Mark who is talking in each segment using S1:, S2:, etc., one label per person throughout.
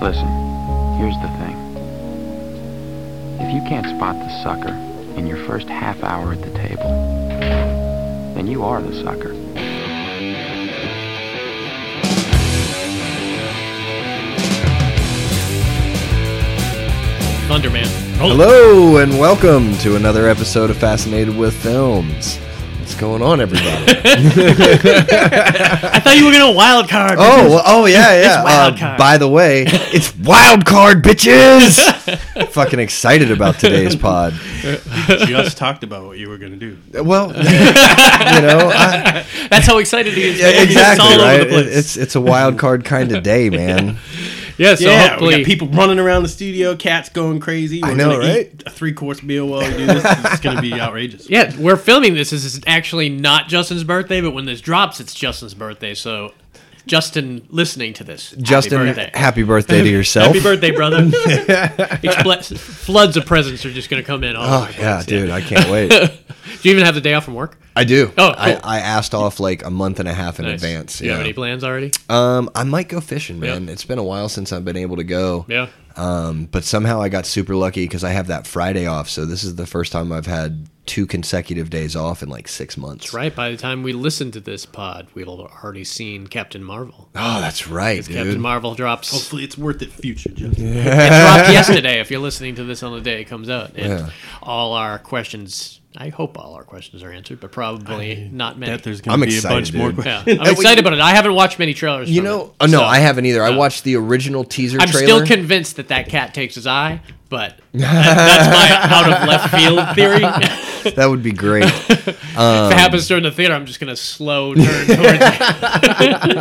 S1: Listen, here's the thing. If you can't spot the sucker in your first half hour at the table, then you are the sucker.
S2: Thunderman.
S3: Hello and welcome to another episode of Fascinated with Films. What's going on, everybody?
S2: I thought you were gonna wild card.
S3: oh, well, oh yeah, yeah.
S2: wild card.
S3: by the way, it's wild card, bitches. Fucking excited about today's pod.
S4: just talked about what you were going to do.
S3: Well, you know, I,
S2: that's how excited he is.
S3: yeah,
S2: It's all
S3: exactly
S2: over
S3: right.
S2: the place.
S3: It- It's it's a wild card kind of day, man.
S2: yeah, so
S4: yeah, we
S2: hopefully
S4: got people running around the studio, cats going crazy. We're
S3: I know,
S4: gonna eat
S3: right?
S4: a three course meal while we do this. It's going to be outrageous.
S2: Yeah, we're filming this. This is actually not Justin's birthday, but when this drops, it's Justin's birthday. So, Justin, listening to this,
S3: Justin, oh.
S2: happy birthday,
S3: to yourself.
S2: Happy birthday, brother. Expl- floods of presents are just gonna come in. All over
S3: Oh
S2: the place.
S3: yeah, dude, I can't wait.
S2: Do you even have the day off from work?
S3: I do.
S2: Oh, cool.
S3: I, I asked off like a month and a half in
S2: Nice.
S3: advance.
S2: Do you have any plans already?
S3: Um, I might go fishing, man.
S2: Yeah.
S3: It's been a while since I've been able to go.
S2: Yeah.
S3: Um, but somehow I got super lucky because I have that Friday off. So this is the first time I've had two consecutive days off in like six months.
S2: Right. By the time we listen to this pod, we'll have already seen Captain Marvel.
S3: Oh, that's right, dude.
S2: Captain Marvel drops
S4: Hopefully, it's worth it, future Justin.
S2: dropped yesterday. If you're listening to this on the day it comes out, and
S3: Yeah.
S2: all our questions, I hope all our questions are answered, but probably not many.
S4: Bet there's
S3: I'm
S4: going to be
S3: excited,
S4: a bunch more
S3: dude.
S2: Yeah,
S4: questions.
S2: I'm excited about it. I haven't watched many trailers.
S3: you
S2: from
S3: know,
S2: it,
S3: oh, no,
S2: so
S3: I haven't either. I watched the original teaser
S2: I'm
S3: trailer.
S2: still convinced that that cat takes his eye, but that- that's my out of left field theory. if
S3: that would be great. Um,
S2: it happens during the theater, I'm just gonna slow turn towards it.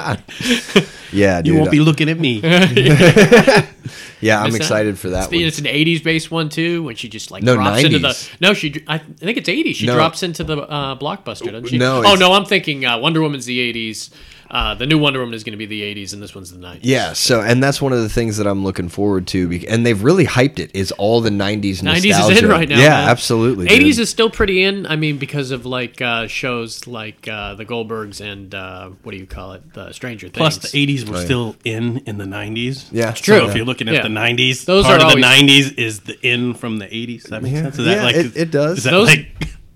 S3: Yeah, dude. uh,
S4: You won't be looking at me.
S3: yeah, I'm
S2: It's not-
S3: excited for that
S2: It's, the-
S3: one.
S2: it's an '80s based one too, when she just like
S3: No,
S2: drops into the
S3: 90s.
S2: no, she I think it's '80s. She
S3: No.
S2: drops into the uh, blockbuster, doesn't she?
S3: No,
S2: oh
S3: it's-
S2: no, I'm thinking uh, Wonder Woman's the '80s. Uh, the new Wonder Woman is going to be the '80s, and this one's the '90s.
S3: Yeah, so and that's one of the things that I'm looking forward to, bec- and they've really hyped it. Is all the '90s nostalgia?
S2: '90s is in right now.
S3: Yeah,
S2: man.
S3: absolutely. dude.
S2: '80s is still pretty in. I mean, because of like uh, shows like uh, the Goldbergs and uh, what do you call it, the Stranger Things.
S4: Plus, the 80s were still in in the 90s.
S3: Yeah, it's
S2: true.
S4: So if you're looking at
S2: Yeah.
S4: the 90s,
S2: Those
S4: part
S2: are
S4: of the
S2: always-
S4: 90s is the in from the 80s. Does that makes sense? Is that
S3: Yeah,
S4: like,
S3: it- it does.
S4: Is that
S2: Those-
S4: like,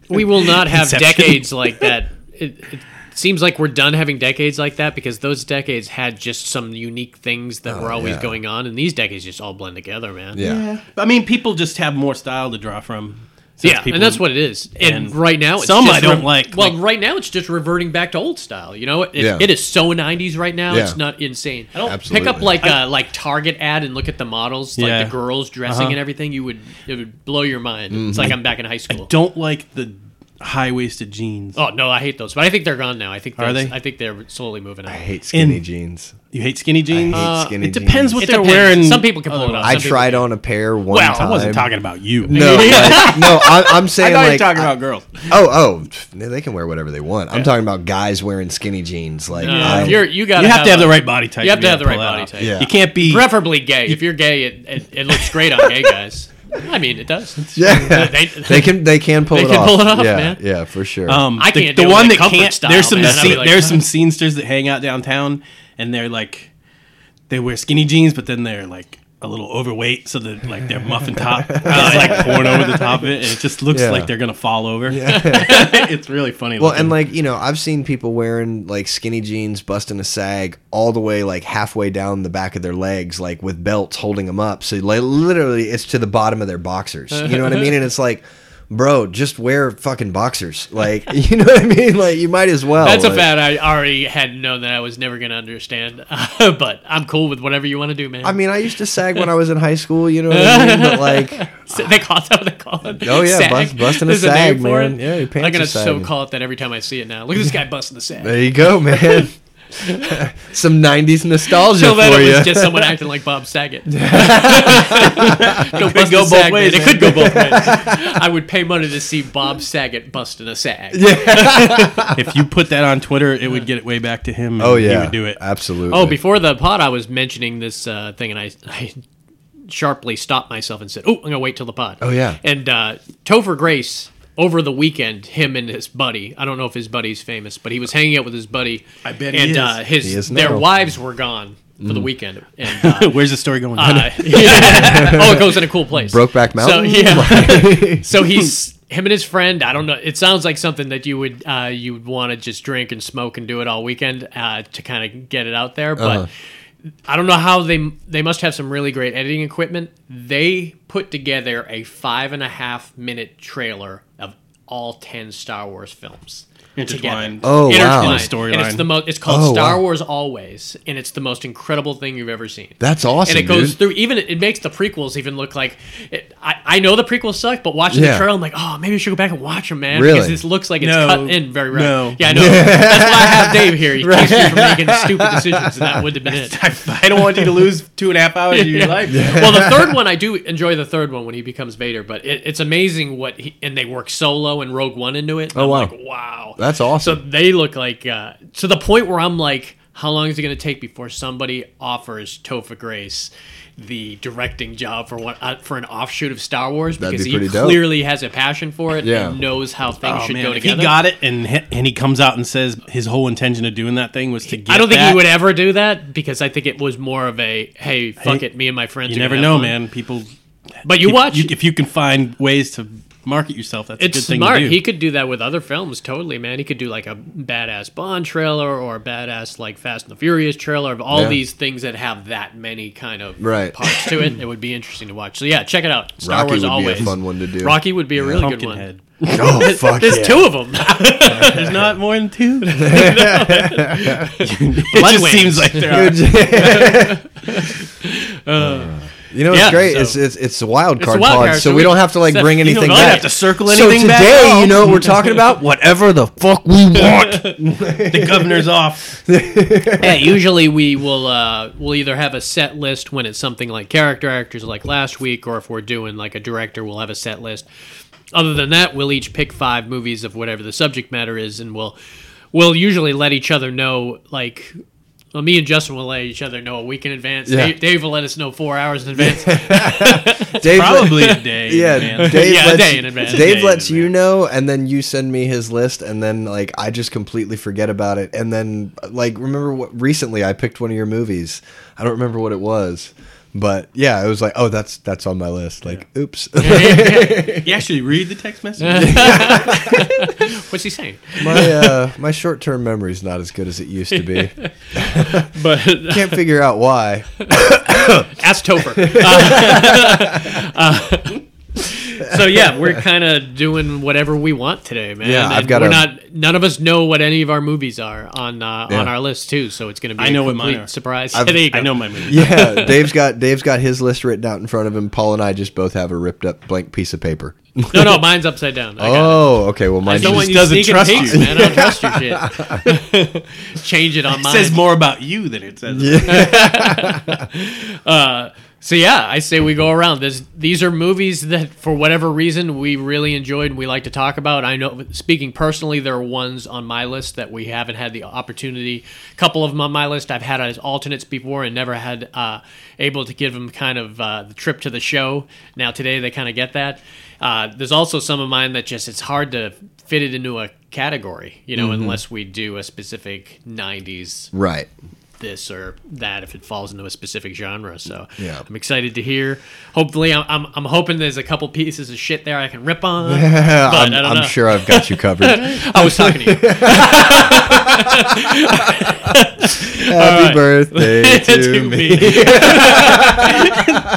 S2: we will not have
S4: Inception.
S2: decades like that. It, it seems like we're done having decades like that because those decades had just some unique things that were always
S3: Oh, yeah.
S2: going on, and these decades just all blend together, man.
S3: Yeah.
S4: I mean, people just have more style to draw from. since
S2: Yeah,
S4: people-
S2: and that's what it is. And,
S4: and
S2: right now, it's
S4: some
S2: just
S4: I don't
S2: rev-
S4: like,
S2: Well,
S4: like-
S2: right now it's just reverting back to old style. You know, it,
S3: Yeah.
S2: it is so '90s right now. It's
S3: Yeah.
S2: not insane. I
S4: don't-
S2: pick up
S3: Absolutely.
S2: like a like Target ad and look at the models, like
S4: Yeah. Uh-huh.
S2: the girls dressing and everything. You would it would blow your mind.
S3: Mm-hmm.
S2: It's like I'm back in high school.
S4: don't like the high waisted jeans.
S2: Oh no, I hate those, but I think they're gone now. I think
S4: Are
S2: those-
S4: they?
S2: I think they're slowly moving out.
S3: I hate skinny
S4: In-
S3: jeans.
S4: You hate skinny jeans?
S3: I hate skinny
S4: it depends
S3: jeans.
S4: what
S2: uh, It
S4: they're
S2: depends.
S4: wearing.
S2: Some people can pull it off.
S3: I
S2: Uh, Some people
S3: tried
S2: can't.
S3: on a pair one
S4: Well,
S3: time.
S4: I wasn't talking about you.
S3: No, like, no, I, I'm saying
S4: I thought you were
S3: like,
S4: talking
S3: I-
S4: about girls.
S3: oh, oh, pff, they can wear whatever they want. I'm talking about guys wearing skinny jeans. Like,
S2: No,
S3: I-
S2: if you're, you got
S4: You have to have
S2: a-
S4: the right body type.
S2: You have to
S4: be
S2: have the
S4: able
S2: right
S4: pull
S2: body
S4: it
S2: type.
S4: off.
S3: Yeah.
S4: You can't be.
S2: Preferably gay. If you're gay, it, it, it looks great on gay guys. I mean, it does.
S3: yeah,
S2: They-
S3: they, can they can pull
S2: They
S3: it
S2: can
S3: off.
S2: pull it off,
S3: yeah,
S2: man.
S3: yeah, for sure.
S4: um,
S2: I
S4: the-
S2: can't
S4: The,
S2: deal with
S4: one
S2: the
S4: that
S2: comfort
S4: can't.
S2: style,
S4: there's some.
S2: man. I'd be
S4: se-
S2: like,
S4: there's
S2: "Huh."
S4: some scenesters that hang out downtown, and they're like, they wear skinny jeans, but then they're like a little overweight, so that like their muffin top is like pouring over the top of it, and it just looks
S3: Yeah.
S4: like they're gonna fall over. it's really funny.
S3: well,
S4: looking.
S3: and like you know, I've seen people wearing like skinny jeans, busting a sag all the way like halfway down the back of their legs, like with belts holding them up. So like, literally, it's to the bottom of their boxers. You know what I mean? And it's like. Bro, just wear fucking boxers. Like, you know what I mean? Like, you might as well.
S2: That's a
S3: Like,
S2: fact I already had known that I was never going to understand. but I'm cool with whatever you want to do, man.
S3: I mean, I used to sag when I was in high school, you know what I mean? But like,
S2: S- they call it that what they call it.
S3: Oh, yeah,
S2: Sag.
S3: bust- busting a
S2: There's name
S3: sag,
S2: for
S3: man.
S2: it.
S3: Yeah, your pants
S2: I'm
S3: are
S2: gonna so
S3: sagging.
S2: call it that every time I see it now. Look at this guy busting the sag.
S3: there you go, man. Some '90s nostalgia
S2: Till then,
S3: for
S2: it
S3: you.
S2: was just someone acting like Bob Saget. Don't bust
S4: go
S2: a
S4: both
S2: sag,
S4: ways,
S2: man. It
S4: man.
S2: could go both ways. I would pay money to see Bob Saget busting a sag.
S4: if you put that on Twitter, it would get it way back to him. and
S3: oh yeah,
S4: he would do it.
S3: absolutely.
S2: Oh, before the pod, I was mentioning this uh, thing, and I, I sharply stopped myself and said, "Oh, I'm gonna wait till the pod."
S3: Oh, yeah.
S2: And uh, Topher Grace over the weekend, him and his buddy. I don't know if his buddy's famous, but he was hanging out with his buddy.
S4: I bet he
S2: And
S4: is. Mm.
S2: Uh, his
S3: He is
S2: their
S3: now.
S2: wives were gone. for the weekend. And, uh,
S4: Where's the story going?
S2: uh, yeah. oh, it goes in a cool place.
S3: Brokeback
S2: So
S3: Mountain?
S2: yeah. so he's him and his friend. I don't know. It sounds like something that you would uh, you would want to just drink and smoke and do it all weekend uh, to kind of get it out there.
S3: Uh-huh.
S2: But I don't know how they they must have some really great editing equipment. They put together a five and a half minute trailer of all ten Star Wars films.
S4: Intertwined.
S2: together.
S3: Oh, wow.
S2: Intertwined.
S4: In a
S2: And it's
S4: storyline.
S2: the most. It's called
S3: Oh,
S2: Star
S3: wow.
S2: Wars Always, and it's the most incredible thing you've ever seen.
S3: That's awesome.
S2: And it goes
S3: dude.
S2: through even it makes the prequels even look like it, I, I know the prequels suck, but watching
S3: Yeah.
S2: the trailer, I'm like, oh, maybe I should go back and watch them, man,
S3: Really?
S2: because this looks like it's
S4: No.
S2: cut in very rough.
S4: No.
S2: Yeah, I know. That's why I have Dave here. He keeps me from making stupid decisions, and that would have been it.
S4: I, I don't want you to lose two and a half hours of your life.
S2: well, the third one, I do enjoy the third one when he becomes Vader, but it, it's amazing what he and they work Solo and Rogue One into it.
S3: Oh,
S2: I'm
S3: wow.
S2: like, wow,
S3: That's awesome.
S2: So they look like uh, to the point where I'm like, how long is it going to take before somebody offers Topher Grace the directing job for what uh, for an offshoot of Star Wars
S3: That'd
S2: because
S3: be
S2: he
S3: pretty dope.
S2: clearly has a passion for it
S3: Yeah.
S2: and knows how things
S4: Oh,
S2: should
S4: man,
S2: go
S4: if he
S2: together.
S4: got it and he- and he comes out and says his whole intention of doing that thing was to get
S2: I don't think
S4: that,
S2: he would ever do that because I think it was more of a hey, fuck it, me and my friends.
S4: You
S2: are gonna
S4: never
S2: have
S4: know,
S2: fun."
S4: man. People
S2: But you
S4: if-
S2: watch,
S4: if you can find ways to market yourself, that's a
S2: It's
S4: good thing
S2: smart.
S4: to do.
S2: He could do that with other films, totally, man. He could do like a badass Bond trailer or a badass like Fast and the Furious trailer of all
S3: Yeah.
S2: these things that have that many kind of
S3: Right.
S2: parts to it. It would be interesting to watch. So yeah, check it out. Star
S3: Rocky
S2: Wars
S3: would
S2: always
S3: be a fun one to do.
S2: Rocky would be a really good one.
S4: Pumpkinhead.
S3: Oh, fuck
S2: There's
S3: yeah.
S2: two of them.
S4: There's not more than two. it
S2: Blood
S4: just
S2: Wings.
S4: seems like there are.
S3: You know, it's
S2: Yeah,
S3: great.
S2: so-
S3: It's, it's it's a wild
S2: a
S3: card
S2: wild
S3: pod,
S2: card, so
S3: so we
S2: we-
S3: don't have to like
S2: Seth,
S3: bring
S2: you
S3: anything
S2: don't
S3: back.
S2: have to
S4: circle
S3: so
S4: anything back
S3: today,
S2: Oh.
S4: up.
S3: you know, what we're talking about whatever the fuck we want.
S4: The governor's off.
S2: yeah, usually we will uh, we'll either have a set list when it's something like character actors like last week, or if we're doing like a director, we'll have a set list. Other than that, we'll each pick five movies of whatever the subject matter is, and we'll we'll usually let each other know like. Well, me and Justin will let each other know a week in advance.
S3: Yeah.
S2: Dave, Dave will let us know four hours in advance.
S3: Dave,
S4: Probably a day.
S3: yeah,
S4: man.
S3: Dave
S2: Yeah, a
S3: lets,
S2: day in advance.
S3: Dave
S4: Day in
S3: lets you know, and then you send me his list, and then like I just completely forget about it, and then like remember what recently I picked one of your movies. I don't remember what it was, but yeah, it was like oh that's that's on my list. Like oops,
S4: You actually read the text message?
S2: What's he saying?
S3: my uh, my short term memory's not as good as it used to be.
S2: But
S3: Can't figure out why.
S2: Ask Topher. Uh, uh, so yeah, we're kind of doing whatever we want today, man.
S3: Yeah,
S2: And
S3: I've got
S2: we're
S3: a-
S2: not. None of us know what any of our movies are on uh,
S3: Yeah.
S2: on our list too, so it's going to be.
S4: I
S2: a
S4: know what
S2: complete
S4: mine are.
S2: Surprise!
S3: I've-
S2: There you go.
S4: I know my movie.
S3: Yeah, Dave's got Dave's got his list written out in front of him. Paul and I just both have a ripped up blank piece of paper.
S2: No, no, mine's upside down. I got it.
S3: Oh, okay. Well,
S2: I
S3: mine
S2: don't want
S3: just,
S2: you
S4: doesn't
S2: sneaking
S4: trust
S2: peeks,
S4: you.
S2: man. I don't trust your shit. Change it on
S4: It
S2: mine.
S4: says more about you than it says.
S2: So yeah, I say we go around. This, these are movies that, for whatever reason, we really enjoyed and we like to talk about. I know, speaking personally, there are ones on my list that we haven't had the opportunity. A couple of them on my list I've had as alternates before and never had uh, able to give them kind of uh, the trip to the show. Now today they kind of get that. Uh, there's also some of mine that just it's hard to fit it into a category, you know, unless we do a specific '90s
S3: right.
S2: this or that if it falls into a specific genre. So
S3: Yeah.
S2: I'm excited to hear. Hopefully, I'm, I'm, I'm hoping there's a couple pieces of shit there I can rip on. but
S3: I'm,
S2: I don't
S3: I'm
S2: know.
S3: sure I've got you covered.
S2: I was talking to you.
S3: Happy birthday to,
S2: To
S3: me.
S2: me.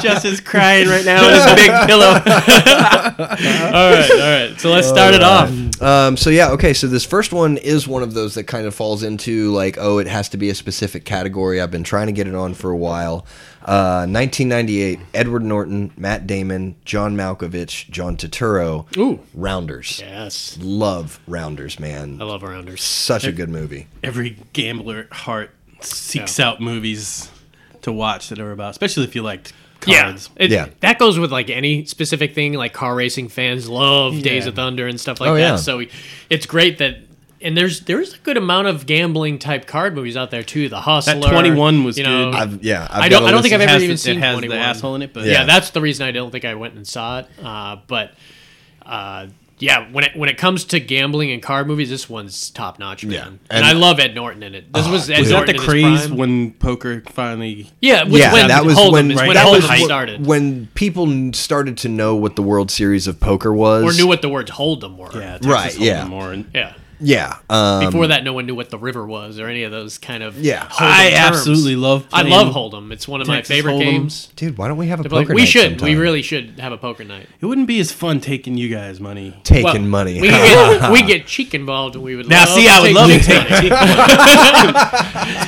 S4: Justin's crying right now in his big pillow.
S2: all right, all right. So let's start it off.
S3: Um, so yeah, okay. So this first one is one of those that kind of falls into like, oh, it has to be a specific category. I've been trying to get it on for a while. Uh, 1998, Edward Norton, Matt Damon, John Malkovich, John Turturro.
S2: Ooh.
S3: Rounders.
S2: Yes,
S3: Love Rounders, man.
S2: I love rounders.
S3: Such a good movie.
S4: Every gambler at heart seeks out movies to watch that are about, especially if you liked
S2: Yeah,
S4: cards.
S2: it-
S3: Yeah.
S2: That goes with like any specific thing. Like car racing fans love Days
S4: Yeah.
S2: of Thunder and stuff like
S3: Oh,
S2: that.
S3: yeah.
S2: So it's great that. And there's there's a good amount of gambling type card movies out there too. The Hustler,
S4: 21 was
S2: you know,
S4: good.
S3: I've yeah. I've
S2: I
S3: got
S2: don't-
S3: a
S2: I don't
S3: list
S2: think I've
S3: of-
S2: ever
S4: has
S2: even
S4: the,
S2: seen
S4: it has
S2: 21.
S4: the asshole in it, but
S2: yeah.
S3: Yeah.
S2: that's the reason I don't think I went and saw it. Uh, but uh, yeah, when it when it comes to gambling and card movies, this one's top notch, man.
S3: Yeah.
S2: And,
S3: And- Oh,
S2: I love Ed Norton in it. This was Ed
S4: Is that
S2: Norton
S4: the
S2: in his
S4: craze
S2: prime.
S4: when poker finally?
S2: Yeah, which
S3: yeah,
S2: when
S3: that was
S2: Hold'em
S3: when,
S2: is
S4: right,
S2: when
S4: that
S2: Hold'em
S4: was wh-
S2: started,
S3: when people n- started to know what the World Series of Poker was.
S2: or knew what the words Hold'em were.
S4: Yeah,
S3: Right,
S4: Texas Hold'em
S3: yeah.
S4: More. And
S2: yeah.
S3: Yeah, um,
S2: Before that, no one knew what the river was or any of those kind of
S3: Yeah.
S2: Hold'em
S4: I
S2: terms.
S4: absolutely love.
S2: I
S4: playing-
S2: love Hold'em. It's one of
S4: Texas
S2: my favorite
S4: Hold'em.
S2: games.
S3: dude, why don't we have a
S2: to play.
S3: poker?
S2: we
S3: night
S2: should. We
S3: sometime?
S2: really should have a poker night.
S4: It wouldn't be as fun taking you guys money.
S3: taking
S2: Well,
S3: money.
S2: We get, we get cheek involved, and we would
S4: Now,
S2: love
S4: see,
S2: to
S4: I would
S2: take
S4: love to
S2: cheek
S4: take.
S2: money.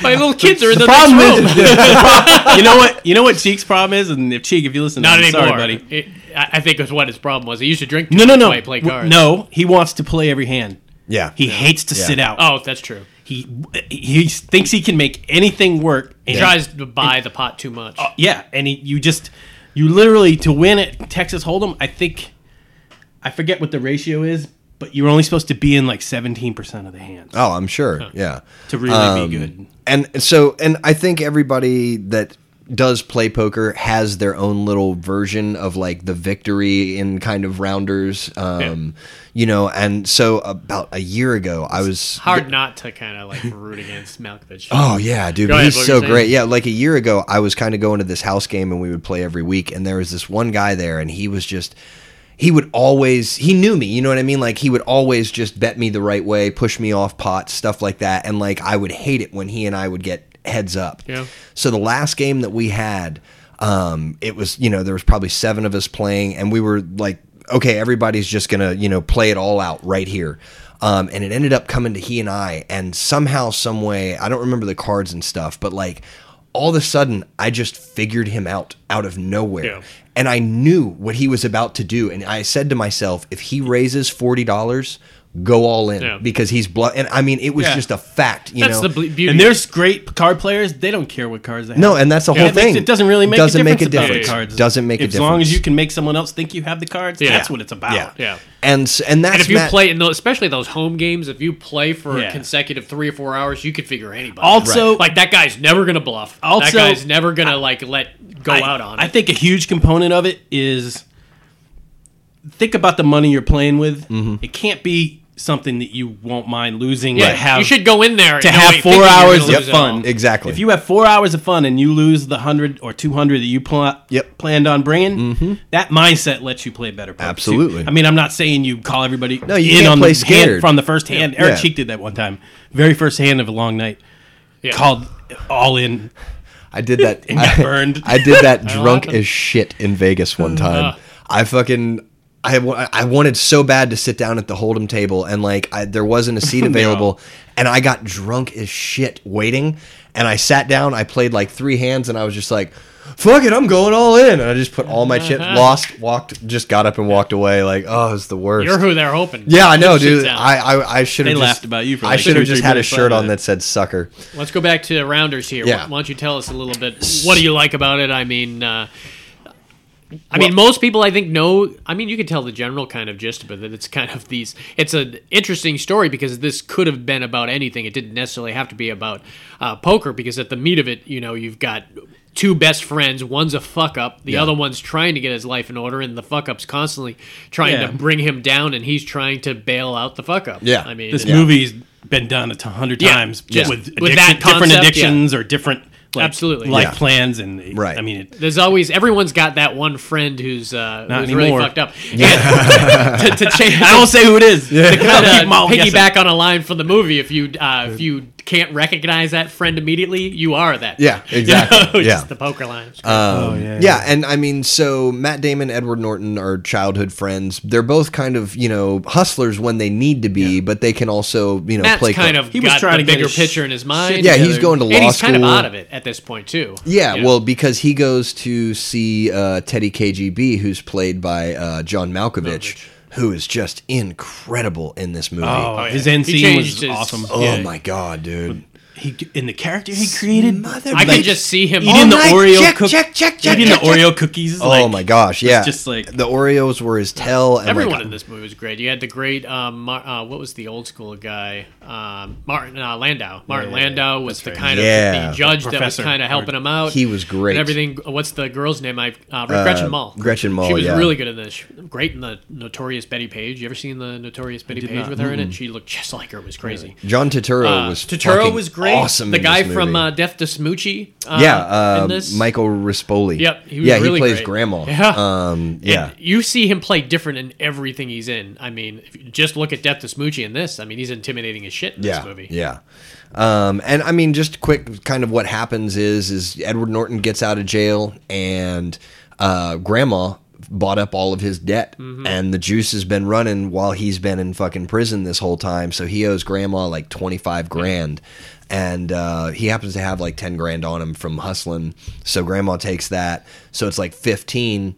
S2: My little kids are in the,
S4: problem
S2: next room.
S4: is, the, the prob- you know what? You know what Cheek's problem is, and if Cheek, if you listen,
S2: Not
S4: I'm
S2: anymore,
S4: sorry, buddy.
S2: It- I I think that's what his problem was. He used to drink. Too
S4: No, no,
S2: much
S4: no.
S2: While he played
S4: W-
S2: cards.
S4: No, he wants to play every hand.
S3: yeah,
S4: He hates to
S3: Yeah.
S4: sit out.
S2: Oh, that's true.
S4: He he thinks he can make anything work. And
S2: He tries to buy the pot too much.
S4: Yeah, and he, you just you literally to win at Texas Hold'em. I think I forget what the ratio is, but you're only supposed to be in like 17 percent of the hands
S3: Oh, I'm sure. Yeah.
S4: to really
S3: Um,
S4: be good.
S3: And so, and I think everybody that does play poker has their own little version of like the victory in kind of rounders, um, you know. And so, about a year ago, I was
S2: Hard not to kind of like root against Malkovich.
S3: Oh yeah, dude,
S2: Go ahead,
S3: he's
S2: what
S3: so
S2: you're saying.
S3: great. Yeah, like a year ago, I was kind of going to this house game and we would play every week, and there was this one guy there, and he was just. He would always, he knew me, you know what I mean? Like, he would always just bet me the right way, push me off pots, stuff like that. And, like, I would hate it when he and I would get heads up.
S2: Yeah.
S3: So, the last game that we had, um, it was, you know, there was probably seven of us playing, and we were like, okay, everybody's just going to, you know, play it all out right here. Um, and it ended up coming to he and I, and somehow, some way, I don't remember the cards and stuff, but like all of a sudden, I just figured him out out of nowhere.
S2: Yeah.
S3: And I knew what he was about to do. And I said to myself, if he raises $40, go all in
S2: Yeah.
S3: because he's bluff. And I mean, it was
S4: Yeah.
S3: just a fact, you
S2: that's
S3: know?
S2: the ble- beauty.
S4: And there's great card players. They don't care what cards they have.
S3: no, and that's the whole
S4: it
S3: thing.
S4: Makes, it doesn't really make a
S3: doesn't
S4: difference.
S3: make a
S4: about the
S3: difference.
S4: Cards.
S3: Doesn't make a
S4: As long as
S3: difference.
S4: you can make someone else think you have the cards,
S2: Yeah.
S4: that's what it's about.
S3: Yeah.
S2: yeah.
S3: and s- and that's
S2: And if you
S3: Matt-
S2: play in those, especially those home games, if you play for
S4: Yeah.
S2: a consecutive three or four hours, you could figure anybody.
S4: Also- Right.
S2: like that guy's never gonna bluff. that
S4: Also-
S2: guy's never gonna like let go
S4: I,
S2: out on
S4: I
S2: it.
S4: think a huge component of it is think about the money you're playing with.
S3: Mm-hmm.
S4: It can't be something that you won't mind losing.
S2: yeah,
S4: to have,
S2: you should go in there
S4: to
S2: you know,
S4: have
S2: thinking
S4: four
S2: you're gonna
S4: hours of
S2: lose it all.
S4: fun.
S3: Exactly.
S4: If you have four hours of fun and you lose the hundred or two hundred that you pl-
S3: Yep. Mm-hmm.
S4: planned on bringing, that mindset lets you play better. poker, too.
S3: Absolutely.
S4: I mean, I'm not saying you call everybody no,
S3: you
S4: in
S3: can't
S4: on
S3: play
S4: the
S3: scared.
S4: hand from the first hand. Eric
S3: Yeah.
S4: Cheek did that one time, very first hand of a long night.
S2: Yeah.
S4: Called all in
S3: I did that.
S4: and got
S3: I,
S4: burned.
S3: I did that drunk
S2: happened.
S3: as shit in Vegas one
S4: Uh-huh.
S3: time. I fucking. I, wa- I wanted so bad to sit down at the Hold'em table and like I, there wasn't a seat available and I got drunk as shit waiting and I sat down I played like three hands and I was just like fuck it I'm going all in and I just put all my chips
S4: Uh-huh.
S3: lost walked just got up and walked away like oh it's the worst
S2: You're who they're hoping.
S3: yeah I know
S2: Shit's
S3: dude
S2: out.
S3: I I, I should
S4: They
S3: have
S4: laughed about you for,
S3: I
S4: like,
S3: should
S4: two
S3: have
S4: or
S3: just
S4: three
S3: had a
S4: minutes
S3: shirt
S4: after
S3: on
S4: that.
S3: that said sucker
S2: Let's go back to the rounders here.
S3: Yeah.
S2: Why don't you tell us a little bit? What do you like about it? I mean, uh, I mean, most people I think know. I mean, you can tell the general kind of gist of it. That it's kind of these. It's an interesting story because this could have been about anything. It didn't necessarily have to be about uh, poker because at the meat of it, you know, you've got two best friends. One's a fuck up. The
S3: Yeah.
S2: other one's trying to get his life in order, and the fuck up's constantly trying
S4: Yeah.
S2: to bring him down, and he's trying to bail out the fuck up.
S3: Yeah.
S2: I mean,
S4: this
S2: and-
S4: movie's been done a t- hundred
S2: Yeah,
S4: times
S2: just with
S4: with, addiction-
S2: that
S4: different
S2: concept,
S4: addictions or different like,
S2: Absolutely.
S4: life
S3: Yeah.
S4: plans and
S3: Right.
S4: I mean it,
S2: There's always everyone's got that one friend who's uh,
S4: Not
S2: who's
S4: anymore.
S2: really fucked up. Yeah. to, to change,
S4: I won't say who it is. To kinda keep 'em all guessing.
S2: piggyback on a line from the movie. If you uh, if you can't recognize that friend immediately, you are that.
S3: Yeah,
S2: friend. You
S3: exactly.
S2: know, which
S3: Yeah.
S2: is the poker line.
S3: Um, yeah, and I mean, so Matt Damon, Edward Norton are childhood friends. They're both kind of you know hustlers when they need to be, but they can also you know
S2: Matt's
S3: play.
S2: kind
S3: club.
S2: of
S4: He was
S2: got
S4: trying
S2: the
S4: to get
S2: bigger
S4: his
S2: picture in his mind.
S3: Yeah, he's
S2: together.
S3: going to law
S2: and he's kind of
S3: school.
S2: out of it at this point too.
S3: Yeah,
S2: You know?
S3: well, because he goes to see uh, Teddy KGB, who's played by uh, John Malkovich, who is just incredible in this movie.
S4: Oh,
S3: Oh,
S4: his end
S2: He
S4: scene was
S2: changed his-
S4: awesome.
S2: yeah.
S3: my god, dude!
S4: he in the character he created.
S3: Mother-
S2: I can
S3: like,
S2: just see him.
S4: eating the
S3: night,
S4: Oreo
S3: check,
S4: cook-
S3: check, check, check,
S4: eating
S3: check,
S4: the
S3: check.
S4: Oreo cookies.
S3: oh
S4: like,
S3: my gosh, yeah.
S4: just like-
S3: the Oreos were his tell. And
S2: Everyone
S3: like, uh,
S2: in this movie was great. You had the great, um, Mar- uh, what was the old school guy? Um, Martin uh, Landau. Martin
S4: Yeah,
S2: Landau was the
S4: that's right.
S2: kind of
S3: Yeah,
S2: the judge that was
S4: professor.
S2: kind of helping him out.
S3: He was great.
S2: And everything. What's the girl's name? I uh, Gretchen Mall.
S3: Gretchen
S2: She
S3: Mol,
S2: was
S3: yeah.
S2: really good in this. She- Great in the Notorious Betty Page. You ever seen the Notorious Betty
S4: did
S2: Page
S4: not.
S2: with her in it? She looked just like her. It was crazy.
S3: John Turturro
S2: Uh,
S3: was
S2: Turturro
S3: fucking
S2: was great.
S3: Awesome,
S2: the
S3: in
S2: guy
S3: this
S2: from
S3: movie.
S2: uh, Death to Smoochie. Uh,
S3: yeah, uh,
S2: in this.
S3: Michael Rispoli.
S2: Yep, he was
S3: yeah,
S2: really
S3: he plays
S2: great.
S3: Grandma.
S2: Yeah.
S3: um, yeah.
S2: And you see him play different in everything he's in. I mean, if you just look at Death to Smoochie in this. I mean, he's intimidating as shit in
S3: yeah,
S2: this movie.
S3: Yeah. Um, and I mean, just quick, kind of what happens is is Edward Norton gets out of jail, and uh, Grandma bought up all of his debt,
S2: Mm-hmm.
S3: and the juice has been running while he's been in fucking prison this whole time. So he owes Grandma like twenty five grand. And uh, he happens to have like 10 grand on him from hustling. So grandma takes that. So it's like 15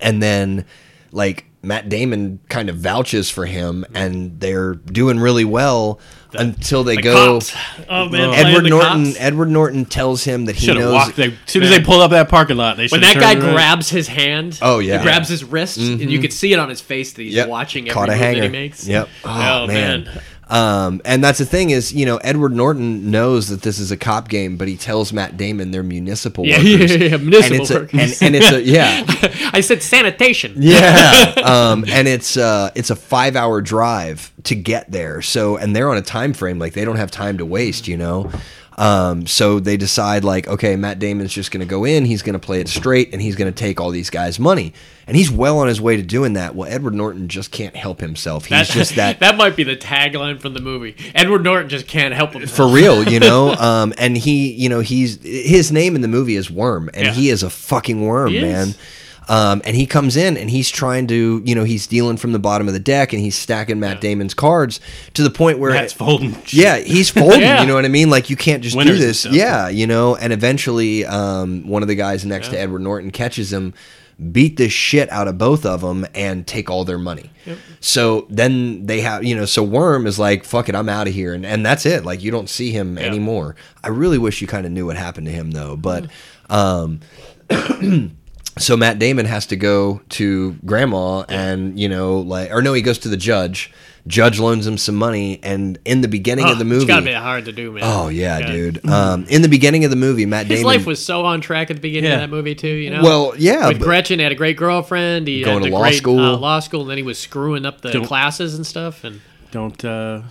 S3: and then like Matt Damon kind of vouches for him, and they're doing really well until they
S2: Mm-hmm. The
S3: go.
S2: cops. Oh man, playing
S3: Edward
S2: the
S3: Norton.
S2: cops.
S3: Edward Norton tells him that he
S4: Should have
S3: knows.
S4: walked. They, as soon as they pulled up that parking lot, they
S2: when
S4: should
S2: that guy grabs his hand,
S3: Oh, yeah. Mm-hmm.
S2: he grabs his wrist, and you could see it on his face that he's
S3: Yep.
S2: watching every
S3: Caught a
S2: move
S3: hanger.
S2: that he makes.
S3: Yep.
S2: Oh, man.
S3: Um, and that's the thing is, you know, Edward Norton knows that this is a cop game, but he tells Matt Damon they're municipal
S2: Yeah,
S3: workers.
S2: yeah, yeah, municipal
S3: and it's
S2: workers.
S3: A, and, and it's a yeah.
S2: I said sanitation.
S3: Yeah. um, and it's uh, it's a five hour drive to get there. So and they're on a time frame like they don't have time to waste. You know. Um, so they decide like, okay, Matt Damon's just going to go in. He's going to play it straight, and he's going to take all these guys' money. And he's well on his way to doing that. Well, Edward Norton just can't help himself. He's just that
S2: might be the tagline from the movie. Edward Norton just can't help himself.
S3: for real, you know. Um, and he, you know, he's his name in the movie is Worm, and
S2: Yeah.
S3: he is a fucking worm,
S2: He is.
S3: man. Um, and he comes in and he's trying to, you know, he's dealing from the bottom of the deck and he's stacking Matt Damon's cards to the point where
S4: That's folding.
S3: yeah, he's folding.
S2: Yeah.
S3: You know what I mean? Like you can't just
S4: Winners
S3: do
S4: and
S3: this.
S4: stuff.
S3: Yeah, you know. And eventually, um, one of the guys next to Edward Norton catches him, beat the shit out of both of them, and take all their money. So then they have, you know, so Worm is like, "Fuck it, I'm out of here," and and that's it. Like you don't see him anymore. I really wish you kind of knew what happened to him though, but.
S2: Mm-hmm.
S3: Um, so Matt Damon has to go to grandma and you know like or no he goes to the judge judge loans him some money and in the beginning
S2: Oh,
S3: of the movie
S2: It's gotta be hard to do, man.
S3: Oh yeah, dude. Um, in the beginning of the movie, Matt
S2: His
S3: Damon.
S2: life was so on track at the beginning
S4: Yeah.
S2: of that movie too, you know.
S3: Well, yeah,
S2: With
S3: but-
S2: Gretchen, he had a great girlfriend. He
S3: Going
S2: had
S3: to
S2: a
S3: law
S2: great,
S3: school.
S2: Uh, law school, and then he was screwing up the
S4: Don't-
S2: classes and stuff. And
S4: Don't uh,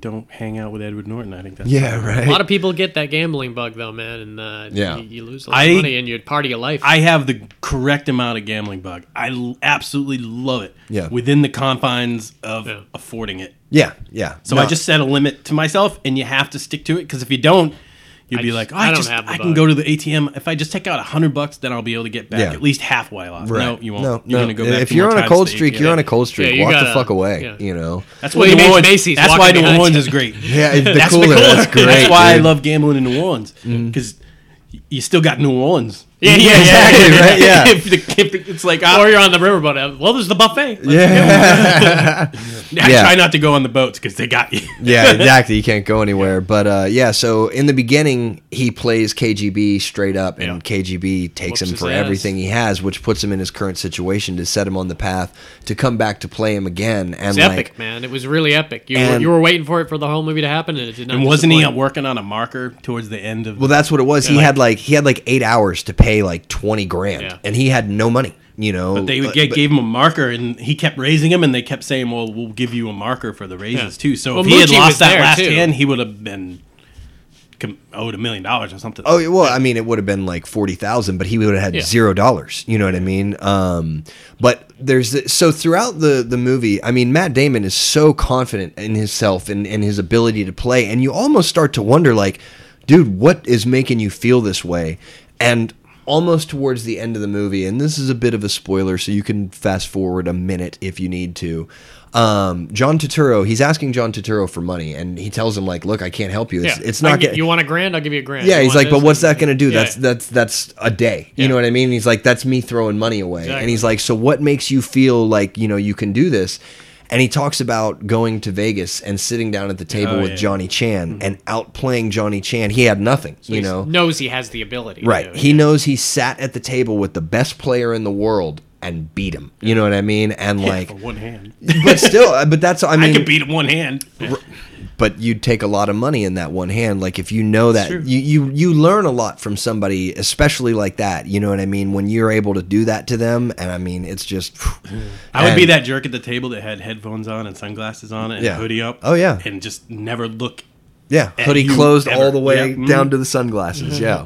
S4: don't hang out with Edward Norton. I think that's
S3: yeah, right.
S2: a lot of people get that gambling bug though, man, and uh,
S3: Yeah.
S2: you, you lose a lot
S4: I-
S2: of money and you're part of your life.
S4: I have the correct amount of gambling bug. I l- absolutely love it.
S3: Yeah.
S4: Within the confines of
S2: Yeah.
S4: affording it.
S3: yeah, yeah.
S4: So
S3: No,
S4: I just set a limit to myself, and you have to stick to it. Because if you don't, you'd be
S2: just-
S4: like, oh,
S2: I
S4: I,
S2: don't
S4: just,
S2: have the
S4: I can
S2: bug.
S4: go to the ATM. If I just take out a hundred bucks, then I'll be able to get back
S3: Yeah.
S4: at least halfway off. No, you won't.
S3: No,
S4: you're
S3: no.
S4: gonna go back.
S3: if
S4: two
S3: you're
S4: more
S3: on a
S4: times
S3: cold
S4: to the
S3: streak,
S4: ATM.
S3: you're on a cold streak.
S2: Yeah, you
S3: Walk the
S2: gotta-
S3: fuck away.
S2: yeah.
S3: You know.
S4: That's
S2: Well,
S4: why
S2: he
S4: New
S2: makes
S4: Orleans.
S2: Macy's
S4: that's why
S2: walking
S4: New
S2: behind
S4: Orleans
S2: you.
S4: is great.
S3: Yeah, it's the
S4: that's
S3: cooler. That's great.
S4: That's why
S3: dude. Mm.
S4: I love gambling in New Orleans because you still got New Orleans.
S2: yeah, yeah, yeah.
S3: Exactly, right? Yeah.
S4: if, the, if the- it's like, I,
S2: Or you're on the riverboat. uh, Well, there's the buffet. Let's
S3: Yeah,
S4: I
S3: Yeah.
S4: try not to go on the boats because they got you.
S3: yeah, exactly. You can't go anywhere. But uh, yeah, so in the beginning, he plays KGB straight up, and
S2: Yeah.
S3: KGB takes
S2: Whoops
S3: him
S2: his
S3: for
S2: ass.
S3: everything he has, which puts him in his current situation to set him on the path to come back to play him again. And
S2: It's
S3: like,
S2: epic, man. It was really epic. You, were,
S3: And-
S2: you were waiting for it for the whole movie to happen, and it did not.
S4: And wasn't he
S2: disappoint.
S4: working on a marker towards the end of?
S3: Well, that's what it was. he
S4: like-
S3: had like he had like eight hours to pay like twenty grand,
S2: Yeah.
S3: and he had no money. You know,
S4: they
S3: But-
S4: ga-
S3: but-
S4: gave him a marker, and he kept raising him, and they kept saying, "Well, we'll give you a marker for the raises
S2: Yeah.
S4: too." So
S2: Well,
S4: if he had
S2: Mucci was
S4: lost that
S2: there,
S4: last
S2: too.
S4: hand, he would have been com- owed a million dollars or something.
S3: Oh well, I mean, it would have been like forty thousand, but he would have had
S2: Yeah.
S3: zero dollars. You know what I mean? Um, but there's the, so throughout the the movie, I mean, Matt Damon is so confident in himself and and his ability to play, and you almost start to wonder, like, dude, what is making you feel this way? And almost towards the end of the movie, and this is a bit of a spoiler, so you can fast forward a minute if you need to. Um, John Turturro, he's asking John Turturro for money, and he tells him like, "Look, I can't help you. It's,
S2: Yeah.
S3: it's
S2: I
S3: not
S2: get-
S3: get-
S2: you want a grand? I'll give you a grand.
S3: yeah,
S2: You
S3: he's
S2: want
S3: like,
S2: this?
S3: but what's that going to do?
S2: Yeah.
S3: That's that's that's a day. You know what I mean? He's like, that's me throwing money away. And
S2: Exactly.
S3: he's like, so what makes you feel like you know you can do this? And he talks about going to Vegas and sitting down at the table
S4: Oh,
S3: with
S4: yeah.
S3: Johnny Chan and outplaying Johnny Chan. He had nothing, you
S2: He
S3: know.
S2: knows he has the ability.
S3: Right.
S2: To,
S3: He knows he sat at the table with the best player in the world and beat him. You know what I mean? And like,
S4: for one hand.
S3: but still, uh, but that's I mean,
S4: I could beat him one hand.
S3: but you'd take a lot of money in that one hand. Like if you know that you, you you learn a lot from somebody, especially like that. You know what I mean? When you're able to do that to them, and I mean, it's just
S4: I would be
S3: And-
S4: that jerk at the table that had headphones on and sunglasses on and
S3: Yeah.
S4: hoodie up.
S3: Oh, yeah.
S4: and just never look.
S3: Yeah,
S4: at
S3: hoodie
S4: you
S3: closed
S4: ever.
S3: all the way
S2: mm-hmm.
S4: Yeah. Mhm.
S3: down to the sunglasses. Yeah,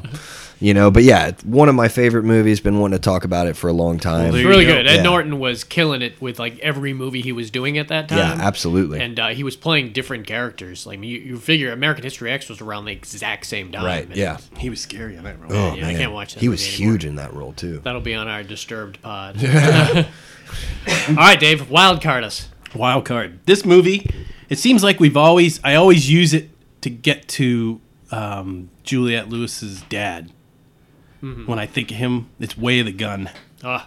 S3: you know. But yeah, it's one of my favorite movies. Been wanting to talk about it for a long time.
S4: Well,
S2: It's
S4: there
S2: really
S4: you go.
S2: good. Ed
S3: Yeah.
S2: Norton was killing it with like every movie he was doing at that time.
S3: yeah, absolutely.
S2: And uh, he was playing different characters. Like you, you figure American History X was around the exact same time.
S3: right.
S2: And
S3: Yeah.
S4: He was scary on that role.
S3: Oh
S2: yeah, I
S3: man,
S2: can't watch that
S3: he was
S2: movie anymore.
S3: huge in that role too.
S2: That'll be on our Disturbed pod. All right, Dave. Wild card us.
S4: Wild card. This movie, it seems like we've always. I always use it to get to um, Juliet Lewis's dad.
S2: Mm-hmm.
S4: When I think of him, it's Way of the Gun.
S2: Oh,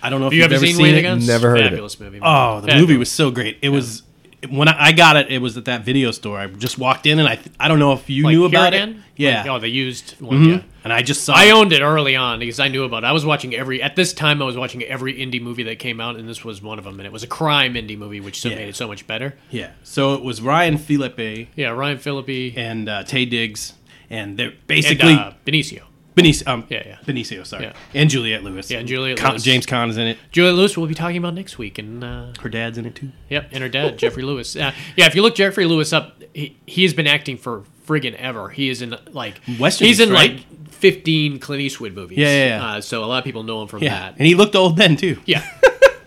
S4: I don't know if
S2: you
S4: you've
S2: ever
S4: ever
S2: seen
S4: seen
S2: Way of the
S4: it.
S2: Guns?
S3: Never heard of it.
S2: Fabulous movie. man.
S4: Oh, the
S2: Fabulous.
S4: movie was so great. It was when I, I got it. It was at that video store. I just walked in, and I I don't know if you
S2: Like
S4: knew about it.
S2: Caravan?
S4: Yeah, Mm-hmm.
S2: Like, oh, the used one.
S3: Mm-hmm.
S2: Yeah.
S4: and I just saw.
S2: I
S4: it.
S2: owned it early on because I knew about it. I was watching every at this time I was watching every indie movie that came out and this was one of them and it was a crime indie movie which so
S4: Yeah.
S2: made it so much better.
S4: Yeah, so it was Ryan Felipe
S2: Yeah, Ryan Phillippe and,
S4: and uh, Tay Diggs, and they're basically
S2: uh, Benicio.
S4: Benicio. Um,
S2: yeah, yeah.
S4: Benicio. Sorry,
S2: Yeah.
S4: and Juliet Lewis.
S2: Yeah, and Juliette
S4: Con-
S2: Lewis.
S4: James Caan is in it.
S2: Julia Lewis we'll be talking about next week and uh,
S4: Her dad's in it too.
S2: yep, and her dad Jeffrey Lewis. Uh, yeah, if you look Jeffrey Lewis up, he he's been acting for friggin' ever. He is in like
S4: Westerns,
S2: He's in
S4: right?
S2: like 15 Clint Eastwood movies.
S4: Yeah, yeah, yeah.
S2: Uh, so a lot of people know him from
S4: Yeah,
S2: that.
S4: and he looked old then too.
S2: Yeah.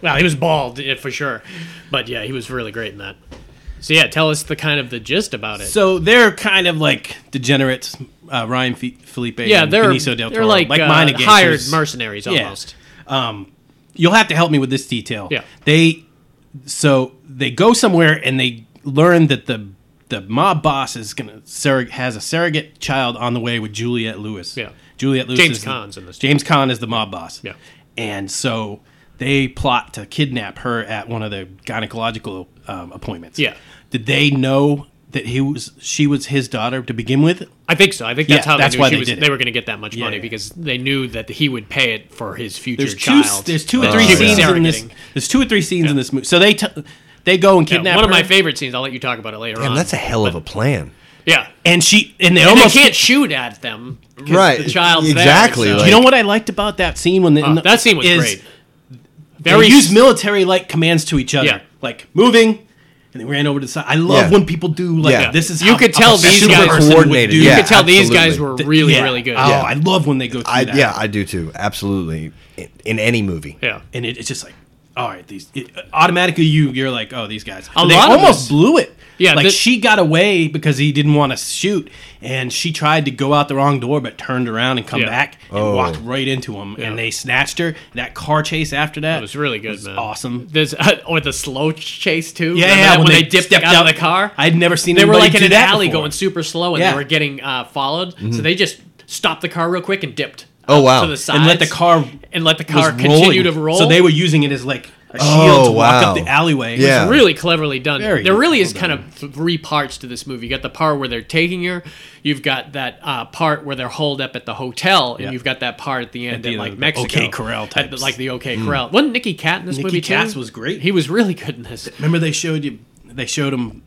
S2: well, he was bald yeah, for sure, but yeah, he was really great in that. So yeah, tell us the kind of the gist about it.
S4: So they're kind of like degenerates. Uh, Ryan F- Felipe.
S2: yeah,
S4: and
S2: they're
S4: Benicio del
S2: they're
S4: Toro,
S2: like, uh,
S4: mine again.
S2: hired mercenaries almost.
S4: Um, you'll have to help me with this detail.
S2: Yeah.
S4: They so they go somewhere and they learn that the the mob boss is gonna surrog- has a surrogate child on the way with Juliet Lewis.
S2: Yeah.
S4: Juliet Lewis.
S2: James
S4: is
S2: Caan's
S4: the,
S2: in this.
S4: James Caan is the mob boss.
S2: Yeah.
S4: And so they plot to kidnap her at one of the gynecological um, appointments.
S2: Yeah.
S4: Did they know that he was she was his daughter to begin with?
S2: I think so. I think that's
S4: Yeah,
S2: how
S4: that's
S2: they knew
S4: why
S2: she
S4: they
S2: was,
S4: did it.
S2: they were going to get that much
S4: Yeah,
S2: money
S4: yeah.
S2: because they knew that he would pay it for his future
S4: There's two.
S2: child. Oh, Uh,
S4: There's two or
S2: that
S4: three
S2: she was
S4: scenes in this.
S2: surrogating.
S4: There's two or three scenes in this movie. So they t- they go and
S2: Yeah,
S4: kidnap
S2: one of
S4: her,
S2: my favorite scenes. I'll let you talk about it later
S3: Damn,
S2: on.
S3: that's a hell of a plan.
S2: yeah.
S4: and she and they
S2: And they
S4: almost
S2: can't shoot at them. 'cause
S3: Right.
S2: The child's there,
S3: Exactly,
S2: so-
S3: like-
S4: You know what I liked about that scene when they,
S2: Uh, that scene was
S4: is
S2: great.
S4: They
S2: Very
S4: use military like commands to each other,
S2: Yeah.
S4: like moving, and they ran over to the side. I love
S3: Yeah.
S4: when people do like
S3: Yeah.
S4: this is
S2: You
S4: how
S2: could
S4: a
S2: tell these
S4: super
S2: guys-
S4: person would
S3: Coordinated,
S4: do-
S2: you
S3: yeah,
S2: could tell these guys were
S3: absolutely.
S2: really,
S4: Yeah.
S2: really good.
S4: Oh,
S3: Yeah.
S4: I love when they go through
S3: I
S4: that.
S3: yeah, I do too. Absolutely, in, in any movie.
S2: yeah.
S4: and it, it's just like all right these it, automatically you you're like oh these guys
S2: A
S4: they
S2: lot of
S4: almost
S2: this-
S4: blew it
S2: Yeah,
S4: like
S2: this-
S4: she got away because he didn't want to shoot and she tried to go out the wrong door but turned around and come
S2: Yeah.
S4: back and
S3: Oh.
S4: walked right into him and they snatched her that car chase after that
S2: It was really good,
S4: was
S2: man.
S4: awesome
S2: There's uh, or the slow ch- chase too.
S4: yeah,
S2: Remember
S4: yeah
S2: that when, they, dipped
S4: stepped
S2: out, of the car,
S4: i'd never seen
S2: they were
S4: anybody
S2: like in
S4: do
S2: an
S4: that
S2: alley
S4: before.
S2: going super slow, and
S4: Yeah. Mm-hmm.
S2: they were getting uh, followed. So they just stopped the car real quick and dipped.
S3: Oh,
S2: out
S3: wow.
S2: To the sides
S4: and let the car
S2: and let the
S4: was
S2: car continue
S4: rolling.
S2: to roll.
S4: so they were using it as like a shield
S3: Oh,
S4: to walk
S3: wow.
S4: up the alleyway It was
S3: Yeah.
S2: really cleverly done.
S4: Very
S2: there really is
S4: well
S2: kind of three parts to this movie. You got the part where they're taking her, you've got that uh, part where they're holed up at the hotel, and
S4: Yeah.
S2: you've got that part at the end
S4: the
S2: in
S4: end
S2: like
S4: of the
S2: Mexico,
S4: OK Corral
S2: At the-
S4: types. Hmm.
S2: like the OK Corral. Wasn't Nicky Cat in this
S4: Nicky
S2: movie too?
S4: Katz was great.
S2: He was really good in this.
S4: Remember they showed you they showed him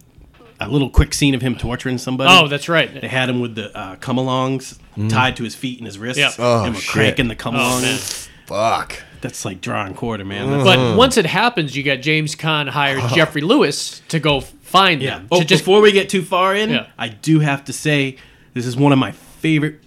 S4: a little quick scene of him torturing somebody.
S2: Oh, that's right.
S4: They had him with the uh, come-alongs tied to his feet and his wrists.
S2: Yeah.
S3: Mm-hmm. Oh,
S4: and were
S3: shit.
S4: cranking the
S2: Oh,
S4: come-along.
S2: man.
S3: Fuck.
S4: that's like drawing quarter, man.
S3: Mm.
S4: That's-
S2: But once it happens, you got James Caan hired Jeffrey Lewis to go find
S4: yeah.
S2: them.
S4: Oh,
S2: to just
S4: before we get too far in,
S2: Yeah.
S4: I do have to say this is one of my favorite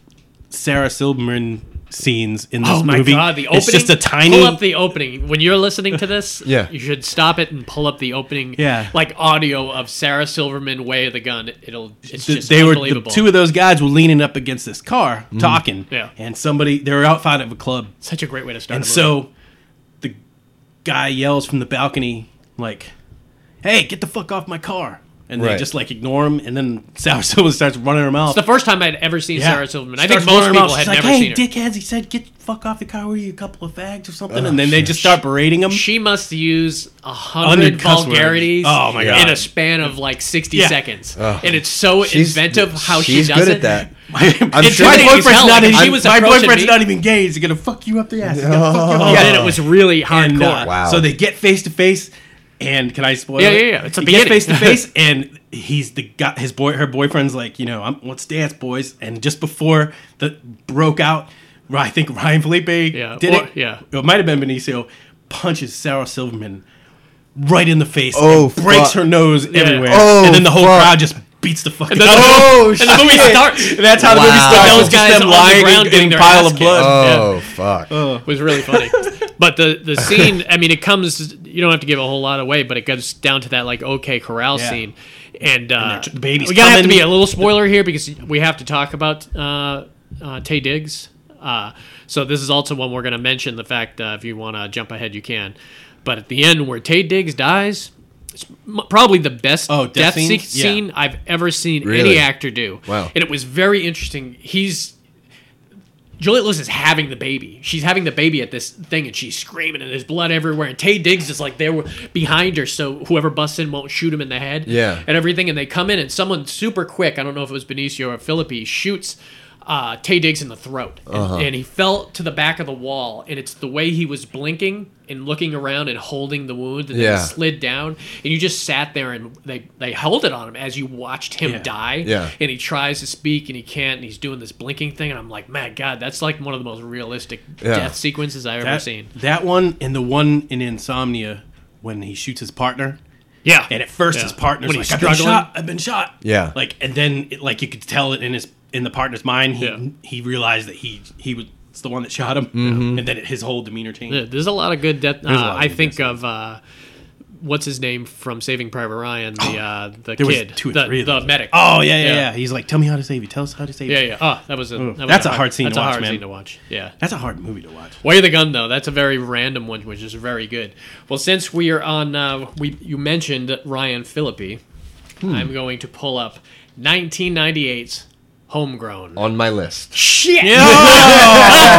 S4: Sarah Silverman scenes in this
S2: oh my
S4: movie.
S2: god, the opening!
S4: It's just a tiny.
S2: Pull up the opening when you're listening to this.
S3: Yeah.
S2: you should stop it and pull up the opening.
S4: Yeah.
S2: like audio of Sarah Silverman "Way of the Gun." It'll it's
S4: th-
S2: just
S4: they were the
S2: unbelievable.
S4: two of those guys were leaning up against this car
S3: Mm-hmm.
S4: talking,
S2: Yeah.
S4: and somebody they were outside of a club,
S2: Such a great way to start.
S4: And
S2: a movie.
S4: so the guy yells from the balcony, like, hey, get the fuck off my car. and they
S3: Right.
S4: just like ignore him, and then Sarah Silverman starts running him
S2: It's
S4: out.
S2: the first time I'd ever seen
S4: Yeah.
S2: Sarah Silverman. I
S4: Starts
S2: think most
S4: running him out.
S2: people had
S4: She's like,
S2: never seen her.
S4: Hey, dickheads! He said, "Get the fuck off the car with you, a couple of fags or something," and then they just start berating him.
S2: She must use a
S4: Hundred
S2: hundred
S4: cuss words.
S2: vulgarities
S4: Oh my
S2: in
S4: God.
S2: a span of like sixty
S4: Yeah.
S2: seconds, and it's so
S3: She's-
S2: inventive how
S3: she's
S2: she does
S3: good
S2: it.
S3: at that.
S4: I'm
S3: sure-
S4: my
S3: Intimidating
S2: as
S4: boyfriend's
S2: hell.
S4: not.
S2: I mean,
S4: I'm-
S2: she was
S4: my
S2: approaching
S4: boyfriend's
S2: me.
S4: not even gay. He's gonna fuck you up the ass. He's gonna fuck you up the
S2: Yeah,
S4: ass.
S2: and Oh, it was really hardcore.
S4: And, uh,
S3: Wow.
S4: So they get face to face, and can I spoil?
S2: Yeah,
S4: it?
S2: yeah, yeah. It's a
S4: They get
S2: beginning.
S4: face to face, and he's the guy. His boy, her boyfriend's like, you know, I'm, let's dance, boys. And just before the broke out, Ry- I think Ryan Felipe
S2: Yeah,
S4: did
S2: or-
S4: it.
S2: yeah.
S4: it might have been Benicio punches Sarah Silverman right in the face.
S3: Oh,
S4: and breaks
S3: fuck.
S4: her nose everywhere,
S3: Oh,
S4: and then the whole
S3: fuck.
S4: crowd just beats the fucking.
S2: then
S4: out
S2: the-
S4: of her.
S3: Oh,
S2: and the movie
S3: shit.
S2: starts.
S4: That's how the movie
S3: Wow.
S4: starts.
S3: Those
S4: with just
S2: guys on
S4: them
S2: the
S4: lying
S2: ground
S4: in-
S2: getting
S4: in
S2: their
S4: pile
S2: ass
S4: of blood.
S3: Oh fuck.
S2: It was really funny. but the the scene, I mean, it comes. You don't have to give a whole lot away, but it goes down to that like OK Corral
S4: Yeah.
S2: scene, and, uh,
S4: tr- the baby's
S2: we gotta have to
S4: coming.
S2: be a little spoiler here because we have to talk about uh, uh, Tay Diggs. Uh, so this is also one we're gonna mention the fact uh, if you want to jump ahead, you can. But at the end, where Tay Diggs dies. It's m- probably the best
S4: Oh,
S2: death,
S4: death
S2: se-
S4: scenes? Yeah.
S2: scene I've ever seen any
S3: Really?
S2: actor do.
S3: Wow.
S2: And it was very interesting. He's Juliet Lewis is having the baby. She's having the baby at this thing, and she's screaming, and there's blood everywhere. And Tay Diggs is like there behind her, so whoever busts in won't shoot him in the head.
S3: Yeah.
S2: and everything. And they come in, and someone super quick. I don't know if it was Benicio or Philippi shoots. Uh, Tay Diggs in the throat, and,
S3: Uh-huh.
S2: and he fell to the back of the wall. And it's the way he was blinking and looking around and holding the wound, and
S3: Yeah.
S2: then he slid down. And you just sat there and they they held it on him as you watched him
S4: Yeah.
S2: die
S3: Yeah.
S2: and he tries to speak and he can't and he's doing this blinking thing and i'm like my god that's like one of the most realistic
S3: Yeah.
S2: death sequences i've ever
S4: that,
S2: seen
S4: That one and the one in Insomnia when he shoots his partner.
S2: yeah
S4: And at first, his partner's
S2: When
S4: like,
S2: he's
S4: "I've been
S2: struggling.
S4: shot. I've been shot."
S3: Yeah.
S4: Like, and then it, like you could tell it in his in the partner's mind. He
S2: Yeah.
S4: he realized that he he was the one that shot him,
S3: Mm-hmm.
S4: and then his whole demeanor changed.
S2: Yeah, there's a lot of good death uh,
S4: a lot of
S2: i
S4: good
S2: think of uh What's his name from Saving Private Ryan? The uh, the
S4: Oh, There was
S2: kid,
S4: two or
S2: the,
S4: three of
S2: the
S4: those.
S2: medic.
S4: Oh yeah, yeah,
S2: Yeah.
S4: yeah, He's like, "Tell me how to save you. Tell us how to save
S2: yeah,
S4: you."
S2: yeah. Oh, that was a that was
S4: That's a hard scene to
S2: That's a
S4: watch,
S2: hard
S4: man.
S2: scene to watch. Yeah,
S4: That's a hard movie to watch.
S2: Way of the gun, though. That's a very random one, which is very good. Well, since we are on, uh, we you mentioned Ryan Philippi,
S3: Hmm.
S2: I'm going to pull up 1998's Homegrown.
S3: On my list.
S2: Shit!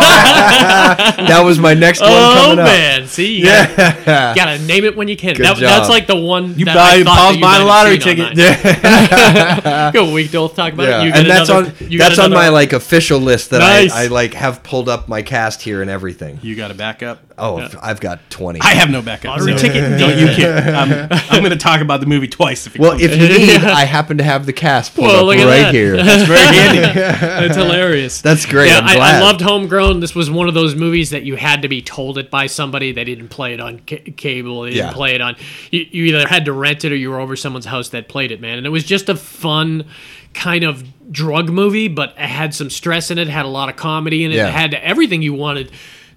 S3: That was my next one
S2: Oh
S3: coming up.
S2: man, see, you gotta, gotta name it when you can.
S3: Good
S2: That,
S3: job.
S2: that's like the one
S4: You
S2: that
S4: probably
S2: I thought
S4: paused
S2: that you
S4: buying a
S2: might have
S4: lottery
S2: seen
S4: ticket.
S2: online. Good week, Dole. Talk about
S3: Yeah.
S2: it. You get
S3: and that's
S2: another-
S3: on
S2: you get
S3: that's on
S2: another-
S3: my like official list that
S4: Nice.
S3: I, I like have pulled up my cast here and everything.
S4: You got a backup.
S3: Oh, I've got twenty.
S4: I have no backup.
S2: Lottery ticket.
S4: Don't you kid? I'm, I'm going to talk about the movie twice. If it
S3: well,
S4: comes.
S3: if you need, I happen to have the cast pulled
S2: Whoa,
S3: up
S2: look at
S3: right
S2: that.
S3: here.
S4: it's very handy.
S2: That's hilarious.
S3: That's great.
S2: Yeah,
S3: I'm
S2: I, I
S3: glad.
S2: loved Homegrown. This was one of those movies that you had to be told it by somebody. They didn't play it on ca- cable. They didn't
S3: Yeah.
S2: play it on. You, you either had to rent it or you were over someone's house that played it, man. And it was just a fun kind of drug movie, but it had some stress in it, had a lot of comedy in it,
S3: Yeah.
S2: it had everything you wanted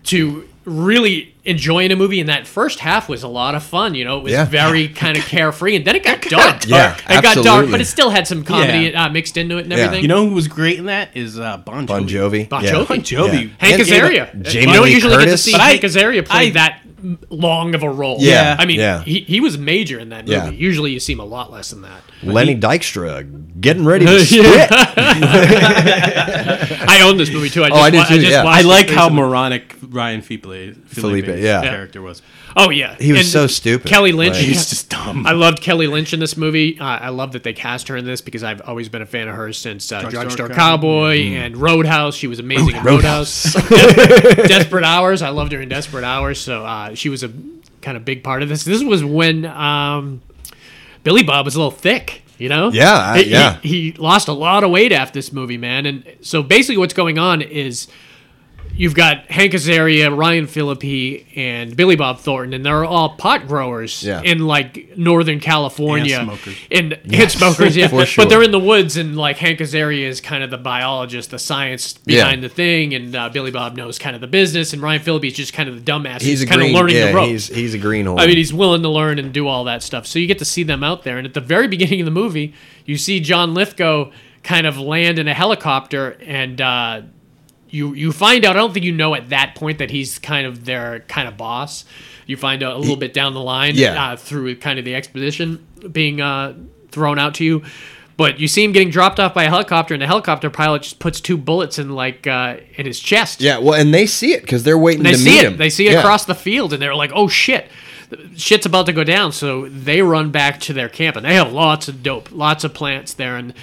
S2: to really enjoy in a movie and that first half was a lot of fun you know it was
S3: Yeah.
S2: very kind of carefree and then it got dark
S3: Yeah,
S2: it got dark but
S3: absolutely.
S2: it still had some comedy uh, mixed into it and
S3: Yeah.
S2: everything
S4: You know who was great in that is uh, Bon Jovi.
S3: Bon Jovi.
S2: Bon
S3: Yeah.
S2: Jovi.
S4: Bon Jovi.
S3: Yeah.
S2: Hank
S4: And-
S2: Azaria.
S3: Jamie
S2: you don't
S3: Lee
S2: usually get to
S3: Curtis?
S2: see
S3: But
S4: I-
S2: Hank Azaria play
S4: I-
S2: that m- long of a role.
S3: Yeah,
S2: I mean,
S3: yeah.
S2: He, he was major in that movie.
S3: Yeah.
S2: Usually you see him a lot less than that.
S3: Lenny Dykstra getting ready to
S2: Yeah.
S3: spit.
S2: I own this movie too. I just,
S3: Oh, I did
S2: wa-
S3: too,
S2: just
S3: yeah.
S2: watched
S4: I
S2: it
S4: like how
S2: recently.
S4: moronic Ryan Felipe,
S3: Felipe,
S4: Felipe's
S3: yeah.
S4: character was.
S2: Oh, yeah.
S3: He was so stupid.
S2: Kelly Lynch.
S3: Like-
S4: He's just dumb.
S2: I loved Kelly Lynch in this movie. Uh, I love that they cast her in this because I've always been a fan of hers since uh,
S4: Drugstore
S2: Drugstore Cowboy
S4: Cowboy.
S2: and Roadhouse. She was amazing in Roadhouse.
S3: Mm. Roadhouse.
S2: Desperate Hours. I loved her in Desperate Hours. So uh, she was a kind of big part of this. This was when um, Billy Bob was a little thick. You know?
S3: Yeah, I-
S2: He- he-
S3: yeah.
S2: he lost a lot of weight after this movie, man. And so basically, what's going on is you've got Hank Azaria, Ryan Philippi, and Billy Bob Thornton, and they're all pot growers
S3: Yeah.
S2: in like Northern California.
S4: And smokers.
S2: And, and smokers, yeah.
S3: for sure.
S2: But they're in the woods, and like Hank Azaria is kind of the biologist, the science
S3: Yeah.
S2: behind the thing, and uh, Billy Bob knows kind of the business, and Ryan Philippi is just kind of the dumbass who's
S3: He's a
S2: kind
S3: green.
S2: of learning
S3: yeah,
S2: the ropes.
S3: he's he's a greenhorn.
S2: I mean, he's willing to learn and do all that stuff. So you get to see them out there. And at the very beginning of the movie, you see John Lithgow kind of land in a helicopter, and uh, you you find out. I don't think you know at that point that he's kind of their kind of boss. You find out a little bit down the line,
S3: yeah.
S2: uh, through kind of the exposition being uh, thrown out to you. But you see him getting dropped off by a helicopter, and the helicopter pilot just puts two bullets in like uh, in his chest.
S3: Yeah, well, and they see it because they're waiting
S2: They
S3: to
S2: see
S3: meet
S2: it.
S3: him.
S2: They see it
S3: Yeah.
S2: across the field, and they're like, "Oh shit, shit's about to go down." So they run back to their camp, and they have lots of dope, lots of plants there, and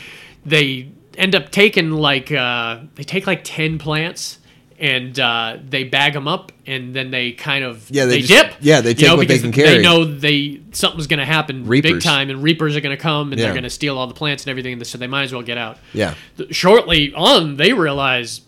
S2: they end up taking like uh, they take like ten plants. And uh, they bag them up, and then they kind of
S3: Yeah, they
S2: they,
S3: just-
S2: dip.
S3: yeah, they take what they
S2: because
S3: can carry.
S2: They know they something's going to happen big
S3: Reapers.
S2: time, and reapers are going to come, and
S3: Yeah.
S2: they're going to steal all the plants and everything. So they might as well get out
S3: Yeah.
S2: shortly on they realize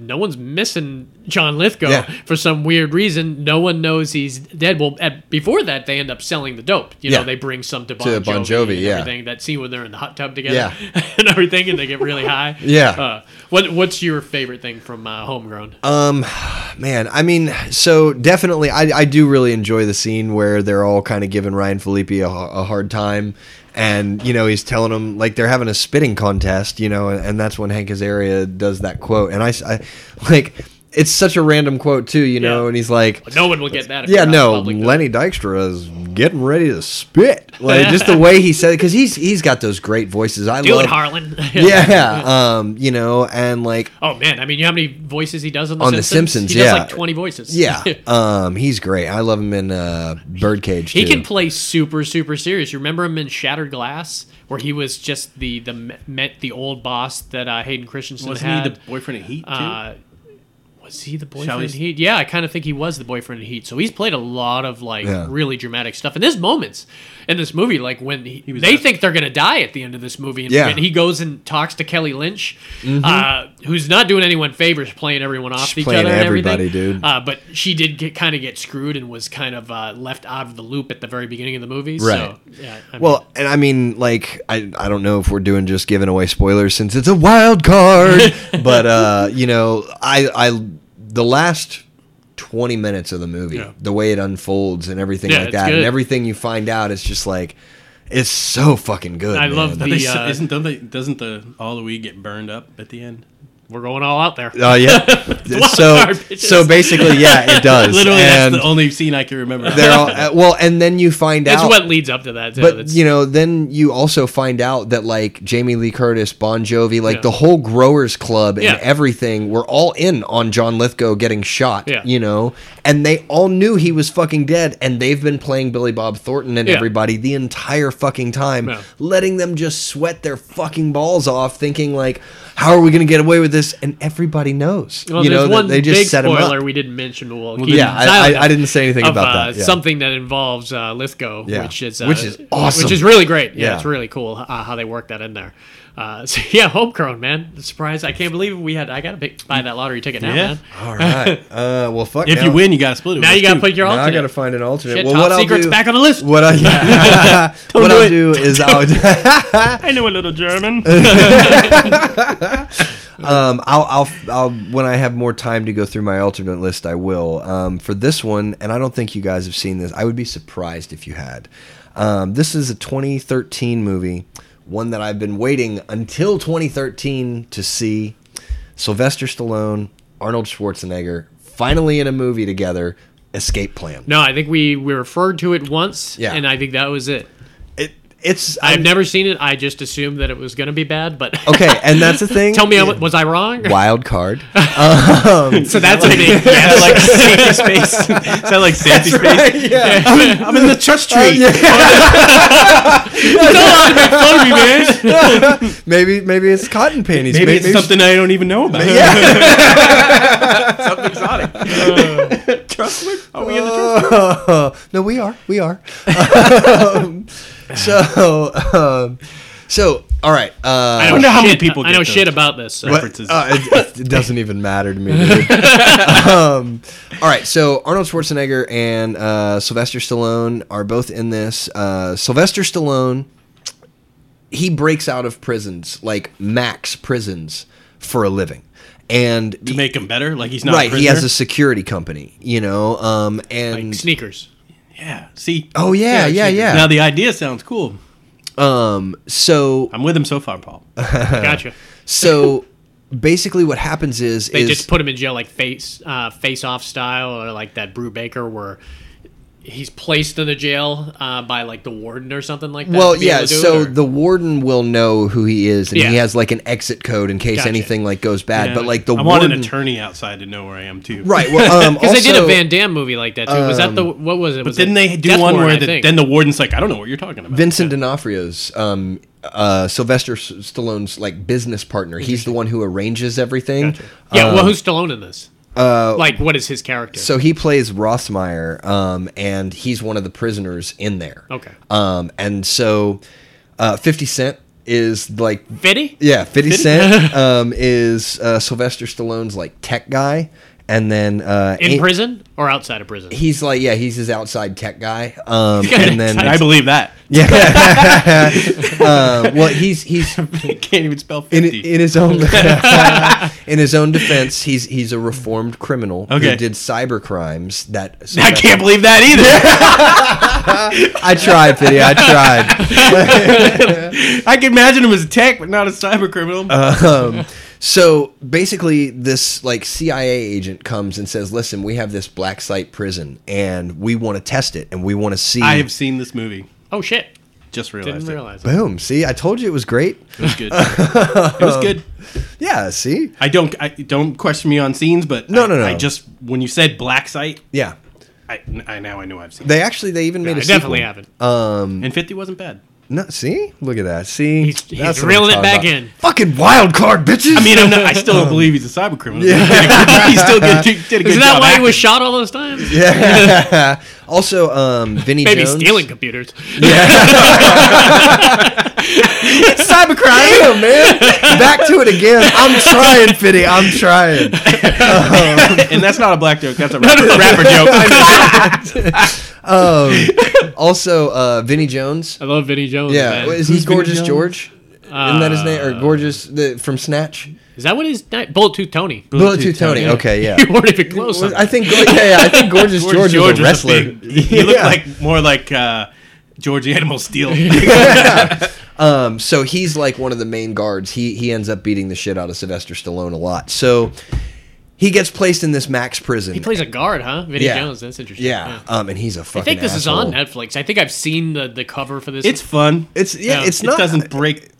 S2: no one's missing John Lithgow
S3: Yeah.
S2: for some weird reason. No one knows he's dead. Well, at, before that, they end up selling the dope. You
S3: Yeah.
S2: know, they bring some to Bon
S3: To
S2: Jovi,
S3: Bon Jovi,
S2: and
S3: yeah.
S2: everything. That scene when they're in the hot tub together
S3: Yeah.
S2: and everything, and they get really high.
S3: Yeah.
S2: Uh, what What's your favorite thing from uh, Homegrown?
S3: Man, I mean, so definitely, I, I do really enjoy the scene where they're all kind of giving Ryan Felipe a, a hard time. And, you know, he's telling them, like, they're having a spitting contest, you know, and, and that's when Hank Azaria does that quote. And I, s- I- like, it's such a random quote, too, you know,
S2: Yeah.
S3: and he's like,
S2: no one will get that. if
S3: yeah,
S2: you're out in
S3: no,
S2: public, though.
S3: Lenny Dykstra is getting ready to spit. Like, just the way he said it, because he's, he's got those great voices. I
S2: Do
S3: love
S2: it, Harlan.
S3: Yeah. Um, you know, and, like,
S2: Oh man, I mean, you know how many voices he does on the
S3: On The
S2: Simpsons?
S3: Simpsons,
S2: he does
S3: yeah.
S2: like twenty voices.
S3: Yeah, um, he's great. I love him in uh, Birdcage.
S2: He
S3: too.
S2: can play super, super serious. You remember him in Shattered Glass, where he was just the the me- met the old boss that uh, Hayden Christensen
S4: Wasn't
S2: had.
S4: he the boyfriend of Heat too?
S2: uh, was he the
S4: Shall
S2: boyfriend
S4: we-
S2: in Heat? Yeah, I kind of think he was the boyfriend in Heat. So he's played a lot of like
S3: Yeah.
S2: really dramatic stuff. And there's moments in this movie, like when he,
S4: was
S2: they
S4: awesome.
S2: think they're gonna die at the end of this movie, and
S3: Yeah. Mm-hmm.
S2: when he goes and talks to Kelly Lynch, uh, who's not doing anyone favors, playing everyone off
S3: She's
S2: each
S3: playing
S2: other. and
S3: everybody,
S2: everything.
S3: dude.
S2: Uh, but she did get kind of get screwed and was kind of uh, left out of the loop at the very beginning of the movie.
S3: Right.
S2: So, yeah, I mean,
S3: Well, and I mean, like, I, I don't know if we're doing just giving away spoilers since it's a wild card, but uh, you know, I I the last twenty minutes of the movie,
S2: Yeah.
S3: the way it unfolds and everything
S2: Yeah,
S3: like
S2: it's
S3: that, and
S2: good.
S3: everything you find out, it's just like, it's so fucking good.
S2: I love
S3: man.
S2: the-
S4: They s-
S2: uh,
S4: isn't don't they, doesn't the all the weed get burned up at the end?
S2: we're going all out there.
S3: Oh yeah. so
S2: card, bitches.
S3: so basically, yeah, it does.
S4: Literally,
S3: and
S4: that's the only scene I can remember.
S3: they're all uh, well, and then you find
S2: That's
S3: out
S2: what leads up to that. Too.
S3: But
S2: That's-
S3: you know, then you also find out that like Jamie Lee Curtis, Bon Jovi, like
S2: Yeah.
S3: the whole Growers Club
S2: Yeah.
S3: and everything were all in on John Lithgow getting shot.
S2: Yeah.
S3: You know, and they all knew he was fucking dead, and they've been playing Billy Bob Thornton and
S2: Yeah.
S3: everybody the entire fucking time,
S2: Yeah.
S3: letting them just sweat their fucking balls off, thinking like, how are we gonna get away with this? And everybody knows.
S2: Well,
S3: you know,
S2: there's
S3: that
S2: one
S3: they just
S2: big
S3: set him up.
S2: spoiler we didn't mention. We'll keep
S3: yeah, I-
S2: silent
S3: I- I didn't say anything
S2: of,
S3: about
S2: uh,
S3: that, yeah.
S2: Something that involves uh, Lithgow,
S3: Yeah.
S2: which is uh,
S3: Which is awesome.
S2: which is really great. Yeah,
S3: Yeah.
S2: it's really cool uh, how they work that in there. Uh, so yeah, homegrown man. Surprise! I can't believe we had. I gotta pick, buy that lottery ticket now,
S4: Yeah.
S2: man.
S3: All right. Uh, well, fuck.
S4: if
S3: now-
S4: you win, you got to split it.
S2: Now
S4: with
S2: you gotta
S4: two.
S2: put your
S3: Now I
S2: alternate.
S3: gotta find an alternate.
S2: Shit,
S3: well,
S2: top
S3: what I'll
S2: secret's
S3: do,
S2: back on the list.
S3: What I what
S2: do
S3: I'll
S2: it.
S3: do is I'll
S4: I know a little German.
S3: um I'll, I'll I'll when I have more time to go through my alternate list I will um for this one and I don't think you guys have seen this I would be surprised if you had um this is a 2013 movie one that I've been waiting until 2013 to see Sylvester Stallone Arnold Schwarzenegger finally in a movie together Escape Plan
S2: no, I think we, we referred to it once,
S3: Yeah.
S2: and I think that was it.
S3: it it's
S2: I've
S3: I'm-
S2: never seen it. I just assumed that it was gonna be bad, but
S3: okay and that's the thing
S2: Tell me, I w was I wrong?
S3: wild card
S2: So that's a big yes.
S4: I like safety space. Is that like safety space?
S3: yeah
S4: I'm in the trust tree.
S3: Maybe maybe it's cotton panties.
S4: Maybe it's something I don't even know about. something exotic. Trustler? Are we in the trustler?
S3: no, we are. We are. Um, so um, so all right.
S2: I
S3: Uh,
S4: wonder how many
S2: shit-
S4: people
S2: I know
S4: get those.
S2: shit about this. so-
S3: what-
S4: references.
S3: uh, it, it doesn't even matter to me. dude. um, all right, so Arnold Schwarzenegger and uh, Sylvester Stallone are both in this. Uh, Sylvester Stallone, he breaks out of prisons, like max prisons, for a living, and
S4: To make him better? Like he's not
S3: right,
S4: a prisoner?
S3: he has a security company, you know, um, and
S2: Like sneakers.
S4: Yeah, see?
S3: oh yeah, yeah, yeah.
S4: Now the idea sounds cool.
S3: um, so
S4: I'm with him so far, Paul.
S3: Uh,
S2: Gotcha.
S3: so basically, what happens is
S2: They
S3: is
S2: just put him in jail like face uh, face off style or like that Brew Baker where he's placed in the jail uh, by like the warden or something like that.
S3: Well,
S2: to be able
S3: yeah.
S2: to do it,
S3: So
S2: or-
S3: the warden will know who he is, and
S2: Yeah.
S3: he has like an exit code in case
S2: Gotcha.
S3: anything like goes bad.
S4: Yeah.
S3: But like the
S4: I want
S3: warden,
S4: an attorney outside to know where I am too.
S3: right? Well, um,
S2: because they did a
S3: also- Um,
S2: Van Damme movie like that too. was that the what was it?
S4: But
S2: was
S4: then
S2: it
S4: they do
S2: Death
S4: one
S2: Warrant,
S4: where
S2: I
S4: the,
S2: think.
S4: then the warden's like, I don't know what you're talking about.
S3: Vincent D'Onofrio's, um, uh, Sylvester S- Stallone's like business partner. He's the one who arranges everything.
S2: yeah. well, who's Stallone in this? like, what is his character?
S3: um, uh, So he plays Rossmeyer, um, and he's one of the prisoners in there.
S2: Okay.
S3: Um, and so, uh, Fifty Cent is like
S2: Fitty?
S3: Yeah, 50 Cent um, is uh, Sylvester Stallone's like tech guy, and then uh,
S2: in
S3: An-
S2: prison or outside of prison?
S3: He's like, yeah, he's his outside tech guy, um, and then
S4: I believe that.
S3: yeah, uh, well, he's he's
S4: Can't even spell
S3: in,
S4: fifty.
S3: in his own in his own defense, he's he's a reformed criminal
S4: Okay.
S3: who did cyber crimes. That
S4: I can't believe that either.
S3: I tried, Fiddy, I tried.
S4: I can imagine him as a tech, but not a cyber criminal.
S3: So basically, this like CIA agent comes and says, "Listen, we have this black site prison, and we want to test it, and we want to see."
S4: I have seen this movie.
S2: oh shit!
S4: Just
S2: Didn't
S4: realized
S2: realize. It.
S3: Boom! See, I told you it was great.
S4: it. It was good. it was good.
S3: Yeah. See.
S4: I don't. I don't question me on scenes, but
S3: No,
S4: I,
S3: no, no.
S4: I just when you said black site,
S3: Yeah.
S4: I, I now I know I've seen. it.
S3: They actually they even
S2: I
S3: made a
S2: definitely
S3: sequel. Um,
S2: haven't.
S4: And fifty wasn't bad.
S3: No, see, look at that. See,
S2: He's- he's
S3: That's what I'm
S2: reeling it
S3: talking
S2: back in.
S3: Fucking wild card, bitches.
S4: I mean, I'm not, I still don't believe he's a cyber criminal. he still did, did a good
S2: Isn't that
S4: job
S2: why he
S4: acting.
S2: was shot all those times?
S3: also, um, Vinny
S2: Maybe
S3: Jones.
S2: stealing computers.
S3: cybercrime, Damn, man. Back to it again. I'm trying, Fiddy. I'm trying.
S4: and that's not a black joke. That's a rapper, rapper joke.
S3: Also, uh, Vinny Jones.
S2: I love Vinny Jones.
S3: Yeah,
S2: man.
S3: is he
S4: Who's Vinny
S3: gorgeous
S4: Jones?
S3: George? Isn't that his name? Or gorgeous the, from Snatch?
S2: Is that what his name? Bullet Tooth Tony.
S3: Bullet Tooth Tony. Okay, yeah.
S2: you weren't even close. on
S3: I think. Yeah, yeah, I think gorgeous
S4: George,
S3: George,
S4: George
S3: is a wrestler.
S4: big, he looked
S3: Yeah.
S4: like more like uh, George the Animal Steel.
S3: Um, so he's like one of the main guards. He he ends up beating the shit out of Sylvester Stallone a lot. So he gets placed in this max prison.
S2: He plays a guard, huh? Vinny
S3: Yeah.
S2: Jones. That's interesting.
S3: yeah, um, and he's a fucking.
S2: I think this
S3: asshole.
S2: is on Netflix. I think I've seen the, the cover for this.
S4: it's fun.
S3: It's yeah,
S2: No,
S3: it's
S4: it
S3: not
S4: doesn't break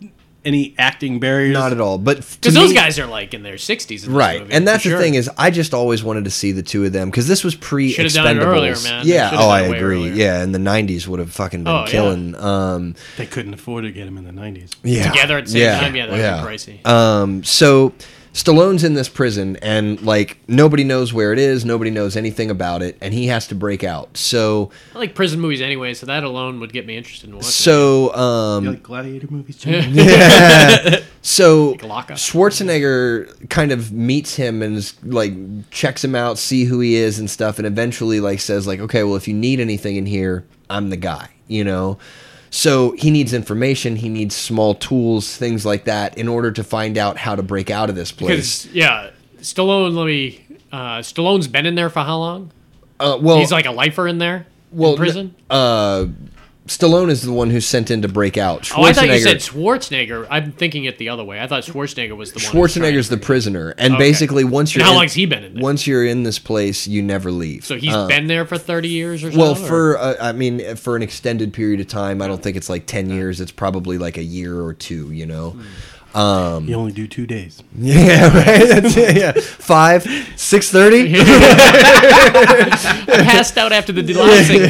S4: any acting barriers.
S3: not at all. But
S2: because those guys are like in their sixties,
S3: Right, and that's the thing is, I just always wanted to see the two of them because this was pre
S2: Should've done it earlier,
S3: Expendables.
S2: man. They
S3: Yeah,
S2: should've
S3: oh, I
S2: done it way
S3: agree.
S2: earlier.
S3: Yeah, in the '90s would have fucking been
S2: Oh, yeah.
S3: killing. Um,
S4: They couldn't afford to get him in the nineties.
S3: yeah.
S2: together at the same time. Yeah, that would be pricey.
S3: Um, so Stallone's in this prison, and like nobody knows where it is, nobody knows anything about it, and he has to break out. So,
S2: I like prison movies anyway, so that alone would get me interested in watching.
S3: so, um,
S4: like gladiator movies. Jim?
S3: so
S2: lock up.
S3: Schwarzenegger kind of meets him and is, like checks him out, see who he is and stuff, and eventually like says like, okay, well, if you need anything in here, I'm the guy, you know. So he needs information, he needs small tools, things like that, in order to find out how to break out of this place.
S2: because yeah, Stallone. Let me. Uh, Stallone's been in there for how long?
S3: Uh, well,
S2: He's like a lifer in there.
S3: well,
S2: in prison.
S3: Uh, Stallone is the one who's sent in to break out. Schwarzenegger,
S2: Oh, I thought you said Schwarzenegger. I'm thinking it the other way. I thought Schwarzenegger was the one. who's
S3: Schwarzenegger's the
S2: trying to-
S3: prisoner, and basically once you're
S2: How
S3: in,
S2: long's he been in there?
S3: once you're in this place, you never leave.
S2: So he's
S3: Uh,
S2: been there for 30 years or so.
S3: well
S2: or-
S3: for uh, I mean for an extended period of time. I don't think it's like ten years. It's probably like a year or two. You know.
S2: Hmm.
S4: you only do two days.
S3: Yeah, right. That's it, yeah, five, six thirty.
S2: I passed out after the delousing.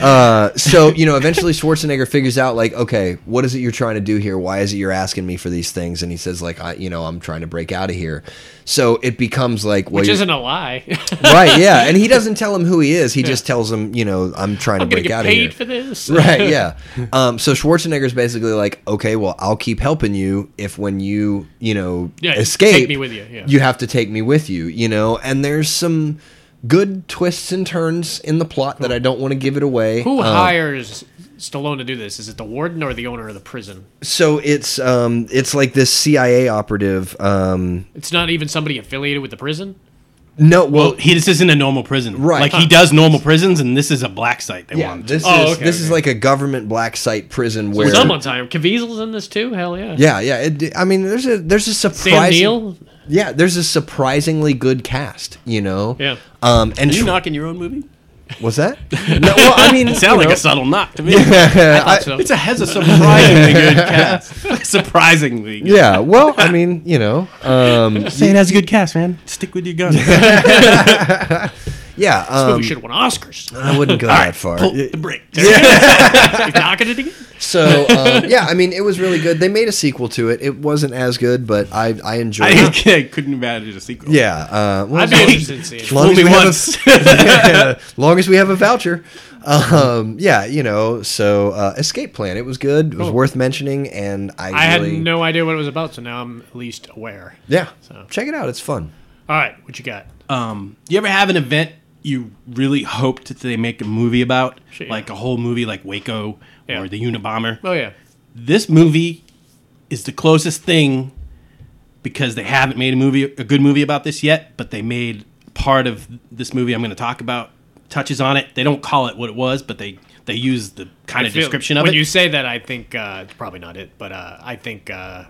S3: Uh, so you know, eventually Schwarzenegger figures out like, okay, what is it you're trying to do here? Why is it you're asking me for these things? And he says like, I, you know, I'm trying to break out of here. So it becomes like, well,
S2: which
S3: you're-
S2: isn't a lie.
S3: right? Yeah, and he doesn't tell him who he is. He just tells him, you know, I'm trying
S2: I'm
S3: to
S2: gonna
S3: break
S2: get
S3: out of here.
S2: paid for this.
S3: right yeah um, so schwarzenegger's basically like okay well i'll keep helping you if when you you know
S2: Yeah, take
S3: escape
S2: me with you, yeah.
S3: you have to take me with you you know and there's some good twists and turns in the plot that i don't want to give it away
S2: Who
S3: Um,
S2: hires Stallone to do this? Is it the warden or the owner of the prison?
S3: so it's um it's like this cia operative um
S2: It's not even somebody affiliated with the prison.
S3: no well,
S4: Well, he this isn't a normal prison,
S3: Right.
S4: Like he does normal prisons, and this is a black site. They
S3: yeah,
S4: want
S3: this
S2: Oh,
S3: is
S2: okay,
S3: this is
S2: okay.
S3: like a government black site prison where
S2: Someone's hiring. Caviezel's in this too. Hell yeah.
S3: yeah yeah it, I mean there's a there's a
S2: Sam
S3: surprising
S2: Neill.
S3: yeah, there's a surprisingly good cast, you know.
S2: Yeah.
S3: Um, and
S4: Are you
S3: Tr-
S4: knocking your own movie?
S3: was that? No, well, I mean,
S4: It sounds
S3: you
S4: like
S3: know,
S4: a subtle knock to me.
S2: thought
S3: I-
S2: so.
S4: It's a has a surprisingly good cast. surprisingly. Good.
S3: yeah. Well, I mean, you know, um,
S4: Say it has a good cast, man. Stick with your guns.
S3: yeah. Um,
S2: we should have won Oscars.
S3: I wouldn't go that far.
S4: Pull the brake.
S2: You're knocking it again.
S3: So um, yeah, I mean, it was really good. They made a sequel to it. It wasn't as good, but I I enjoyed
S4: I,
S3: it.
S4: I couldn't imagine a sequel.
S3: Yeah. Uh, what
S2: I'd
S3: was
S2: be
S3: it?
S2: interested in seeing. it.
S3: Long as
S4: Only
S3: we have a-
S4: once.
S3: yeah, long as we have a voucher. Um, yeah, you know. So uh, Escape Plan, it was good. It was worth mentioning, and I,
S2: I had
S3: really,
S2: no idea what it was about, so now I'm at least aware.
S3: Yeah,
S2: So.
S3: check it out. It's fun.
S2: All right, what you got?
S4: Um, you ever have an event you really hoped that they make a movie about,
S2: Sure, yeah.
S4: like a whole movie, like Waco
S2: Yeah.
S4: or the Unabomber?
S2: Oh yeah,
S4: this movie is the closest thing because they haven't made a movie a good movie about this yet but they made part of this movie i'm going to talk about touches on it they don't call it what it was but they they use the kind
S2: I
S4: of
S2: feel-
S4: description of
S2: when
S4: it
S2: you say that, I think uh, it's probably not it, but uh, I think uh,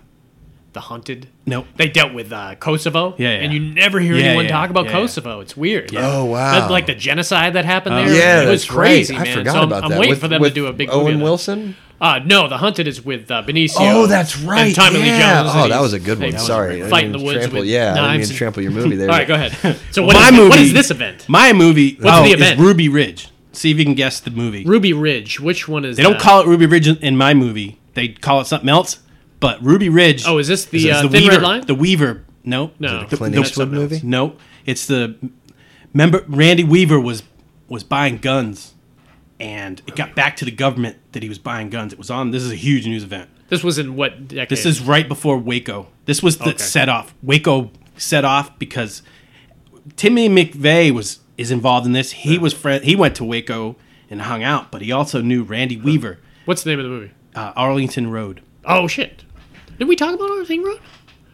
S2: the Hunted.
S4: Nope.
S2: they dealt with uh, Kosovo.
S4: Yeah, yeah.
S2: and you never hear
S4: Yeah,
S2: anyone
S4: yeah,
S2: talk about
S4: yeah, Oh, yeah.
S2: Kosovo. It's weird.
S3: Oh, wow.
S2: That- like the genocide that happened there.
S3: yeah,
S2: it was
S3: that's
S2: crazy,
S3: Right.
S2: man.
S3: I forgot
S2: so I'm,
S3: about
S2: I'm
S3: that.
S2: waiting
S3: With-
S2: for them
S3: with
S2: to do a big
S3: Owen
S2: movie of that.
S3: Wilson.
S2: Uh, no, the Hunted is with uh, Benicio.
S3: Oh, that's right.
S2: And Tommy Lee
S3: yeah.
S2: Jones.
S3: Oh,
S2: and
S3: that
S2: he's-
S3: was a good
S2: they
S3: one. Sorry, I didn't
S2: fight in the
S3: mean to
S2: woods
S3: Trample,
S2: with
S3: yeah, I didn't mean
S2: knives.
S3: to
S2: and-
S3: trample your movie there.
S2: All right,
S3: but-
S2: go ahead. So what
S4: my
S2: is-
S4: movie
S2: what is this event?
S4: my movie
S2: What's
S4: oh,
S2: the
S4: is
S2: event?
S4: ruby ridge see if you can guess the movie
S2: Ruby Ridge. Which one is?
S4: they don't
S2: that?
S4: call it ruby ridge in- in my movie they call it something else but ruby ridge
S2: Oh, is this the, uh, Thin
S4: weaver
S2: Red Line?
S4: the weaver no
S2: No.
S4: the,
S3: Clint
S4: the-
S3: Eastwood
S2: something else.
S3: movie.
S4: No, it's the remember Randy Weaver was was buying guns, and it got back to the government that he was buying guns. It was on. This is a huge news event.
S2: This was in what decade?
S4: This is right before Waco. This was the
S2: Okay.
S4: set off. Waco set off because Timmy McVeigh was is involved in this. He was friend. He went to Waco and hung out, but he also knew Randy Weaver,
S2: What's the name of the movie?
S4: uh, Arlington Road.
S2: Oh shit! Did we talk about Arlington Road?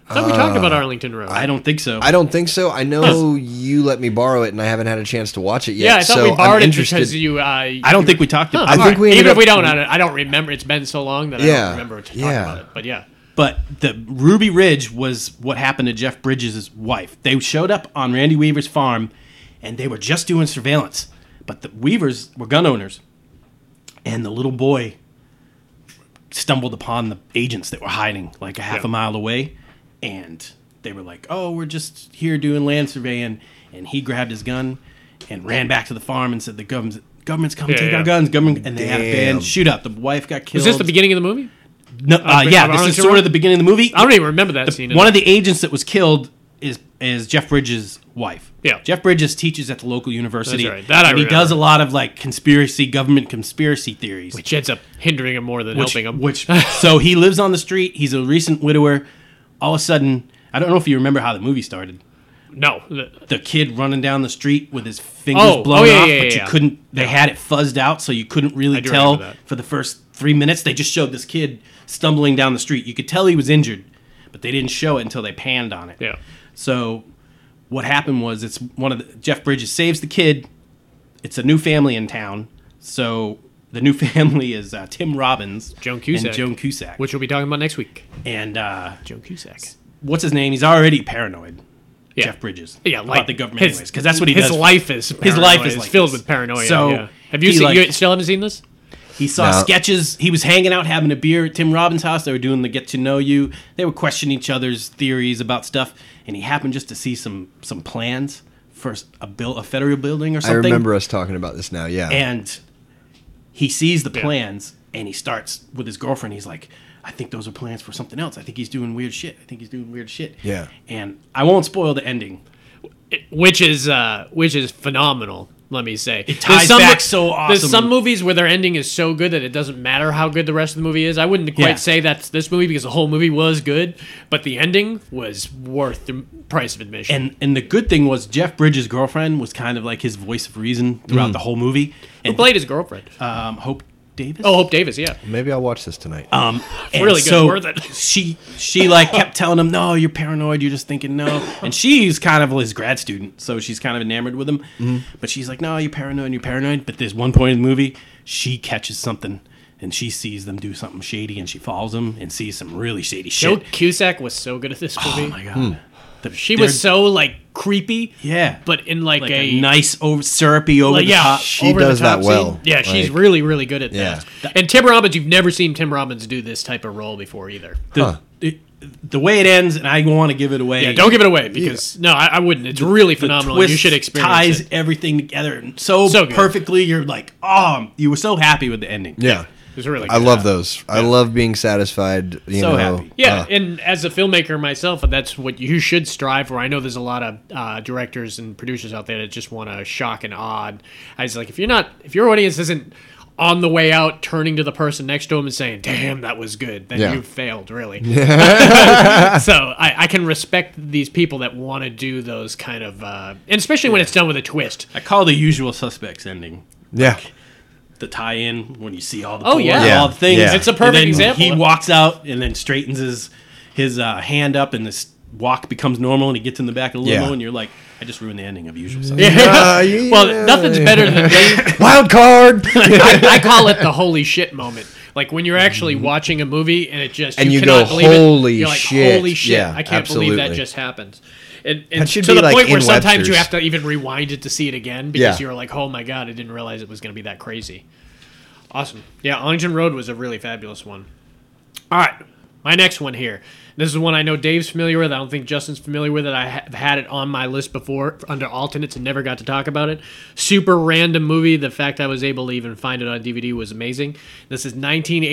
S2: I thought we talked about Arlington Road.
S4: Uh, I don't think so.
S3: I don't think so. I know you let me borrow it, and I haven't had a chance to watch it yet.
S2: yeah, I thought
S3: so
S2: we borrowed
S3: I'm
S2: it
S3: interested.
S2: because you. Uh,
S4: I don't think we talked about.
S3: I think we ended
S2: even if
S3: up-
S2: we don't, I don't, I don't remember. It's been so long that I
S3: Yeah,
S2: don't remember to talk
S3: yeah.
S2: about it. But yeah,
S4: But the Ruby Ridge was what happened to Jeff Bridges' wife. They showed up on Randy Weaver's farm and they were just doing surveillance. But the Weavers were gun owners. And the little boy stumbled upon the agents that were hiding like a half
S2: Yeah.
S4: a mile away. And they were like, oh, we're just here doing land surveying. And he grabbed his gun and ran back to the farm and said, the government's, government's coming,
S2: Yeah,
S4: take
S2: yeah.
S4: our guns. Government, and they had a
S3: Damn.
S4: band shootout. The wife got killed.
S2: is this the beginning of the movie?
S4: No, uh,
S2: Big Top
S4: yeah, this is
S2: Arlington
S4: sort
S2: Road?
S4: of the beginning of the movie.
S2: I don't even remember that scene.
S4: One of the agents that was killed is is Jeff Bridges' wife.
S2: Yeah.
S4: Jeff Bridges teaches at the local university.
S2: That's right. That I
S4: and he
S2: remember.
S4: does a lot of like conspiracy, government conspiracy theories.
S2: which ends up hindering him more than
S4: which,
S2: helping him.
S4: which so he lives on the street. He's a recent widower. All of a sudden, I don't know if you remember how the movie started.
S2: no, the-
S4: The kid running down the street with his fingers
S2: Oh, oh,
S4: blown
S2: yeah,
S4: off,
S2: yeah,
S4: but
S2: yeah,
S4: you
S2: yeah.
S4: couldn't. They had it fuzzed out, so you couldn't really
S2: do
S4: tell
S2: remember that.
S4: for the first three minutes. They just showed this kid stumbling down the street. You could tell he was injured, but they didn't show it until they panned on it.
S2: yeah,
S4: So what happened was it's one of the Jeff Bridges saves the kid. It's a new family in town. So the new family is uh, Tim Robbins,
S2: Joan Cusack.
S4: and Joan Cusack.
S2: which we'll be talking about next week.
S4: and uh,
S2: Joe Cusack.
S4: what's his name? He's already paranoid.
S2: Yeah.
S4: Jeff Bridges.
S2: Yeah, like
S4: about the government, anyways, because that's what he
S2: his
S4: does.
S2: life is.
S4: His life
S2: paranoia.
S4: is
S2: It's
S4: like
S2: filled
S4: this.
S2: with paranoia.
S4: So,
S2: yeah. have you
S4: he,
S2: seen?
S4: like-
S2: you still haven't seen this?
S4: He saw
S3: No.
S4: sketches. He was hanging out, having a beer at Tim Robbins' house. They were doing the get to know you. They were questioning each other's theories about stuff, and he happened just to see some some plans for a bill, a federal building or
S3: I
S4: something.
S3: remember us talking about this now. Yeah.
S4: And he sees the
S2: Yeah.
S4: plans, and he starts with his girlfriend. He's like, "I think those are plans for something else. I think he's doing weird shit. I think he's doing weird shit."
S3: Yeah.
S4: And I won't spoil the ending.
S2: which is uh, which is phenomenal. Let me say, it
S4: ties back so awesome.
S2: There's some movies where their ending is so good that it doesn't matter how good the rest of the movie is. I wouldn't quite
S4: Yeah.
S2: say that's this movie because the whole movie was good, but the ending was worth the price of admission.
S4: And and the good thing was Jeff Bridges' girlfriend was kind of like his voice of reason throughout the whole movie.
S2: Who
S4: And
S2: played his girlfriend?
S4: um, Hope Davis.
S2: oh, Hope Davis. Yeah,
S3: Maybe I'll watch this tonight.
S2: Oh.
S4: Um, and
S2: Really good,
S4: So
S2: worth it.
S4: she she like kept telling him, "No, you're paranoid. You're just thinking no." And she's kind of his grad student, so she's kind of enamored with him. But she's like, "No, you're paranoid. You're paranoid." But there's one point in the movie she catches something, and she sees them do something shady, and she follows them and sees some really shady
S2: Joe
S4: shit.
S2: Cusack was so good at this
S4: Oh
S2: movie.
S4: my god! The,
S2: She was
S4: they're-
S2: so like creepy,
S4: yeah,
S2: but in like,
S4: like
S2: a,
S4: a, nice over syrupy over
S2: like,
S4: the
S2: yeah,
S4: top.
S3: She
S2: over the
S3: does that
S2: top scene.
S3: well.
S2: Yeah, she's
S3: Like-
S2: really really good at
S3: Yeah.
S2: that. And Tim Robbins, you've never seen Tim Robbins do this type of role before either.
S4: The,
S3: Huh.
S4: it- the way it ends, and I want to give it away.
S2: Yeah, don't give it away because no, I, I wouldn't. It's really phenomenal. and You
S4: twist
S2: should experience
S4: ties
S2: it.
S4: everything together and so,
S2: So good.
S4: perfectly. You're like, oh, you were so happy with the ending.
S3: Yeah.
S2: It's really.
S3: I
S2: good.
S3: love those. I love being satisfied. You
S4: So
S3: know,
S4: happy.
S2: Yeah,
S3: uh,
S2: and as a filmmaker myself, that's what you should strive for. I know there's a lot of uh, directors and producers out there that just want to shock and awe. And I was like, if you're not, if your audience isn't on the way out, turning to the person next to them and saying, "Damn, that was good," then
S3: Yeah.
S2: you've failed, really. so I, I can respect these people that want to do those kind of, uh, and especially when it's done with a twist.
S4: I call the usual suspects ending
S3: yeah.
S4: the tie-in when you see all the
S2: Oh,
S4: oh
S2: yeah.
S4: yeah, all the things.
S3: Yeah. It's a
S4: And
S2: perfect
S4: then
S2: example.
S4: He walks out and then straightens his his uh, hand up, and this walk becomes normal, and he gets in the back of the limo,
S3: Yeah.
S4: and you're like, I just ruined the ending of usual. Suspects.
S2: Yeah.
S3: yeah.
S2: well, nothing's better than they,
S3: Wild card.
S2: I, I call it the holy shit moment. Like when you're actually watching a movie and it just
S3: Mm-hmm. And you
S2: cannot
S3: go,
S2: believe it.
S3: "Holy
S2: You're like,
S3: shit."
S2: Holy shit!
S3: Yeah,
S2: I can't believe that
S3: absolutely.
S2: just happened. And, and
S3: That should
S2: to
S3: be
S2: the
S3: like
S2: point where
S3: in
S2: sometimes you
S3: Webster's.
S2: have to even rewind it to see it again because
S3: Yeah.
S2: you're like, oh my god, I didn't realize it was going to be that crazy. Awesome. Yeah, Ellington Road was a really fabulous one. All right, my next one here. This is one I know Dave's familiar with. I don't think Justin's familiar with it. I have had it on my list before under alternates and never got to talk about it. Super random movie. The fact I was able to even find it on DVD was amazing. This is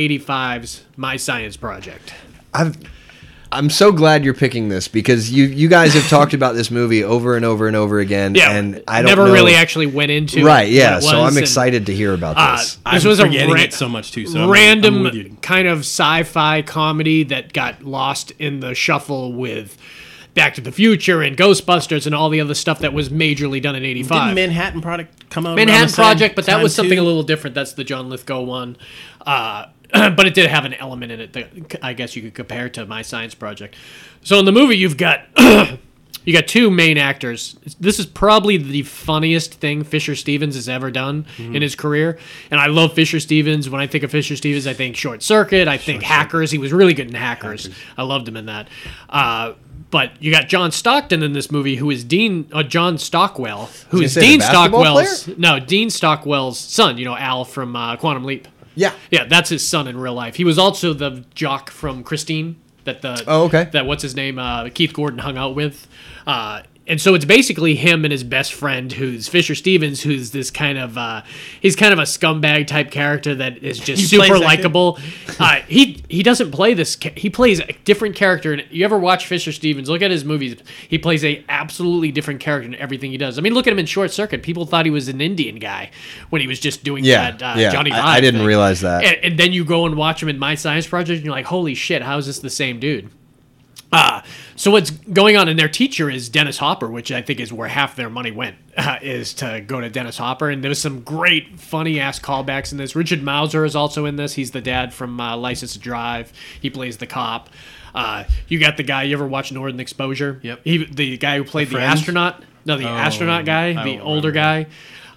S2: 1985's My Science Project.
S3: I've, I'm so glad you're picking this because you you guys have talked about this movie over and over and over again.
S2: Yeah,
S3: and I don't
S2: never
S3: know-
S2: really actually went into
S3: Right.
S2: what
S3: Yeah.
S2: it
S3: So
S2: was
S3: I'm
S2: and,
S3: excited to hear about
S2: uh,
S3: this.
S4: I'm forgetting it so much too, so I'm- I'm
S2: random
S4: with you.
S2: kind of sci-fi comedy that got lost in the shuffle with Back to the Future and Ghostbusters and all the other stuff that was majorly done in
S4: Didn't
S2: '85.
S4: Manhattan Product come out? around the
S2: Manhattan
S4: same
S2: Project, but that
S4: time,
S2: was something a
S4: too?
S2: little different. That's the John Lithgow one, uh, but it did have an element in it that I guess you could compare to My Science Project. So in the movie, you've got you got two main actors. This is probably the funniest thing Fisher Stevens has ever done in his career, and I love Fisher Stevens. When I think of Fisher Stevens, I think Short Circuit. I think Hackers. He was really good in Hackers. I loved him in that. Uh, but you got John Stockton in this movie, who is Dean uh, John Stockwell, who
S3: gonna
S2: is
S3: say the
S2: Dean
S3: basketball
S2: Stockwell's no Dean Stockwell's son. You know Al from uh, Quantum Leap.
S3: Yeah.
S2: Yeah, that's his son in real life. He was also the jock from Christine that the
S3: Oh, okay.
S2: that what's his name uh, Keith Gordon hung out with. Uh, and so it's basically him and his best friend, who's Fisher Stevens, who's this kind of uh, he's kind of a scumbag type character that is just
S4: He
S2: super
S4: plays that
S2: likable
S4: too?
S2: likable. Uh, he he doesn't play this. ca- He plays a different character. And you ever watch Fisher Stevens? Look at his movies. He plays a absolutely different character in everything he does. I mean, look at him in Short Circuit. People thought he was an Indian guy when he was just doing
S3: Yeah,
S2: that uh,
S3: yeah.
S2: Johnny.
S3: I-
S2: Five
S3: I didn't
S2: thing.
S3: realize that.
S2: And, and then you go and watch him in My Science Project, and you're like, holy shit, how is this the same dude? Uh, so what's going on in their teacher is Dennis Hopper, which I think is where half their money went, uh, is to go to Dennis Hopper. And there's some great funny ass callbacks in this. Richard Mauser is also in this. He's the dad from uh, License to Drive. He plays the cop. Uh, you got the guy. You ever watch Northern Exposure?
S4: Yep.
S2: He, the guy who played the,
S4: friend?
S2: astronaut. No, the astronaut guy,
S4: Oh, I
S2: the
S4: don't
S2: older guy,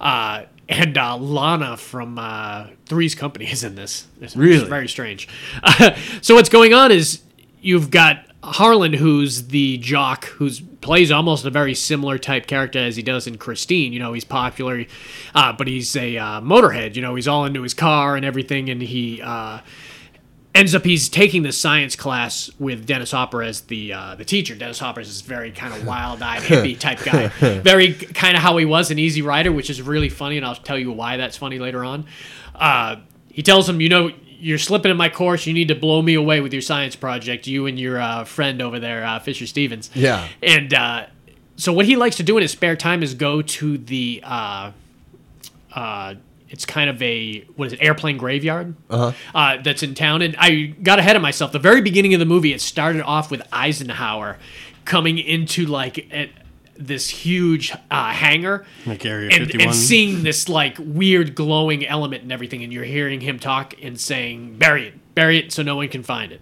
S2: uh, and uh, Lana from uh, Three's Company is in this. It's
S4: Really?
S2: very strange. so what's going on is you've got Harlan, who's the jock, who plays almost a very similar type character as he does in Christine. You know, he's popular, uh, but he's a uh, motorhead. You know, he's all into his car and everything, and he. Uh, ends up he's taking the science class with Dennis Hopper as the uh, the teacher. Dennis Hopper is this very kind of wild-eyed hippie type guy, very kind of how he was in Easy Rider, which is really funny, and I'll tell you why that's funny later on. Uh, he tells him, you know. You're slipping in my course. You need to blow me away with your science project, you and your uh, friend over there, uh, Fisher Stevens.
S3: Yeah.
S2: And uh, so, what he likes to do in his spare time is go to the uh, uh, it's kind of a what is it airplane graveyard uh that's in town and i got ahead of myself the very beginning of the movie it started off with eisenhower coming into like a- this huge uh, hangar
S4: Like Area
S2: and,
S4: 51.
S2: and seeing this like weird glowing element and everything and you're hearing him talk and saying bury it bury it so no one can find it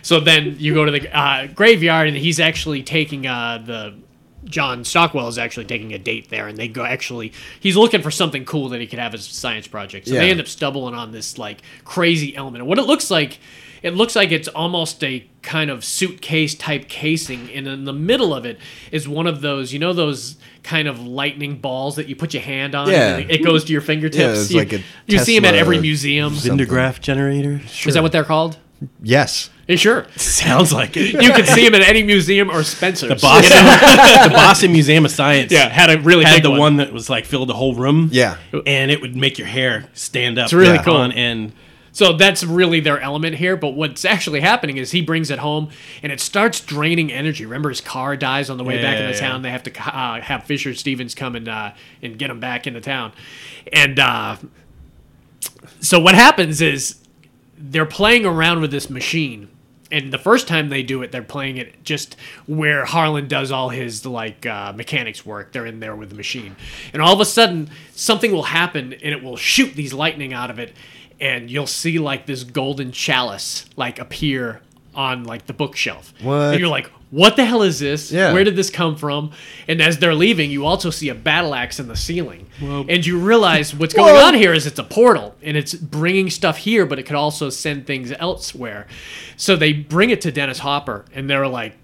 S2: so then you go to the uh, graveyard and he's actually taking uh, the john stockwell is actually taking a date there and they go actually he's looking for something cool that he could have as a science project so
S3: Yeah.
S2: they end up stumbling on this like crazy element and what it looks like It looks like it's almost a kind of suitcase type casing, and in the middle of it is one of those, you know, those kind of lightning balls that you put your hand on.
S3: Yeah.
S2: and it goes to your fingertips.
S3: it's
S2: you,
S3: like a
S2: you see them at
S3: Tesla
S2: every
S3: or
S2: museum.
S3: something.
S4: Vindegraph generator.
S2: Is that what they're called?
S3: Yes.
S2: Yeah, sure.
S4: Sounds like it.
S2: You can see them at any museum or Spencer's. The
S4: Boston, the Boston Museum of Science.
S2: Yeah, had a really
S4: had
S2: big
S4: the
S2: one.
S4: one. that was like filled the whole room.
S3: Yeah.
S4: and it would make your hair stand up. It's
S2: really cool.
S4: and
S2: So that's really their element here. But what's actually happening is he brings it home, and it starts draining energy. Remember, his car dies on the way back
S4: Yeah,
S2: into
S4: yeah.
S2: town. They have to uh, have Fisher Stevens come and uh, and get him back into town. And uh, so what happens is they're playing around with this machine. And the first time they do it, they're playing it just where Harlan does all his like uh, mechanics work. They're in there with the machine, and all of a sudden something will happen, and it will shoot these lightning out of it, and you'll see like this golden chalice like appear on like the bookshelf.
S3: What?
S2: And you're like, what the hell is this?
S3: Yeah.
S2: Where did this come from? And as they're leaving, you also see a battle axe in the ceiling, and you realize what's going
S3: Whoa.
S2: on here is it's a portal and it's bringing stuff here, but it could also send things elsewhere. So they bring it to Dennis Hopper, and they're like,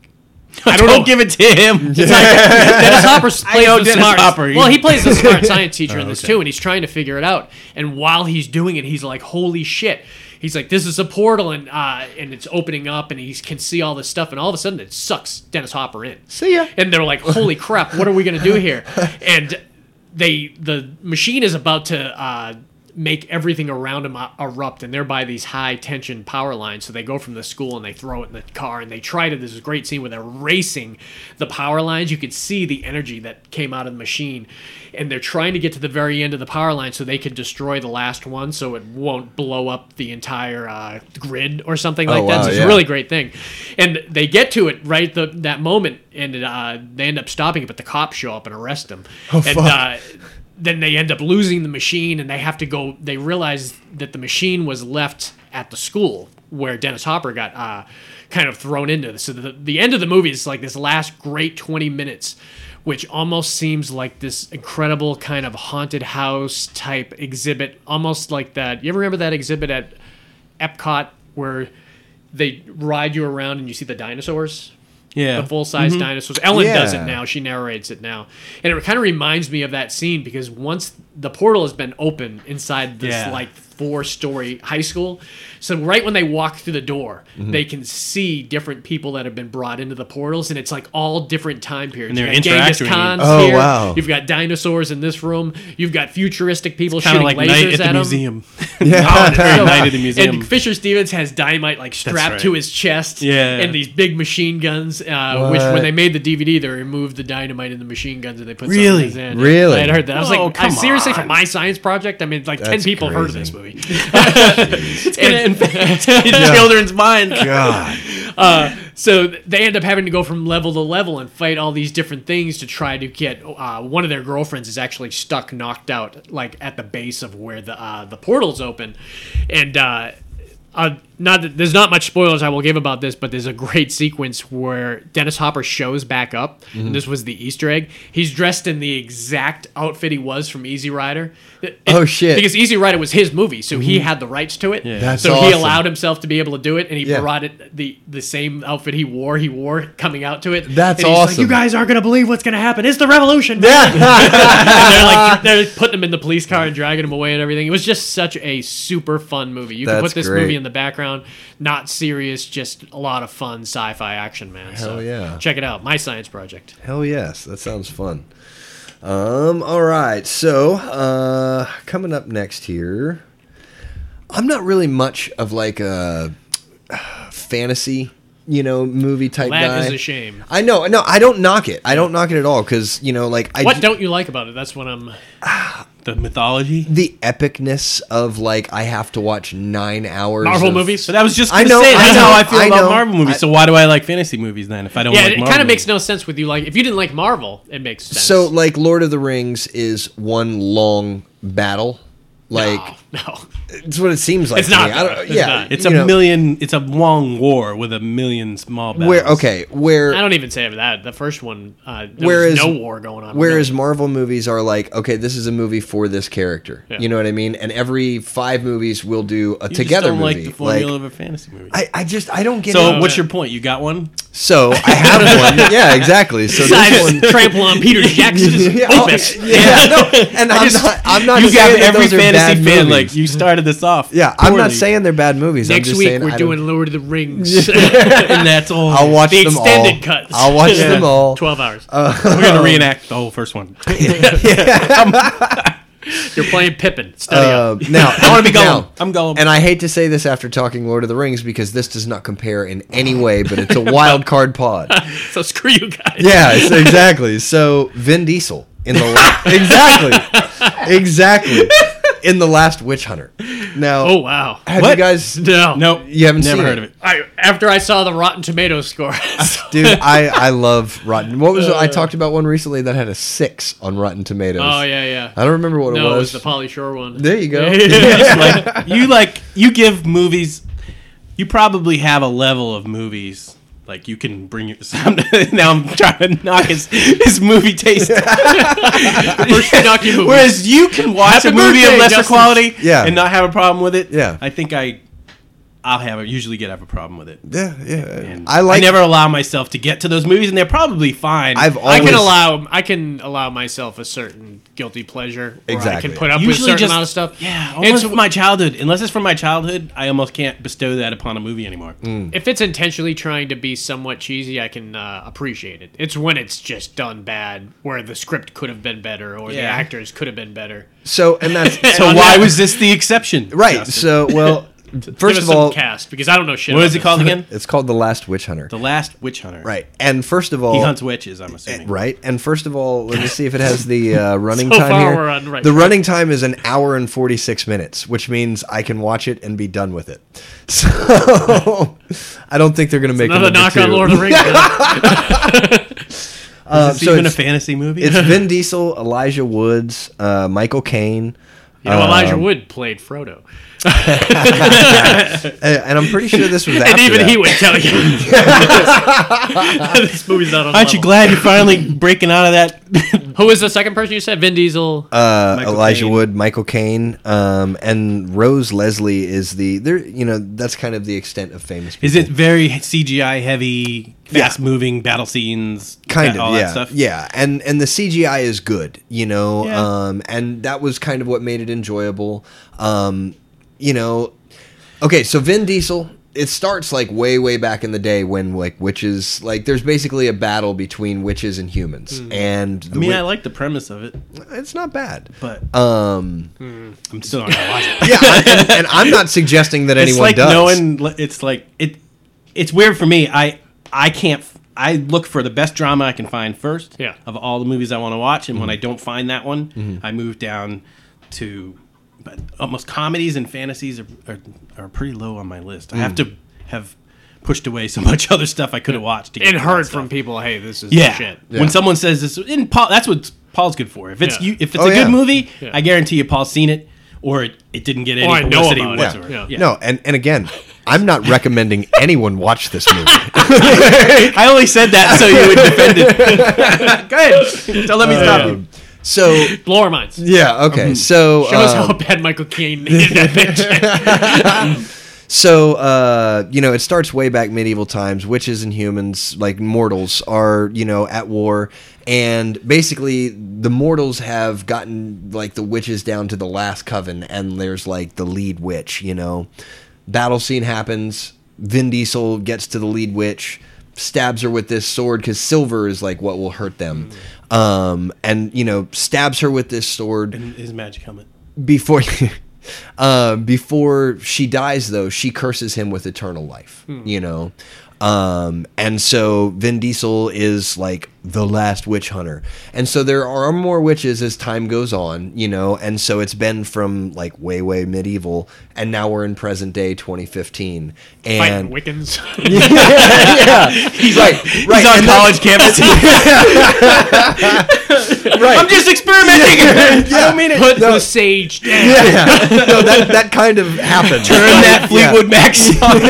S2: I don't, know.
S4: don't give it to him.
S2: Dennis Hopper plays
S4: know
S2: the
S4: Dennis
S2: smart.
S4: Hopper. Oh,
S2: Well, he plays the smart science teacher in this too, and he's trying to figure it out. And while he's doing it, he's like, "Holy shit!" He's like, "This is a portal, and uh, and it's opening up, and he can see all this stuff." And all of a sudden, it sucks Dennis Hopper in.
S3: See ya.
S2: And they're like, "Holy crap! What are we gonna do here?" And they the machine is about to. Uh, Make everything around him uh, erupt, and thereby these high tension power lines. So they go from the school and they throw it in the car, and they try to. This is a great scene where they're racing the power lines. You could see the energy that came out of the machine, and they're trying to get to the very end of the power line so they could destroy the last one, so it won't blow up the entire uh, grid or something like that.
S3: wow,
S2: So it's
S3: yeah.
S2: a really great thing. And they get to it right the, that moment, and uh, they end up stopping it, but the cops show up and arrest them. Oh, and,
S3: fuck.
S2: Uh, then they end up losing the machine, and they have to go. They realize that the machine was left at the school where Dennis Hopper got uh, kind of thrown into. So the, the end of the movie is like this last great 20 minutes, which almost seems like this incredible kind of haunted house type exhibit, almost like that. You ever remember that exhibit at Epcot where they ride you around and you see the dinosaurs?
S4: yeah, Mm-hmm.
S2: the full size dinosaurs. Ellen does it
S3: Yeah.
S2: now. She narrates it now. And it kind of reminds me of that scene because once the portal has been open inside this
S4: Yeah.
S2: like four story high school, so right when they walk through the door,
S4: Mm-hmm.
S2: they can see different people that have been brought into the portals and it's like all different time periods.
S4: And they're
S2: You've got Genghis
S4: interacting with you.
S2: Khan's
S3: Oh,
S2: here.
S3: wow.
S2: You've got dinosaurs in this room. You've got futuristic people
S4: kind
S2: shooting
S4: of like
S2: lasers
S4: night at
S2: at
S4: the
S2: them.
S4: museum.
S2: Oh, it's so-
S4: Night at the museum.
S2: And Fisher Stevens has dynamite like strapped
S4: right.
S2: to his chest.
S4: Yeah.
S2: And these big machine guns, uh, which when
S3: What?
S2: they made the DVD, they removed the dynamite and the machine guns and they put
S4: Really?
S2: something in.
S3: Really?
S2: I had heard that. I was
S4: Oh,
S2: like, I,
S4: come
S2: seriously, for
S4: on.
S2: my science project, I mean, like ten
S3: That's
S2: people heard of
S3: crazy.
S2: this movie. it's gonna infect children's minds.
S3: God.
S2: So th- they end up having to go from level to level and fight all these different things to try to get. Uh, one of their girlfriends is actually stuck, knocked out, like at the base of where the uh, the portals open, and. Uh, uh, not that, there's not much spoilers I will give about this, but there's a great sequence where Dennis Hopper shows back up.
S3: Mm-hmm.
S2: And this was the Easter egg. He's dressed in the exact outfit he was from Easy Rider. It-
S3: Oh, shit. Mm-hmm.
S2: Because Easy Rider was his movie, so he had the rights to it.
S3: That's
S2: so he
S3: awesome.
S2: allowed himself to be able to do it, and he
S3: Yeah.
S2: brought it the the same outfit he wore. He wore coming out to it.
S3: That's
S2: and he's Like,
S3: awesome.
S2: you guys aren't gonna believe what's gonna happen. It's the revolution. man."
S3: Yeah.
S2: and they're like they're putting him in the police car and dragging him away and everything. It was just such a super fun movie. You can
S3: That's
S2: put this
S3: great.
S2: movie in the background, not serious, just a lot of fun sci-fi action, man. so
S3: Hell yeah.
S2: check it out. My science project.
S3: Hell yes. That sounds fun. Um, all right. So, uh, coming up next here, I'm not really much of like a fantasy, you know, movie type
S2: That
S3: guy.
S2: is a shame.
S3: I know, no, I don't knock it. I don't knock it at all because you know, like, I
S2: What
S3: j-
S2: don't you like about it? That's what I'm.
S4: the mythology.
S3: the epicness of like I have to watch nine hours
S2: Marvel
S3: of-
S2: movies?
S4: So that was just
S3: I
S4: gonna
S3: know,
S4: say
S3: I
S4: that's
S3: know,
S4: how I feel
S3: I
S4: about
S3: know.
S4: Marvel movies.
S3: I-
S4: so why do I like fantasy movies then if I don't
S2: Yeah,
S4: like
S2: it
S4: Marvel?
S2: kind of makes
S4: movies?
S2: no sense with you. Like, if you didn't like Marvel, it makes sense.
S3: So like Lord of the Rings is one long battle Like
S2: no, no.
S3: it's what it seems like.
S2: It's
S3: to me.
S2: not,
S3: I don't,
S2: though. It's
S3: yeah,
S2: not.
S4: It's
S3: you
S4: a
S3: know,
S4: million. It's a long war with a million small battles.
S3: Where okay, where
S2: I don't even say that. The first one, uh, there
S3: Whereas-
S2: was no war going on.
S3: Whereas Marvel movies are like, okay, this is a movie for this character.
S2: Yeah.
S3: You know what I mean? And every five movies will do a
S4: You just
S3: together
S4: don't
S3: movie.
S4: like the formula of a fantasy movie.
S3: I, I just I don't get
S4: so
S3: it.
S4: what's your point? You got one?
S3: So I have one. Yeah, exactly. So this
S2: Besides,
S3: one.
S2: trample on Peter Jackson's
S3: Yeah, oh,
S2: opus.
S3: yeah, no, and I'm not. I'm not
S4: you got
S3: saying that
S4: every
S3: those are
S4: fantasy
S3: bad
S4: fan
S3: movies.
S4: like you started this off.
S3: Yeah, I'm not
S4: poorly.
S3: saying they're bad movies. I'm
S2: Next
S3: just
S2: week
S3: saying
S2: we're
S3: I don't-
S2: doing Lord of the Rings.
S4: and that's all.
S3: I'll watch
S2: the
S3: them all.
S2: extended cuts.
S3: I'll watch them all.
S2: Twelve hours.
S3: Uh,
S4: We're gonna reenact the whole first one.
S2: You're playing Pippin. Study
S3: Uh,
S2: up.
S3: now
S4: I wanna be Gollum.
S3: now-
S4: I'm Gollum.
S3: and I hate to say this after talking Lord of the Rings because this does not compare in any way, but it's a wild card pod.
S2: So screw you guys.
S3: Yeah, it's- exactly. So Vin Diesel in the la- exactly, exactly in the last Witch Hunter. Now,
S2: Oh wow.
S3: have you
S4: what?
S3: guys?
S2: No.
S4: Nope,
S3: You haven't
S4: never
S3: seen
S4: heard
S3: it.
S4: of it.
S2: I, after I saw the Rotten Tomatoes score, so-
S3: Dude, I, I love Rotten. What was I talked about one recently that had a six on Rotten Tomatoes?
S2: Uh. oh yeah, yeah.
S3: I don't remember Uh, what
S2: no,
S3: it
S2: it
S3: was.
S2: was the Polly Shore one.
S3: there you go.
S4: Like, you like you give movies. You probably have a level of movies like you can bring your. now I'm trying to knock his his movie taste.
S2: First Pinocchio movie.
S4: Whereas you can watch
S2: Happy
S4: a movie
S2: birthday,
S4: of lesser
S2: Justin.
S4: quality
S3: Yeah.
S4: and not have a problem with it.
S3: Yeah.
S4: I think I I'll have a, usually get have a problem with it.
S3: yeah, yeah.
S4: And
S3: I like.
S4: I never allow myself to get to those movies and they're probably fine.
S3: I've always.
S2: I can allow I can allow myself a certain guilty pleasure. Or I
S3: Exactly.
S2: can put up with a
S4: usually
S2: certain
S4: just
S2: amount of stuff.
S4: Yeah,
S2: It's-
S4: almost from my childhood. Unless it's from my childhood, I almost can't bestow that upon a movie anymore.
S3: Mm.
S2: if it's intentionally trying to be somewhat cheesy, I can uh, appreciate it. It's when it's just done bad, where the script could have been better, or the
S4: Yeah.
S2: actors could have been better.
S3: So and that's
S4: So
S2: on
S4: why
S2: that-
S4: was this the exception?
S3: right.
S4: Justin?
S3: So well,
S2: Give
S3: first
S2: us
S3: of
S2: some
S3: all,
S2: cast because I don't know shit.
S4: what
S2: about
S4: is it
S2: this.
S4: called again?
S3: it's called the Last Witch Hunter.
S4: The Last Witch Hunter.
S3: Right. And first of all,
S4: He hunts witches. I'm assuming.
S3: Right. And first of all, let me see if it has the uh, running
S2: So
S3: time
S2: far
S3: here.
S2: we're on right
S3: the
S2: track.
S3: running time is an hour and 46 minutes, which means I can watch it and be done with it. So I don't think they're going to make
S2: Another
S3: a number
S2: knock
S3: two.
S2: on Lord of the Rings.
S3: Uh,
S4: Is this
S3: so
S4: even a
S3: it's,
S4: fantasy movie?
S3: it's Vin Diesel, Elijah Woods, uh, Michael Caine,
S2: you know, Elijah
S4: Uh,
S2: Wood played Frodo,
S3: uh, and I'm pretty sure this was after
S2: and even
S3: that.
S2: he would tell you this movie's not on.
S4: Aren't you
S2: level.
S4: glad you're finally breaking out of that
S2: Who was the second person you said? Vin Diesel.
S3: uh,
S4: Michael
S3: Elijah
S4: Caine.
S3: Wood, Michael Caine, um, and Rose Leslie is the there. You know, that's kind of the extent of famous. People.
S4: Is it very CGI heavy, fast moving battle scenes?
S3: kind
S4: that-
S3: of
S4: all
S3: yeah
S4: that stuff.
S3: yeah and and the cgi is good you know
S4: Yeah.
S3: um and that was kind of what made it enjoyable um you know okay so vin diesel it starts like way way back in the day when like witches like there's basically a battle between witches and humans and the
S4: Hmm. I mean,
S3: wi-
S4: I like the premise of it,
S3: it's not bad
S4: but
S3: um
S4: I'm still not gonna watch it.
S3: yeah I- and, and i'm not suggesting that
S4: it's
S3: anyone
S4: like
S3: does
S4: knowing. It's like it. It's weird for me. I I can't. f- I look for the best drama I can find first.
S2: Yeah.
S4: Of all the movies I want to watch, and when I
S3: Mm-hmm.
S4: don't find that one, I move down to. But almost comedies and fantasies are are, are pretty low on my list. I have
S3: Mm.
S4: to have pushed away so much other stuff I could have watched. to get
S2: and
S4: to that
S2: heard
S4: stuff.
S2: from people, hey, this is
S4: yeah.
S2: shit.
S4: When someone says this, and Paul, that's what Paul's good for. If it's
S2: Yeah.
S4: you, if it's
S3: Oh,
S4: a good
S3: yeah.
S4: movie,
S2: Yeah.
S4: I guarantee you Paul's seen it, or it, it didn't get any
S2: Or I know
S4: publicity
S2: about it.
S4: whatsoever.
S2: Yeah.
S3: no and and again i'm not recommending anyone watch this movie
S4: I only said that so you would defend it. Go ahead. Don't let me stop you.
S3: Um, so
S2: Blow our minds.
S3: yeah okay so
S2: Show us
S3: um,
S4: Uh,
S2: how bad Michael Caine is in that picture.
S3: So uh, you know, it starts way back medieval times. Witches and humans, like mortals, are you know at war, and basically the mortals have gotten like the witches down to the last coven, and there's like the lead witch. You know, battle scene happens. Vin Diesel gets to the lead witch, stabs her with this sword because silver is like what will hurt them, um, and you know stabs her with this sword
S4: His magic helmet.
S3: before uh, before she dies though she curses him with eternal life
S4: Hmm.
S3: you know um, and so Vin Diesel is like the last witch hunter and so there are more witches as time goes on you know and so it's been from like way way medieval and now we're in present day
S2: Fighting
S3: 2015 and
S2: Wiccans.
S3: yeah, yeah. right right
S4: He's on
S3: and that's-
S4: college campus.
S3: Right.
S4: I'm just experimenting. I don't mean it.
S2: Put
S3: No.
S2: the sage down.
S3: yeah, yeah. No, that that kind of happened.
S4: Turn that Fleetwood Mac song.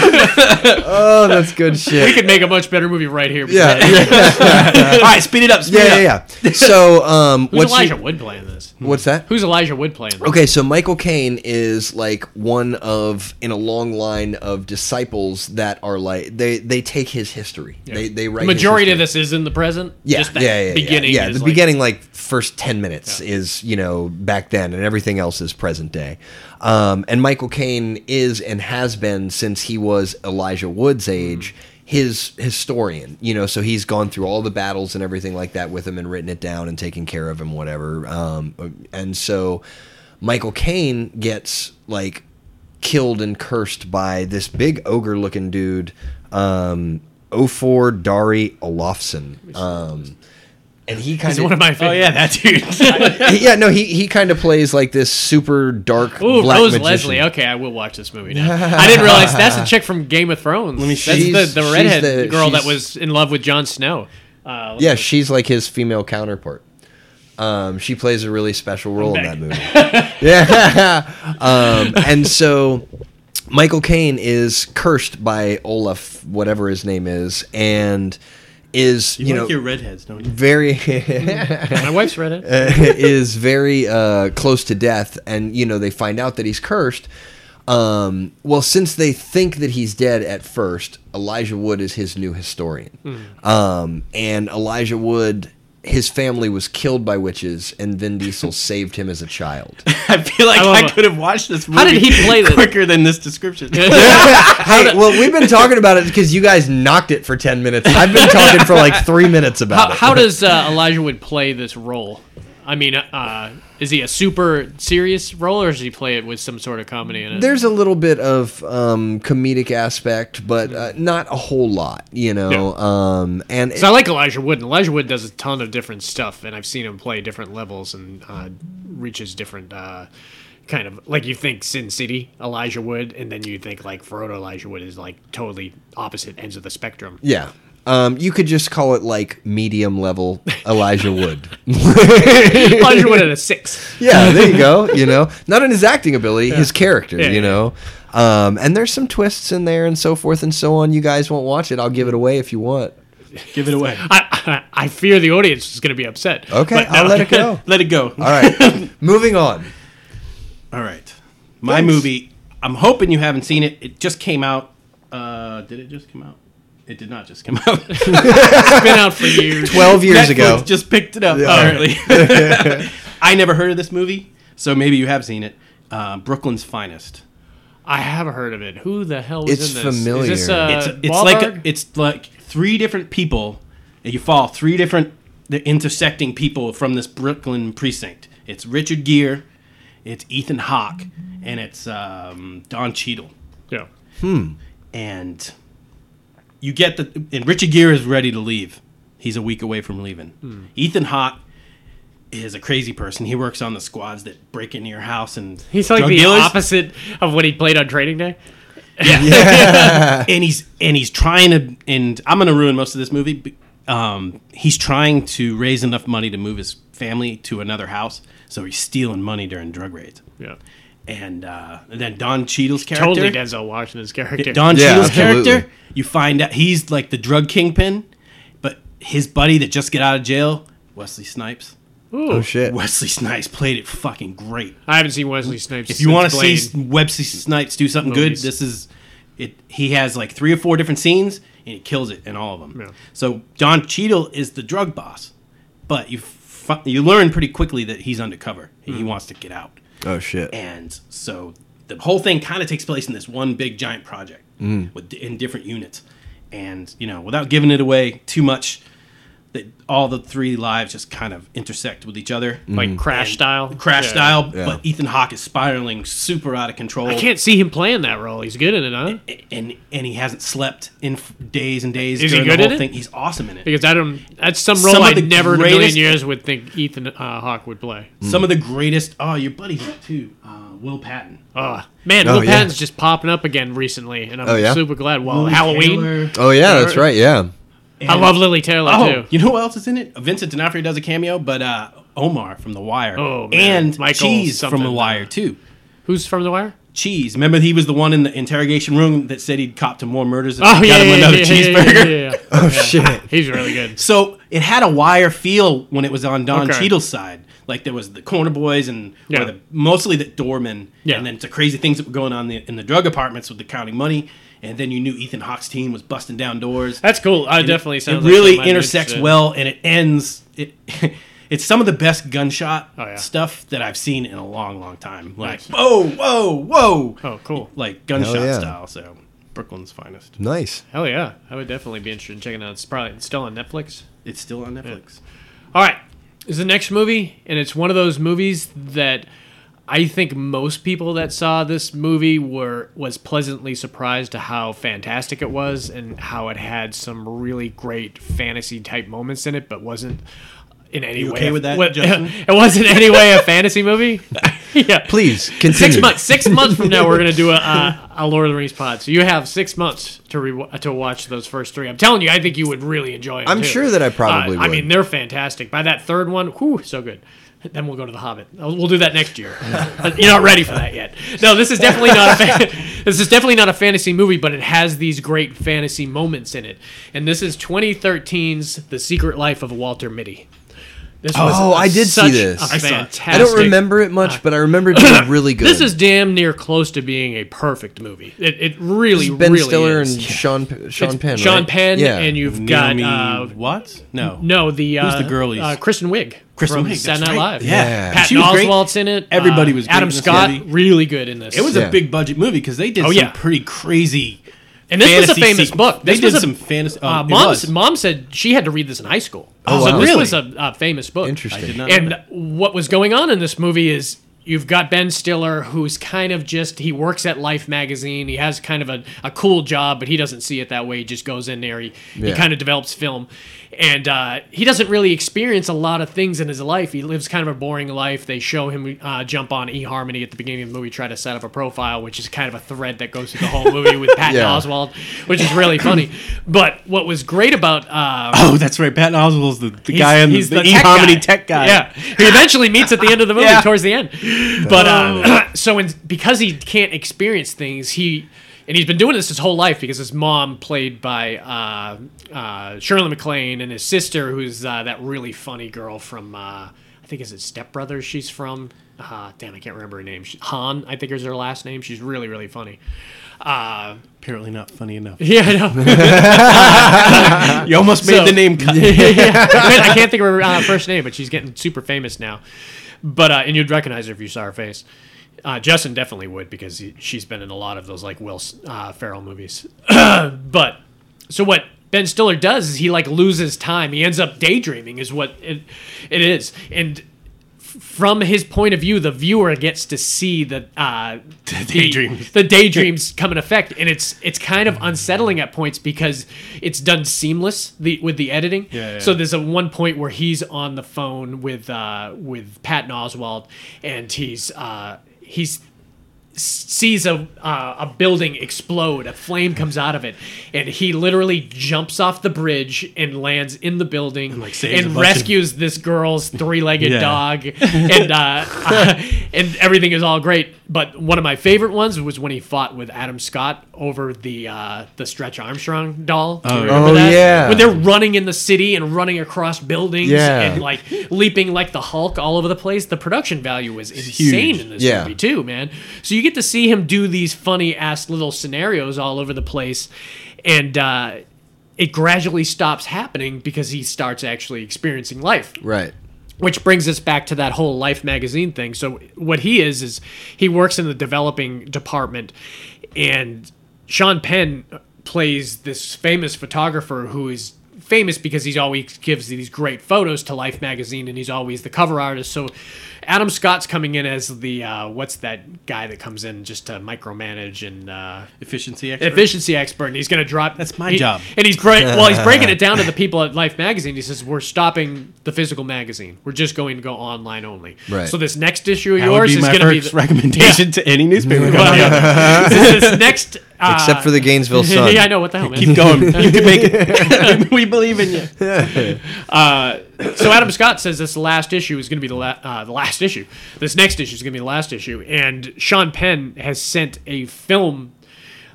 S3: Oh, that's good shit.
S2: We could make a much better movie right here.
S3: Yeah, yeah,
S4: All right, speed it up. Speed
S3: yeah,
S4: it up.
S3: yeah, yeah. So, um,
S2: Who's
S3: what's
S2: Elijah
S3: your-
S2: Wood playing this?
S3: what's that?
S2: Who's Elijah Wood playing this?
S3: Hmm. Okay, so Michael Caine is like one of in a long line of disciples that are like they they take his history. They they write
S2: the majority of
S3: his history.
S2: this is in the present.
S3: Yeah,
S2: Just that
S3: yeah, yeah, yeah,
S2: beginning.
S3: Yeah,
S2: is
S3: the
S2: like-
S3: beginning, like first ten minutes, is you know back then, and everything else is present day. Um, and Michael Caine is and has been since he was Elijah Wood's
S2: Mm-hmm.
S3: age. His historian, you know, so he's gone through all the battles and everything like that with him, and written it down and taken care of him, whatever. Um, and so Michael Caine gets like killed and cursed by this big ogre looking dude, um, Ofor Dari Olofsson. Um, and he kind
S2: He's one of
S3: of.
S2: my
S4: Oh
S2: favorites.
S4: yeah, that dude.
S3: Yeah, no, he, he kind of plays like this super dark
S2: Ooh,
S3: black
S2: Rose
S3: magician.
S2: Leslie. Okay, I will watch this movie now. I didn't realize that's the chick from Game of Thrones. Let me
S3: see.
S2: That's the, the
S3: She's-
S2: redhead
S3: she's the-
S2: girl that
S3: she's-
S2: was in love with Jon Snow. Uh,
S3: Yeah, she's like his female counterpart. Um, she plays a really special role in that
S2: back.
S3: movie. yeah. Um, and so Michael Caine is cursed by Olaf, whatever his name is, and is you,
S4: You,
S3: know
S4: like your redheads, don't you?
S3: very
S2: my wife's read it.
S3: is very uh, close to death, and you know they find out that he's cursed. Um, well, since they think that he's dead at first, Elijah Wood is his new historian, um, and Elijah Wood. His family was killed by witches, and Vin Diesel saved him as a child.
S4: I feel like
S2: love
S4: I,
S2: it.
S4: could have watched this movie
S2: How did he play this?
S4: quicker than this description.
S3: hey, well, we've been talking about it because you guys knocked it for ten minutes. I've been talking for like three minutes
S2: how,
S3: about it.
S2: how does uh, Elijah Wood play this role? I mean, uh, is he a super serious role, or does he play it with some sort of comedy in it?
S3: There's a little bit of um, comedic aspect, but uh, not a whole lot, you know. Um, and
S2: So I like Elijah Wood, and Elijah Wood does a ton of different stuff, and I've seen him play different levels and uh, reaches different uh, kind of like you think Sin City Elijah Wood, and then you think like Frodo Elijah Wood is like totally opposite ends of the spectrum.
S3: Yeah. Um, you could just call it like medium level Elijah Wood.
S2: Elijah Wood at a six.
S3: yeah, there you go. You know, not in his acting ability, his character.
S2: Yeah, yeah.
S3: you know, um, and there's some twists in there and so forth and so on. You guys won't watch it. I'll give it away if you want.
S4: Give it away.
S2: I, I, I fear the audience is going to be upset.
S3: Okay,
S2: But
S3: I'll
S2: no.
S3: let it go.
S4: Let it go.
S3: All right, moving on.
S4: All right. My movie. I'm hoping you haven't seen it. It just came out. Uh, did it just come out? It did not just come out.
S2: It's been out for years.
S3: Twelve years
S4: Netflix
S3: ago.
S4: just picked it up. Apparently. I never heard of this movie, so maybe you have seen it. Uh, Brooklyn's Finest.
S2: I have heard of it. Who the hell was
S3: It's
S2: in this?
S3: familiar.
S2: Is this, uh,
S4: it's it's like
S2: Wahlberg?
S4: it's like three different people. and You follow three different the intersecting people from this Brooklyn precinct. It's Richard Gere, it's Ethan Hawke, and it's um, Don Cheadle.
S2: yeah.
S4: And you get the and Richard Gere is ready to leave. He's a week away from leaving.
S2: Hmm.
S4: Ethan Hawke is a crazy person. He works on the squads that break into your house and
S2: He's like
S4: drug
S2: the
S4: dealers.
S2: opposite of what he played on Trading Day.
S4: and he's and he's trying to and I'm gonna ruin most of this movie. but, Um, he's trying to raise enough money to move his family to another house, so he's stealing money during drug raids.
S2: Yeah.
S4: And, uh, and then Don Cheadle's character,
S2: Totally Denzel Washington's character.
S4: Don
S3: Yeah,
S4: Cheadle's
S3: absolutely.
S4: character, you find out he's like the drug kingpin, but his buddy that just got out of jail, Wesley Snipes.
S2: Ooh.
S3: Oh shit.
S4: Wesley Snipes played it fucking great.
S2: I haven't seen Wesley Snipes.
S4: If you want to see Webster Snipes do something
S2: Movies.
S4: good, this is it. He has like three or four different scenes, and he kills it in all of them.
S2: Yeah.
S4: So Don Cheadle is the drug boss, but you fu- you learn pretty quickly that he's undercover and he wants to get out.
S3: Oh shit.
S4: And so the whole thing kind of takes place in this one big giant project with in different units. And you know, without giving it away too much, that all the three lives just kind of intersect with each other.
S2: like
S3: Mm.
S2: Crash
S4: And
S2: style,
S4: Crash
S2: Yeah.
S4: style,
S3: Yeah.
S4: but Ethan Hawke is spiraling super out of control.
S2: I can't see him playing that role. He's good in it, huh?
S4: And and he hasn't slept in f- days and days.
S2: Is he
S4: during
S2: good
S4: the
S2: in
S4: whole
S2: it?
S4: thing. He's awesome in it.
S2: Because I don't. That's some
S4: Some
S2: role
S4: of
S2: I
S4: the
S2: never in a million
S4: greatest-
S2: years would think Ethan uh, Hawke would play.
S4: Some of the greatest. Oh, your buddy's in it too. Uh, Will Patton.
S2: Uh, man,
S3: Oh,
S2: Will
S3: yeah.
S2: Patton's just popping up again recently, and I'm
S3: Oh, yeah?
S2: super glad. Well,
S4: Lou
S2: Halloween.
S4: Taylor.
S3: Oh yeah, that's
S2: Or-
S3: right. Yeah.
S2: I
S4: And-
S2: love Lily Taylor
S4: Oh,
S2: too.
S4: you know who else is in it? Vincent D'Onofrio does a cameo, but uh, Omar from The Wire.
S2: Oh, man.
S4: and
S2: Michael
S4: Cheese from The
S2: something.
S4: Wire too.
S2: Who's from The Wire?
S4: Cheese. Remember, he was the one in the interrogation room that said he'd copped to more murders and
S2: Oh
S4: got
S2: yeah,
S4: him
S2: yeah,
S4: another
S2: yeah, yeah, yeah,
S4: cheeseburger.
S2: yeah, yeah, yeah.
S3: Oh shit.
S2: He's really good.
S4: So it had a wire feel when it was on Don
S2: Okay.
S4: Cheadle's side. Like there was the corner boys and
S2: Yeah.
S4: or the, mostly the doormen,
S2: Yeah.
S4: and then the crazy things that were going on in the, in the drug apartments with the counting money. And then you knew Ethan Hawke's team was busting down doors.
S2: That's cool. I definitely sounds
S4: it
S2: like
S4: really
S2: something I'd be
S4: intersects
S2: interested in.
S4: well, and it ends. It it's some of the best gunshot
S2: Oh, yeah.
S4: stuff that I've seen in a long, long time. Like
S2: Nice.
S4: whoa, whoa, whoa,
S2: Oh, cool.
S4: like gunshot
S3: Hell yeah.
S4: style. So Brooklyn's finest.
S3: Nice.
S2: Hell yeah, I would definitely be interested in checking out. It's probably it's still on Netflix.
S4: It's still on Netflix.
S2: All right, is the next movie, and it's one of those movies that I think most people that saw this movie were was pleasantly surprised to how fantastic it was and how it had some really great fantasy type moments in it, but wasn't in any
S4: You
S2: way
S4: okay with that,
S2: what-
S4: Justin?
S2: it wasn't in any way a fantasy movie. yeah,
S3: Please continue.
S2: Six months. Six months from now, we're gonna do a, a, a Lord of the Rings pod. So you have six months to re- to watch those first three. I'm telling you, I think you would really enjoy. Them
S3: I'm
S2: too. Uh,
S3: sure that I probably
S2: I
S3: would.
S2: mean, they're fantastic. By that third one, whew, so good. Then we'll go to the Hobbit. I'll- We'll do that next year. You're not ready for that yet. No, this is definitely not. A fan- this is definitely not a fantasy movie, but it has these great fantasy moments in it. And this is 2013's The Secret Life of Walter Mitty. This was
S3: Oh,
S2: a-
S3: I did see
S2: such
S3: this.
S2: a
S3: I
S4: saw it.
S2: fantastic. Uh,
S3: I don't remember it much, but I remember it being really good.
S2: This is damn near close to being a perfect movie. It, it really,
S3: Ben
S2: really
S3: Stiller
S2: is.
S3: and Sean P- Sean
S2: It's
S3: Penn.
S2: Sean
S3: right?
S2: Penn,
S3: Yeah.
S2: and you've
S4: Naomi
S2: got uh,
S4: what? No,
S2: no the uh,
S4: Who's the girl he's-
S2: uh, Kristen Wiig.
S4: Kristen
S2: from
S4: Wiig,
S2: Saturday
S4: that's
S2: Night
S4: right.
S2: Live.
S4: Yeah.
S3: Yeah.
S2: Patton
S4: She was great.
S2: Oswald's in it.
S4: Everybody
S2: Uh,
S4: was great
S2: Adam
S4: in this
S2: Scott,
S4: movie.
S2: really good in this.
S4: It was
S3: Yeah.
S4: a big budget movie because they did
S2: Oh,
S4: some
S2: yeah.
S4: pretty crazy.
S2: and this was a
S4: fantasy
S2: famous
S4: sequ-
S2: book.
S4: They
S2: This
S4: did
S2: was a-
S4: some fantasy.
S2: Uh,
S4: Uh, it
S2: mom,
S4: was.
S2: mom said she had to read this in high school.
S3: Oh,
S2: so
S3: wow.
S2: this
S4: Really?
S2: was a, a famous book.
S3: Interesting.
S4: I did not. know
S2: And
S4: that.
S2: what was going on in this movie is you've got Ben Stiller, who's kind of just he works at Life magazine. He has kind of a, a cool job, but he doesn't see it that way. He just goes in there. He, he
S3: Yeah.
S2: kind of develops film, and uh, he doesn't really experience a lot of things in his life. He lives kind of a boring life. They show him uh, jump on eHarmony at the beginning of the movie, try to set up a profile, which is kind of a thread that goes through the whole movie with Patton
S3: Yeah.
S2: Oswald, which is really funny. But what was great about uh,
S4: Oh, that's right. Patton Oswald's the, the guy in the, the,
S2: tech
S4: eHarmony tech guy.
S2: Yeah, he eventually meets at the end of the movie,
S4: Yeah.
S2: towards the end. But uh, so in, because he can't experience things, he and he's been doing this his whole life because his mom, played by uh, uh, Shirley MacLaine, and his sister, who's uh, that really funny girl from uh, I think is it Step Brothers. She's from. Uh, damn, I can't remember her name. She, Han, I think is her last name. She's really, really funny. Uh,
S4: Apparently not funny enough.
S2: yeah, I know.
S4: You almost made
S2: So-
S4: the name cut.
S2: Wait, I can't think of her uh, first name, but she's getting super famous now. But uh, and you'd recognize her if you saw her face. Uh, Justin definitely would because he, she's been in a lot of those like Will S- uh, Ferrell movies. but so what Ben Stiller does is he like loses time. He ends up daydreaming is what it, it is. And f- from his point of view, the viewer gets to see the uh,
S4: daydreams.
S2: the daydreams come in effect, and it's it's kind of unsettling at points because it's done seamless the, with the editing.
S4: Yeah, yeah.
S2: So there's a one point where he's on the phone with uh, with Patton Oswald, and he's uh, he's sees a uh, a building explode, a flame comes out of it, and he literally jumps off the bridge and lands in the building and,
S4: like, saves a bunch of-
S2: rescues this girl's three legged
S4: Yeah.
S2: dog, and uh, and everything is all great. But one of my favorite ones was when he fought with Adam Scott over the uh, the Stretch Armstrong doll. Do you remember
S3: Oh,
S2: that?
S3: yeah.
S2: when they're running in the city and running across buildings
S3: Yeah.
S2: and like leaping like the Hulk all over the place. The production value was insane
S4: huge.
S2: in this
S3: Yeah.
S2: movie too, man. So you get to see him do these funny ass little scenarios all over the place, and uh, it gradually stops happening because he starts actually experiencing life.
S3: Right.
S2: Which brings us back to that whole Life magazine thing. So what he is is he works in the developing department, and Sean Penn plays this famous photographer who is famous because he's always gives these great photos to Life magazine, and he's always the cover artist. So Adam Scott's coming in as the uh, what's that guy that comes in just to micromanage and uh,
S4: Efficiency expert.
S2: efficiency expert, and he's going to drop.
S4: That's my
S2: he-
S4: job.
S2: And he's great. Well, he's breaking it down to the people at Life Magazine. He says we're stopping the physical magazine. We're just going to go online only.
S3: Right.
S2: So this next issue of
S4: that
S2: yours
S4: would be
S2: is
S4: my
S2: going to be
S4: first
S2: the,
S4: recommendation to any newspaper.
S2: well, yeah. this, this next uh,
S3: Except for the Gainesville Sun.
S2: Ah. yeah, I know what the hell, man.
S4: Keep going. You can make it. we believe in you.
S2: Uh, so Adam Scott says this last issue is going to be the, la- uh, the last issue. This next issue is going to be the last issue. And Sean Penn has sent a film,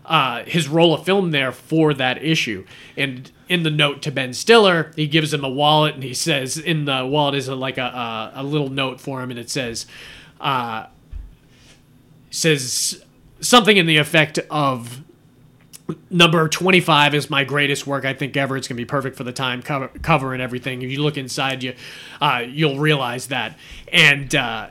S2: uh, his roll of film there for that issue. And in the note to Ben Stiller, he gives him a wallet and he says, in the wallet is a, like a, a, a little note for him and it says, uh, says something in the effect of number 25 is my greatest work i think ever it's going to be perfect for the time cover, cover and everything if you look inside you uh, you'll realize that and uh,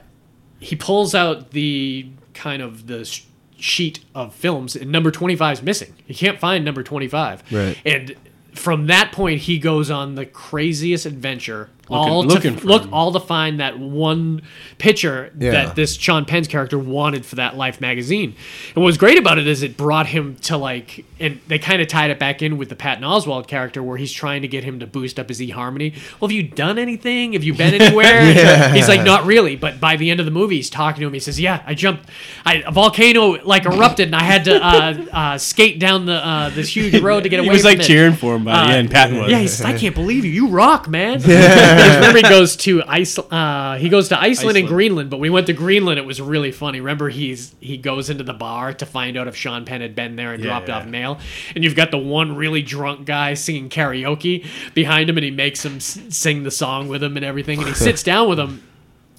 S2: he pulls out the kind of the s- sheet of films and number 25 is missing he can't find number 25
S3: Right.
S2: and from that point he goes on the craziest adventure all
S4: looking
S2: to,
S4: for
S2: look
S4: him.
S2: all to find that one picture
S3: Yeah.
S2: that this Sean Penn's character wanted for that Life magazine. And what was great about it is it brought him to like, and they kind of tied it back in with the Patton Oswald character where he's trying to get him to boost up his eHarmony. Well, have you done anything? Have you been anywhere? He's like, not really. But by the end of the movie, he's talking to him. He says, yeah, I jumped, I, a volcano like erupted and I had to uh, uh, skate down the uh, this huge road to get away
S4: He was
S2: from
S4: like
S2: it."
S4: cheering for him by the end. Patton was.
S2: Uh, Yeah, he's I can't believe you. You rock, man. Because remember, he goes to Iceland. Uh, he goes to Iceland, and
S4: Iceland.
S2: Greenland. But when we went to Greenland, it was really funny. Remember, he's he goes into the bar to find out if Sean Penn had been there and
S4: Yeah,
S2: dropped off
S4: yeah.
S2: mail. And you've got the one really drunk guy singing karaoke behind him, and he makes him s- sing the song with him and everything. And he sits down with him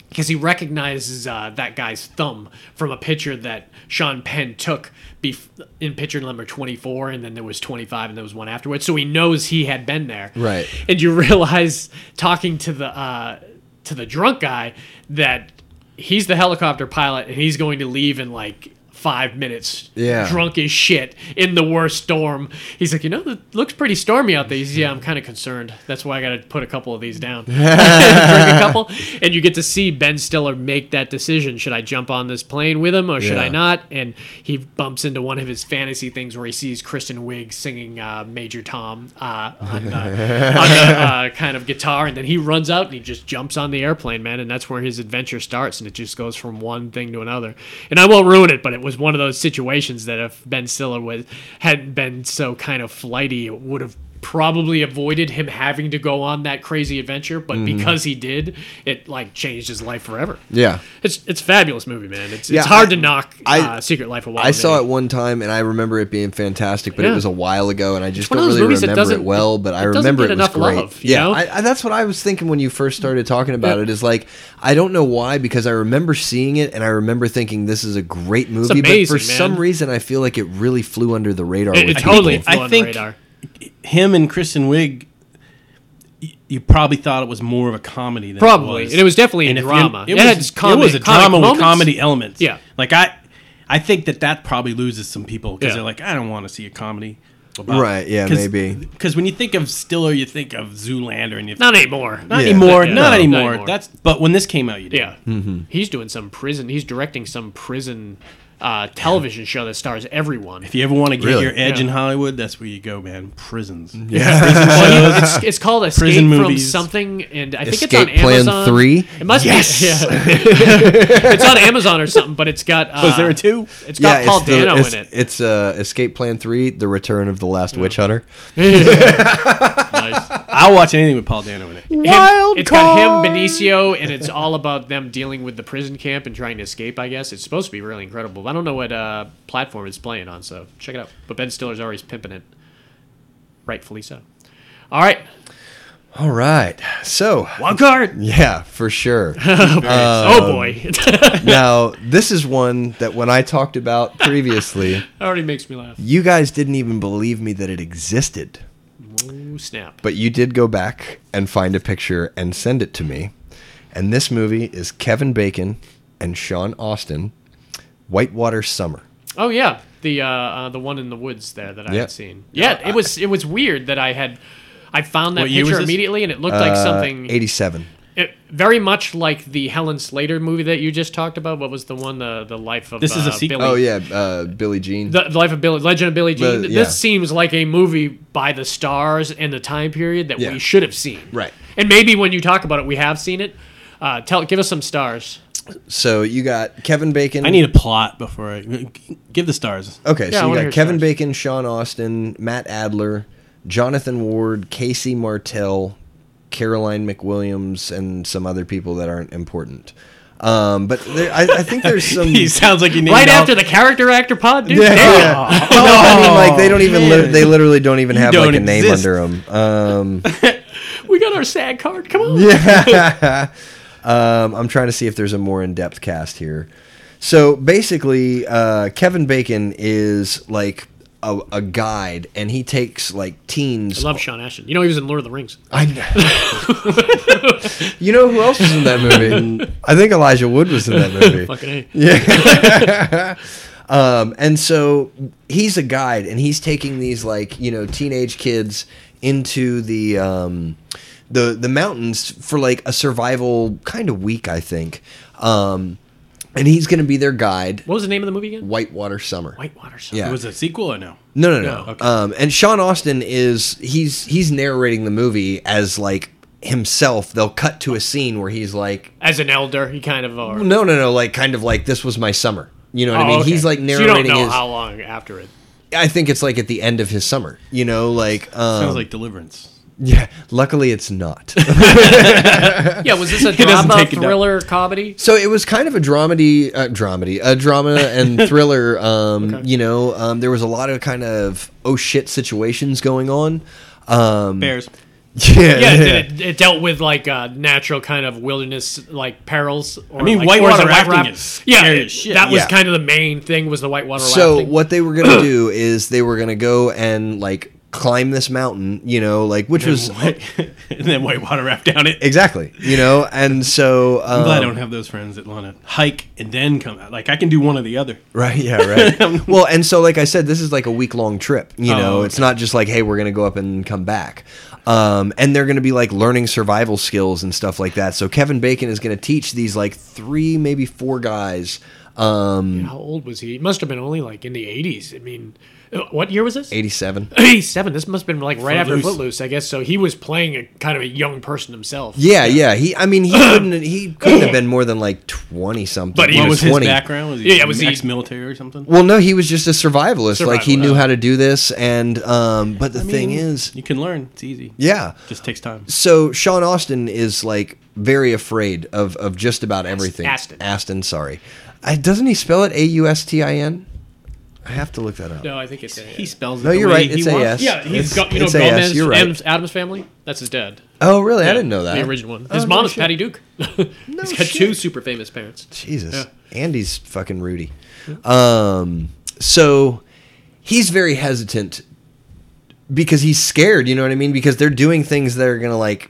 S2: because he recognizes uh, that guy's thumb from a picture that Sean Penn took bef- in picture number 24, and then there was 25, and there was one afterwards. So he knows he had been there.
S3: Right.
S2: And you realize talking to the uh, to the drunk guy that he's the helicopter pilot, and he's going to leave in like five minutes.
S3: Yeah.
S2: Drunk as shit in the worst storm. He's like, you know, it looks pretty stormy out there. He's, yeah, I'm kind of concerned. That's why I got to put a couple of these down. drink a couple, and you get to see Ben Stiller make that decision: should I jump on this plane with him or should I
S3: Yeah.
S2: not? And he bumps into one of his fantasy things where he sees Kristen Wiig singing uh, Major Tom uh, on the, on the uh, kind of guitar, and then he runs out and he just jumps on the airplane, man, and that's where his adventure starts, and it just goes from one thing to another. And I won't ruin it, but it was one of those situations that if Ben Stiller was hadn't been so kind of flighty, it would have probably avoided him having to go on that crazy adventure, but because he did, it like changed his life forever.
S3: Yeah.
S2: It's it's a fabulous movie, man. It's
S3: Yeah,
S2: it's hard
S3: I-
S2: to knock
S3: I-
S2: uh, Secret Life of Wild.
S3: I saw
S2: Man.
S3: it one time and I remember it being fantastic, but it
S2: Yeah.
S3: was a while ago and I just
S2: one of
S3: don't
S2: those
S3: really
S2: movies that
S3: remember it
S2: doesn't-
S3: well. But I
S2: it doesn't
S3: remember
S2: get
S3: it was
S2: enough
S3: great.
S2: love, you
S3: yeah,
S2: know?
S3: I, I, that's what I was thinking when you first started talking about
S2: Yeah.
S3: it. Is like I don't know why because I remember seeing it and I remember thinking this is a great movie,
S2: amazing,
S3: but for some
S2: man.
S3: reason I feel like it really flew under the radar.
S2: It-
S3: with
S2: it
S3: people.
S2: totally
S4: I
S2: flew on
S4: think-
S2: the radar.
S4: him and Kristen Wiig. y- You probably thought it was more of a comedy than
S2: Probably.
S4: it was.
S2: And it was definitely a
S4: if you-
S2: drama.
S4: It,
S2: It had
S4: was,
S2: comedy-
S4: it was a
S2: comic
S4: drama with
S2: moments.
S4: comedy elements.
S2: Yeah.
S4: like I, I think that that probably loses some people because
S2: Yeah.
S4: they're like, I don't want to see a comedy.
S3: Right, yeah, maybe.
S4: Because when you think of Stiller, you think of Zoolander, and you
S2: Not anymore.
S4: not
S3: Yeah.
S4: anymore,
S2: Yeah.
S4: not
S2: No.
S4: anymore.
S2: Not anymore.
S4: That's but when this came out, you did.
S2: yeah,
S3: Mm-hmm.
S2: he's doing some prison. He's directing some prison uh, television show that stars everyone.
S4: If you ever want to get
S3: Really?
S4: your edge
S2: Yeah.
S4: in Hollywood, that's where you go, man. Prisons.
S2: Well, he- it's, it's called Escape
S4: Prison
S2: from
S4: movies.
S2: something, and I think it's on
S3: Escape Plan
S2: Amazon.
S3: 3?
S2: It must be. Yeah. it's on Amazon or something, but it's got. Uh,
S4: Was there a two?
S2: It's got Paul
S3: it's the-
S2: Dano
S3: it's,
S2: in it.
S3: It's uh, Escape Plan Three: The Return of the Last Witch Hunter.
S2: Nice.
S4: I'll watch anything with Paul Dano in it.
S2: him-
S3: Wild
S2: it's got
S3: card.
S2: him, Benicio, and it's all about them dealing with the prison camp and trying to escape. I guess it's supposed to be really incredible. I don't know what uh, platform it's playing on, so check it out. But Ben Stiller's always pimping it, rightfully so. All right,
S3: All right, so
S2: wild card.
S3: yeah, for sure.
S2: oh
S3: Um,
S2: boy,
S3: now this is one that when I talked about previously.
S2: already makes me laugh.
S3: You guys didn't even believe me that it existed,
S2: Ooh, snap.
S3: but you did go back and find a picture and send it to me. And this movie is Kevin Bacon and Sean Austin, Whitewater Summer.
S2: Oh yeah, the uh, uh, the one in the woods there that I
S3: Yeah.
S2: had seen. Yeah, it was it was weird that I had. I found that
S4: What year
S2: picture
S4: was this?
S2: immediately, and it looked like
S3: Uh,
S2: something
S3: 87.
S2: It, very much like the Helen Slater movie that you just talked about. What was the one? The the life of
S4: This is
S2: uh,
S4: a sequel.
S2: Billy-
S3: Oh yeah, uh, Billy Jean.
S2: The, the life of Billy, Legend of Billy Jean.
S3: The- yeah.
S2: This seems like a movie by the stars and the time period that
S3: Yeah.
S2: we should have seen.
S3: Right.
S2: And maybe when you talk about it, we have seen it. Uh, tell, give us some stars.
S3: So you got Kevin Bacon.
S4: I need a plot before I g- give the stars.
S3: Okay,
S2: Yeah, I
S3: so you
S2: wanna
S3: got
S2: hear
S3: Kevin
S2: yours.
S3: Bacon, Sean Austin, Matt Adler, Jonathan Ward, Casey Martell, Caroline McWilliams, and some other people that aren't important. Um, but there, I, I think there's some.
S4: He sounds like he named
S2: Right
S4: all-
S2: after the character actor pod, dude.
S3: Yeah.
S2: Damn.
S3: Yeah. Well, I mean, like they don't even. Li- they literally don't even have
S4: Oh, don't
S3: like a name
S4: exist.
S3: under them. Um,
S2: We got our sad card. Come on.
S3: yeah. um, I'm trying to see if there's a more in depth cast here. So basically, uh, Kevin Bacon is like a, a guide, and he takes like teens.
S2: I love Sean Ashton. You know he was in Lord of the Rings.
S3: I know. you know who else was in that movie? I think Elijah Wood was in that movie.
S2: Fucking A.
S3: Yeah. um, and so he's a guide, and he's taking these like you know teenage kids into the um, the the mountains for like a survival kind of week, I think. Um, and he's going to be their guide.
S2: What was the name of the movie again?
S3: Whitewater Summer.
S2: Whitewater. Sun.
S3: Yeah.
S4: Was it a sequel or no?
S3: No, no, no.
S2: No, okay.
S3: Um, and Sean Austin is he's he's narrating the movie as like himself. They'll cut to a scene where he's like,
S2: As an elder, he kind of. Or,
S3: no, no, no, like kind of like this was my summer. You know what I
S2: Oh,
S3: mean?
S2: okay.
S3: He's like
S2: So you
S3: narrating
S2: don't know
S3: his.
S2: how long after it.
S3: I think it's like at the end of his summer. You know, like um,
S4: Sounds like Deliverance.
S3: yeah. Luckily, it's not.
S2: Yeah, was this a
S4: doesn't
S2: drama,
S4: take it down.
S2: thriller, comedy?
S3: So it was kind of a dramedy, uh, dramedy, a drama and thriller. Um, You know, um, there was a lot of kind of oh shit situations going on. Um,
S4: Bears.
S3: Yeah,
S2: Yeah, It, it dealt with like uh, natural kind of wilderness like perils. Or,
S4: I mean,
S2: like,
S4: whitewater
S2: or the rat
S4: rafting
S2: rap-
S4: is
S2: yeah,
S4: scary
S2: it-
S4: as shit.
S2: that was
S3: Yeah.
S2: kind of the main thing was the whitewater
S3: So
S2: rafting.
S3: what they were gonna do is they were gonna go and like climb this mountain, you know, like which was
S4: and then whitewater raft down it.
S3: exactly, you know, and so um,
S4: I'm glad I don't have those friends that want to hike and then come out. Like I can do one or the other.
S3: Right, yeah, right. well, and so like I said, this is like a week long trip. You
S4: Oh,
S3: know, it's not just like, hey, we're gonna go up and come back. Um, and they're gonna be like learning survival skills and stuff like that. So Kevin Bacon is gonna teach these like three, maybe four guys. Um,
S2: How old was he? He must have been only like in the 80s. I mean, uh, what year was this?
S3: eighty-seven.
S2: 87. This must have been like right after
S4: Footloose.
S2: Footloose, I guess. So he was playing a kind of a young person himself.
S3: Yeah, yeah. He, I mean, he couldn't, he couldn't have been more than like twenty something.
S2: But he
S4: What
S2: was
S4: was his background? Was he
S2: Yeah, was he-
S4: ex-military or something?
S3: Well, no, he was just a survivalist. Like he
S2: Survivalist.
S3: knew how to do this, and um, but the thing is,
S4: you can learn. It's easy.
S3: yeah.
S4: just takes time.
S3: So Sean Austin is like very afraid of of just about everything.
S2: Astin.
S3: Astin, sorry. I, doesn't he spell it A U S T I N? I have to look that up.
S2: No, I think it's.
S4: He spells it.
S3: No,
S4: the
S3: you're
S4: way
S3: right.
S4: he
S3: It's
S4: wants.
S3: AS.
S2: yeah, he's
S3: It's-
S2: got, you know,
S3: it's AS,
S2: Gomez,
S3: you're right.
S2: Adams, Adams family. That's his dad.
S3: Oh, really? I
S2: Yeah,
S3: didn't know that.
S2: The original one.
S3: Oh,
S2: His
S3: no
S2: mom is
S3: shit.
S2: Patty Duke. He's got
S3: shit.
S2: two super famous parents.
S3: Jesus.
S2: Yeah.
S3: Andy's fucking Rudy. Um, so he's very hesitant because he's scared, you know what I mean? Because they're doing things that are going to like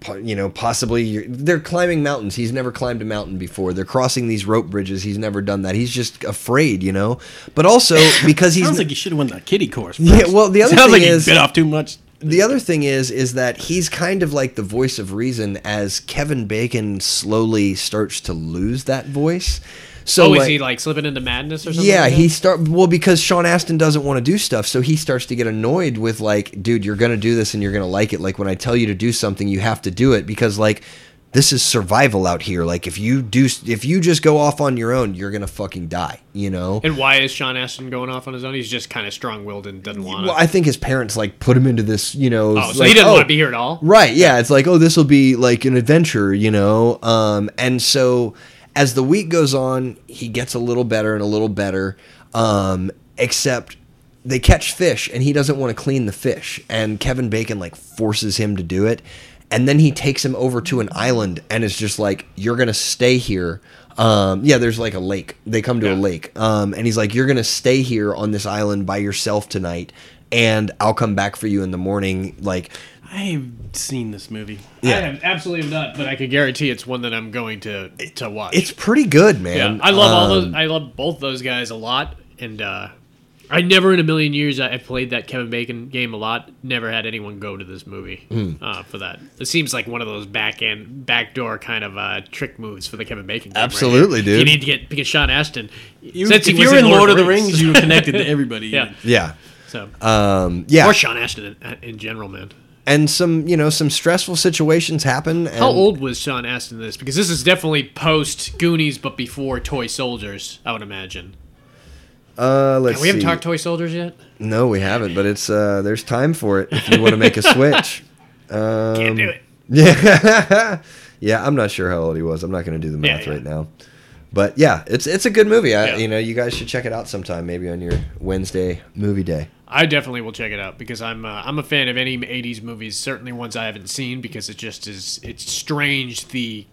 S3: po- you know, possibly they're climbing mountains. He's never climbed a mountain before. They're crossing these rope bridges. He's never done that. He's just afraid, you know. But also because he's
S4: Sounds like you should have won the kiddie course. First.
S3: Yeah, well, the other
S4: sounds
S3: thing
S4: like
S3: is-
S4: you bit off too much.
S3: the other thing is is that he's kind of like the voice of reason as Kevin Bacon slowly starts to lose that voice. So
S2: oh,
S3: like,
S2: is he like slipping into madness or something?
S3: Yeah,
S2: like that?
S3: he start well because Sean Astin doesn't want to do stuff, so he starts to get annoyed with like, dude, you're gonna do this and you're gonna like it. Like when I tell you to do something, you have to do it because like this is survival out here. Like if you do, if you just go off on your own, you're gonna fucking die. You know.
S2: And why is Sean Astin going off on his own? He's just kind of strong willed and doesn't want to.
S3: Well, I think his parents like put him into this. You know,
S2: oh, so
S3: like,
S2: he doesn't
S3: oh,
S2: want to be here at all.
S3: Right. Yeah. It's like, oh, this will be like an adventure, you know? Um, and so as the week goes on, he gets a little better and a little better. Um, except they catch fish and he doesn't want to clean the fish. And Kevin Bacon like forces him to do it. And then he takes him over to an island and is just like, you're going to stay here. Um, yeah, there's like a lake. They come to a lake. Um, and he's like, you're going to stay here on this island by yourself tonight. And I'll come back for you in the morning. Like,
S4: I've seen this movie.
S2: I am absolutely not, but I can guarantee it's one that I'm going to to watch.
S3: It's pretty good,
S2: yeah,
S3: man.
S2: I love all
S3: Um,
S2: those. I love both those guys a lot, and uh, I never in a million years I, I played that Kevin Bacon game a lot. Never had anyone go to this movie
S3: Hmm.
S2: uh, for that. It seems like one of those back end, backdoor kind of uh, trick moves for the Kevin Bacon. Game right
S3: Absolutely,
S2: here. You
S3: dude.
S2: need to get because Sean Astin.
S4: You,
S2: since he
S4: if
S2: was
S4: you're in Lord, of the Rings, you were connected to everybody.
S2: yeah.
S3: Yeah.
S2: So
S3: Um, yeah.
S2: or Sean Astin uh, in, in general, man.
S3: and some you know some stressful situations happen. And uh,
S2: How old was Sean Astin in this? Because this is definitely post Goonies, but before Toy Soldiers, I would imagine.
S3: Uh, let's
S2: we haven't
S3: see.
S2: talked Toy Soldiers yet.
S3: No, we haven't. But it's uh, there's time for it if you want to make a switch. Um,
S2: Can't do it.
S3: Yeah, yeah. I'm not sure how old he was. I'm not going to do the math
S2: yeah.
S3: right now. But yeah, it's it's a good movie. I,
S2: Yeah.
S3: You know, you guys should check it out sometime. Maybe on your Wednesday movie day.
S2: I definitely will check it out because I'm uh, I'm a fan of any '80s movies, certainly ones I haven't seen because it just is it's strange the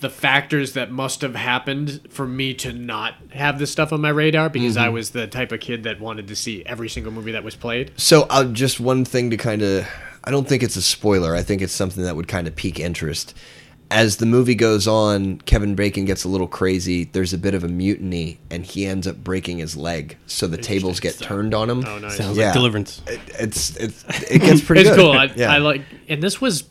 S2: the factors that must have happened for me to not have this stuff on my radar because
S3: Mm-hmm.
S2: I was the type of kid that wanted to see every single movie that was played.
S3: So uh, just one thing to kind of, I don't think it's a spoiler. I think it's something that would kind of pique interest. As the movie goes on, Kevin Bacon gets a little crazy. There's a bit of a mutiny, and he ends up breaking his leg. So the tables get turned on him.
S2: Oh, nice.
S4: Sounds
S3: Yeah.
S4: like Deliverance.
S3: It, it's, it's it gets pretty.
S2: it's
S3: good.
S2: cool. I,
S3: yeah.
S2: I like, and this was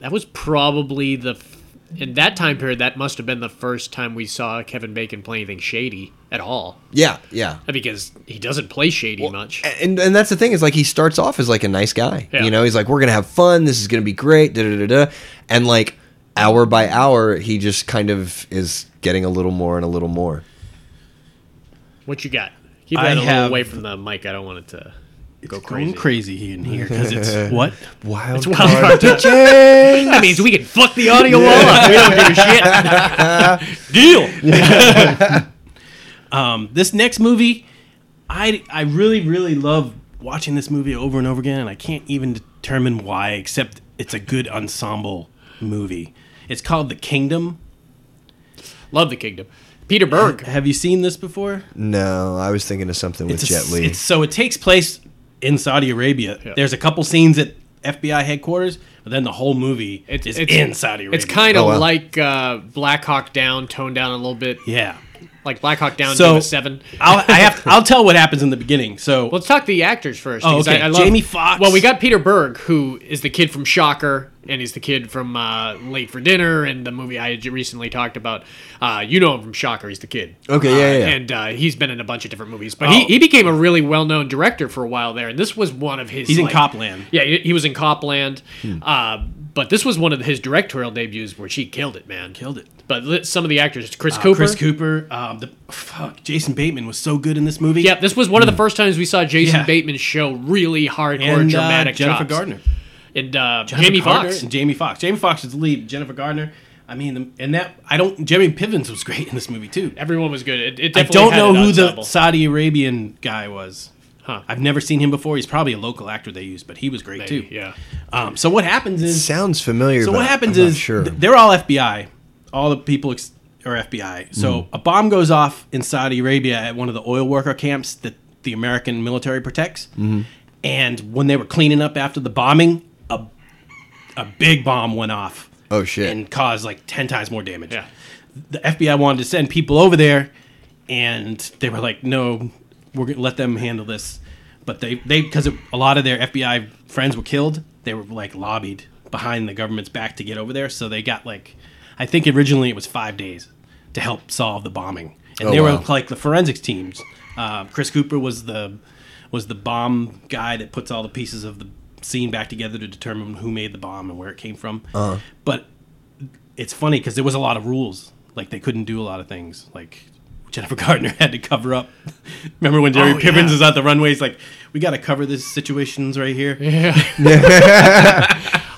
S2: that was probably the f- in that time period that must have been the first time we saw Kevin Bacon play anything shady at all
S3: Yeah, yeah.
S2: because he doesn't play shady much.
S3: And and that's the thing is like he starts off as like a nice guy.
S2: Yeah.
S3: You know, he's like we're gonna have fun. This is gonna be great. Da da da da. And like hour by hour, he just kind of is getting a little more and a little more.
S2: What you got? Keep
S4: I
S2: that a little
S4: have-
S2: away from the mic. I don't want it to go
S4: Going
S2: crazy.
S4: crazy in here because it's what?
S3: Wild
S2: It's wild card That means we can fuck the audio all up. We don't give a shit.
S4: deal. um, this next movie, I I really really love watching this movie over and over again, and I can't even determine why, except it's a good ensemble movie. It's called The Kingdom.
S2: Love the kingdom. Peter Berg.
S4: Have you seen this before?
S3: No, I was thinking of something with
S4: It's a-
S3: Jet Li.
S4: it's- so it takes place in Saudi Arabia.
S2: Yeah.
S4: There's a couple scenes at FBI headquarters, but then the whole movie
S2: It's,
S4: is
S2: it's
S4: in Saudi Arabia.
S2: It's kind of
S3: Oh, wow.
S2: like uh, Black Hawk Down, toned down a little bit.
S4: yeah.
S2: Like Black Hawk Down
S4: So-
S2: gave a seven.
S4: I'll I have to, I'll tell what happens in the beginning. So
S2: Well, let's talk the actors first.
S4: Oh,
S2: because
S4: okay. Jamie Foxx.
S2: Well, we got Peter Berg, who is the kid from Shocker, and he's the kid from uh, Late for Dinner, and the movie I had recently talked about. Uh, you know him from Shocker. He's the kid.
S3: Okay,
S2: Uh,
S3: yeah, yeah, yeah.
S2: And uh, he's been in a bunch of different movies, but
S4: Oh.
S2: he, he became a really well known director for a while there, and this was one of his.
S4: he's in
S2: like-
S4: Copland.
S2: Yeah, he he was in Copland.
S3: Hmm.
S2: Uh, but this was one of his directorial debuts where she killed it, man.
S4: Killed it. Uh,
S2: But li- some of the actors, Chris Cooper.
S4: Chris Cooper. Um, the fuck, Jason Bateman was so good in this movie.
S2: Yeah, this was one of the first times we saw Jason
S4: Hmm. Yeah.
S2: Bateman show really hardcore
S4: and uh,
S2: dramatic
S4: Jennifer
S2: chops.
S4: Gardner,
S2: and uh,
S4: Jennifer
S2: Jamie
S4: Gardner
S2: Foxx.
S4: and Jamie Foxx. Jamie Foxx is the lead. Jennifer Gardner. I mean, the, and that I don't. Jeremy Pivens was great in this movie too.
S2: Everyone was good. It, it
S4: I
S2: definitely
S4: don't
S2: had
S4: know
S2: an
S4: who the
S2: ensemble.
S4: Saudi Arabian guy was.
S2: Huh.
S4: I've never seen him before. He's probably a local actor they used, but he was great
S2: Maybe,
S4: too.
S2: Yeah,
S4: Um, so what happens is
S3: Sounds familiar.
S4: So
S3: but
S4: what happens
S3: I'm not
S4: is
S3: sure.
S4: th- they're all FBI. All the people ex- are FBI. So
S3: Hmm.
S4: a bomb goes off in Saudi Arabia at one of the oil worker camps that the American military protects.
S3: Mm-hmm.
S4: And when they were cleaning up after the bombing, a a big bomb went off
S3: oh shit.
S4: and caused like 10 times more damage.
S2: Yeah.
S4: The FBI wanted to send people over there and they were like, no, we're going to let them handle this. But they, they because a lot of their FBI friends were killed, they were like lobbied behind the government's back to get over there. So they got like, I think originally it was five days to help solve the bombing. And
S3: Oh,
S4: they
S3: wow.
S4: were like the forensics teams. Uh, Chris Cooper was the was the bomb guy that puts all the pieces of the scene back together to determine who made the bomb and where it came from.
S3: Uh-huh.
S4: But it's funny because there was a lot of rules. Like they couldn't do a lot of things. Like Jennifer Gardner had to cover up. Remember when Jerry
S2: Oh, yeah.
S4: Piven's is at the runway? He's like, "We got to cover these situations right here."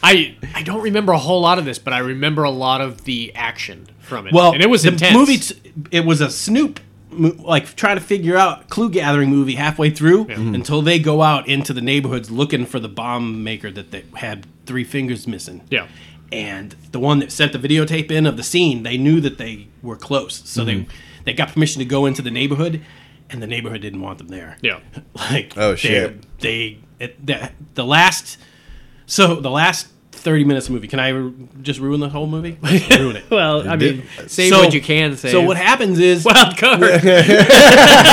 S2: I I don't remember a whole lot of this, but I remember a lot of the action from it.
S4: Well,
S2: and it was
S4: the
S2: intense.
S4: Movie, t- it was a Snoop, mo- like trying to figure out clue gathering movie halfway through
S2: Mm-hmm.
S4: until they go out into the neighborhoods looking for the bomb maker that they had three fingers missing.
S2: Yeah.
S4: and the one that sent the videotape in of the scene, they knew that they were close, so they
S2: Mm-hmm.
S4: they got permission to go into the neighborhood, and the neighborhood didn't want them there.
S2: Yeah.
S4: like
S3: Oh,
S4: they-
S3: shit.
S4: They, it, the, the last so the last thirty minutes of the movie. Can I r- just ruin the whole movie? ruin it.
S2: Well, I mean,
S5: Say
S4: So-
S5: what you can say.
S4: So what happens is
S2: wild card.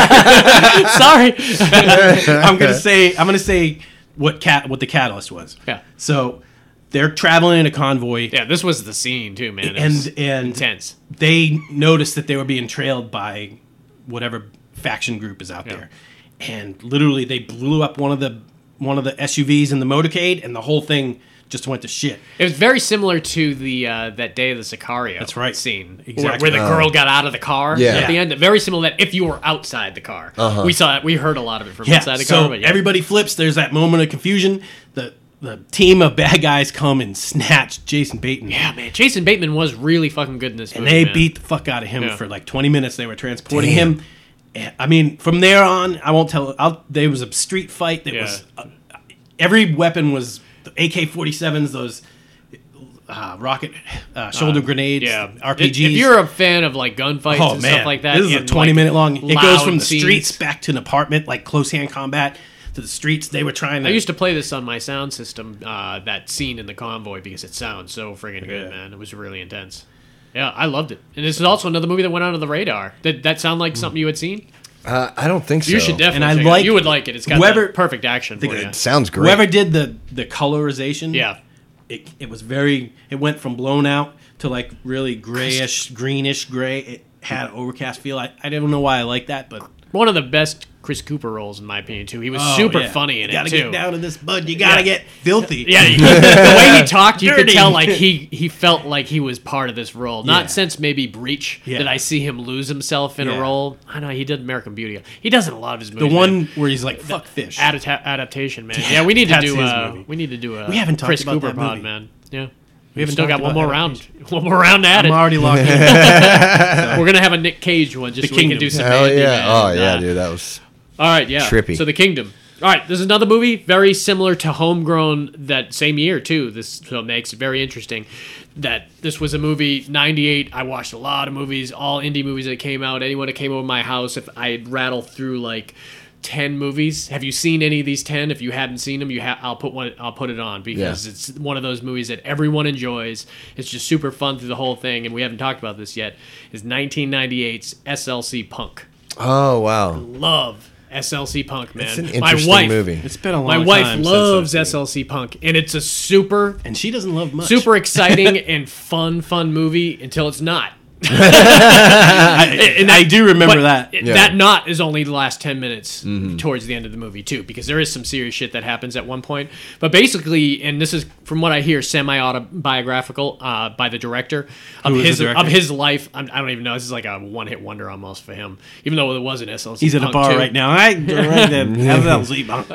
S2: Sorry.
S4: I'm gonna say I'm gonna say what cat what the catalyst was.
S2: Yeah.
S4: So they're traveling in a convoy
S2: Yeah, this was the scene too, man. It was
S4: and and
S2: intense.
S4: they noticed that they were being trailed by whatever faction group is out there, and literally they blew up one of the one of the SUVs in the motorcade, and the whole thing just went to shit.
S2: It was very similar to the uh, that day of the Sicario.
S4: That's right.
S2: Scene
S4: Exactly.
S2: where, where the girl got out of the car
S3: Yeah.
S2: at the end. Very similar. to That if you were outside the car, uh-huh. we saw it. We heard a lot of it from
S4: Yeah,
S2: inside the
S4: so
S2: car. But yeah.
S4: everybody flips. There's that moment of confusion. The the team of bad guys come and snatch Jason Bateman.
S2: yeah, man, Jason Bateman was really fucking good in this.
S4: and
S2: movie,
S4: they
S2: man.
S4: beat the fuck out of him
S2: Yeah.
S4: for like 20 minutes. They were transporting him. And, I mean, from there on, I won't tell. I'll, there was a street fight that
S2: Yeah.
S4: was uh, every weapon was the AK-47s, those uh, rocket uh, shoulder grenades,
S2: Yeah,
S4: RPGs.
S2: If you're a fan of like gunfights
S4: oh
S2: and
S4: man,
S2: stuff like that,
S4: this is a
S2: and,
S4: 20
S2: like,
S4: minute long. It goes
S2: loud
S4: from the
S2: scenes.
S4: streets back to an apartment, like close hand combat to the streets. They were trying to.
S2: I used to play this on my sound system, uh, that scene in the convoy, because it sounds so friggin' good, man. It was really intense. Yeah, I loved it. And this is also another movie that went under the radar. Did that sound like something you had seen?
S3: Uh, I don't think so.
S2: You should definitely.
S4: And I
S2: check it out.
S4: like-
S2: You would like it. It's got
S4: whoever-
S2: that perfect action for you.
S3: It sounds great.
S4: Whoever did the the colorization,
S2: Yeah.
S4: it, it was very. It went from blown out to like really grayish, greenish gray. It had an overcast feel. I, I don't know why I like that, but
S2: One of the best Chris Cooper roles, in my opinion, too. He was
S4: Oh,
S2: super
S4: yeah.
S2: funny in
S4: you
S2: it
S4: gotta
S2: too.
S4: get down to this bud. You gotta
S2: Yeah.
S4: get filthy.
S2: Yeah, you- the way he talked, you could
S4: Dirty.
S2: tell like he he felt like he was part of this role. Not
S4: Yeah.
S2: since maybe Breach
S4: Yeah.
S2: did I see him lose himself in a
S4: Yeah.
S2: role. I know he did American Beauty. He does it in a lot of his
S4: the
S2: movies. man.
S4: one where he's like fuck fish.
S2: Adapta- adaptation, man. Yeah, we need to
S4: That's
S2: do
S4: his
S2: a
S4: movie.
S2: we need to do a
S4: We haven't talked
S2: Chris
S4: about
S2: Cooper
S4: that
S2: pod,
S4: movie.
S2: man. Yeah, we,
S4: We've
S2: haven't dug out
S4: talked
S2: one
S4: about
S2: more round, one more round at
S4: I'm
S2: it.
S4: already locked in.
S2: We're gonna have a Nick Cage one just
S4: The
S2: so we can
S4: Kingdom.
S2: do some.
S3: Hell
S2: Mandy,
S3: yeah!
S2: man.
S3: Oh yeah,
S2: Nah.
S3: dude, that was
S2: All right, yeah.
S3: Trippy.
S2: So the Kingdom. All right, there's another movie very similar to Homegrown that same year too. This so it makes it very interesting that this was a movie '98. I watched a lot of movies, all indie movies that came out. Anyone that came over my house, if I would rattle through like. 10 movies have you seen any of these 10 if you hadn't seen them you ha- i'll put one i'll put it on because
S3: Yeah.
S2: it's one of those movies that everyone enjoys it's just super fun through the whole thing and we haven't talked about this yet is 1998's slc punk
S3: oh wow.
S2: love SLC Punk, man.
S3: It's an
S2: my
S3: interesting
S2: wife,
S3: movie.
S4: It's been a long
S2: my
S4: time.
S2: wife
S4: since I've
S2: loves
S4: seen it.
S2: SLC Punk, and it's a super,
S4: and she doesn't love much.
S2: super exciting and fun, fun movie until it's not.
S4: I, and I do remember
S2: But it-
S4: that.
S3: Yeah. Mm-hmm.
S2: that not is only the last 10 minutes towards the end of the movie too because there is some serious shit that happens at one point but basically and this is from what i hear semi-autobiographical uh, by the director of
S4: Who is the
S2: his
S4: director?
S2: of his life I'm, i don't even know this is like a one-hit wonder almost for him even though it was an slc
S4: He's at a
S2: Punk
S4: bar
S2: too.
S4: right now. I right there. Have that Zebon.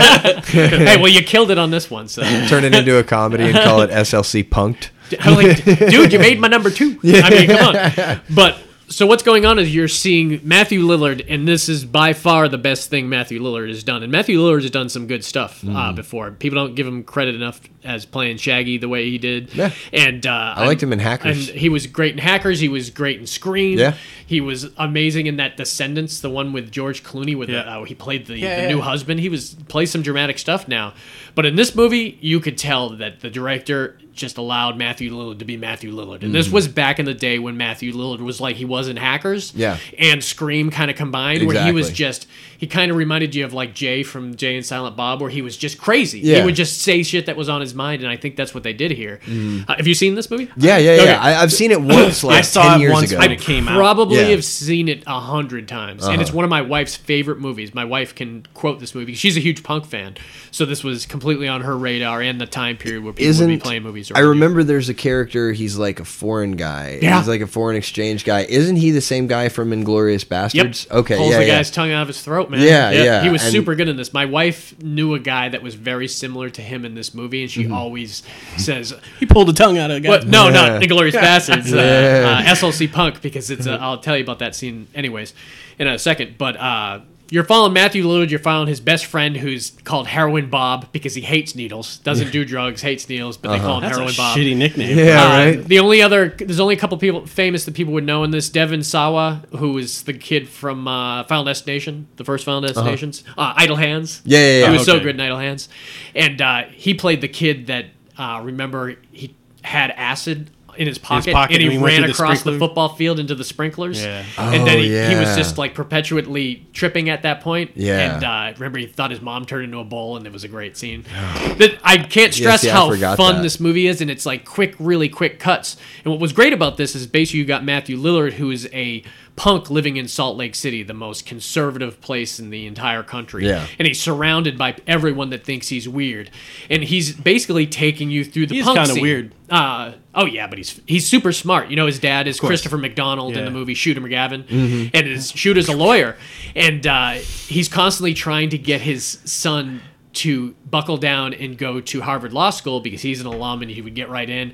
S2: hey well you killed it on this one so
S3: Turn it into a comedy and call it SLC Punked.
S2: I'm like, dude, you made my number two. I mean, come on. But so what's going on is you're seeing Matthew Lillard, and this is by far the best thing Matthew Lillard has done. And Matthew Lillard has done some good stuff
S3: Hmm.
S2: uh, before. People don't give him credit enough as playing Shaggy the way he did.
S3: Yeah.
S2: And uh, I
S3: liked him in Hackers.
S2: And he was great in Hackers. He was great in Scream.
S3: Yeah.
S2: He was amazing in that Descendants, the one with George Clooney, with the,
S4: Yeah.
S2: uh, he played the,
S4: Yeah,
S2: the
S4: yeah,
S2: new
S4: yeah.
S2: husband. He was plays some dramatic stuff now, but in this movie, you could tell that the director just allowed Matthew Lillard to be Matthew Lillard, and
S3: Mm.
S2: this was back in the day when Matthew Lillard was like he was in Hackers,
S3: Yeah.
S2: and Scream kind of combined, where he was
S3: Exactly.
S2: just he kind of reminded you of like Jay from Jay and Silent Bob, where he was just crazy. He
S3: Yeah.
S2: would just say shit that was on his mind, and I think that's what they did here. Uh, have you seen this movie?
S3: Mm-hmm. Yeah, yeah, yeah.
S2: Okay.
S3: I, I've seen it once, like
S4: I saw
S3: ten
S4: it
S3: years
S4: once
S3: ago.
S4: when it came out.
S2: probably
S3: Yeah. Uh-huh.
S2: have seen it a hundred times, and it's one of my wife's favorite movies. My wife can quote this movie. She's a huge punk fan, so this was completely on her radar and the time period where people would be
S3: Isn't
S2: playing movies.
S3: I
S2: around you.
S3: remember there's a character. He's like a foreign guy.
S2: Yeah.
S3: He's like a foreign exchange guy. Isn't he the same guy from Inglorious
S2: Yep.
S3: Bastards? Okay.
S2: Pulls
S3: yeah.
S2: the
S3: yeah.
S2: guy's tongue out of his throat, man.
S3: Yeah, yeah,
S2: He was
S3: and-
S2: super good in this. My wife knew a guy that was very similar to him in this movie, and she
S3: Mm-hmm.
S2: always says,
S4: He pulled a tongue out of a guy.
S2: Well, no, not
S3: Yeah.
S2: Inglorious Bastards. Uh,
S3: Yeah.
S2: uh, SLC Punk, because it's.
S4: Mm-hmm.
S2: Uh, I'll tell you about that scene, anyways, in a second. But uh, you're following Matthew Lillard. You're following his best friend, who's called Heroin Bob, because he hates needles, doesn't do drugs, hates needles, but
S3: Uh-huh.
S2: they call him
S4: That's a
S2: Heroin Bob.
S4: shitty nickname.
S3: Yeah.
S2: Uh,
S3: right?
S2: The only other, there's only a couple people famous that people would know in this. Devin Sawa, who is the kid from uh, Final Destination, the first Final Destinations, uh Idle Hands.
S3: Uh-huh. Yeah, yeah, yeah.
S2: He was so
S4: Okay.
S2: good in Idle Hands, and uh, he played the kid that uh, remember he had acid in his pocket,
S4: pocket
S2: and he,
S4: and he went
S2: ran
S4: through the
S2: across the,
S4: sprinkler?
S2: football field into the sprinklers.
S4: Yeah.
S2: and then
S3: Oh,
S2: he, he was
S3: yeah.
S2: just like perpetually tripping at that point.
S3: Yeah.
S2: and uh, remember he thought his mom turned into a bowl, and it was a great scene. That I can't stress
S3: see, I
S2: how
S3: forgot
S2: fun
S3: that.
S2: this movie is, and it's like quick, really quick cuts. And what was great about this is basically you got Matthew Lillard, who is a Punk living in Salt Lake City, the most conservative place in the entire country.
S3: Yeah.
S2: And he's surrounded by everyone that thinks he's weird. And he's basically taking you through the
S4: He is
S2: punk
S4: kinda
S2: scene.
S4: weird.
S2: Uh, oh yeah, but he's he's super smart. You know, his dad is Christopher McDonald in
S4: Yeah.
S2: the movie Shooter McGavin, and his Shooter's a lawyer, and uh, he's constantly trying to get his son to buckle down and go to Harvard Law School because he's an alum and he would get right in.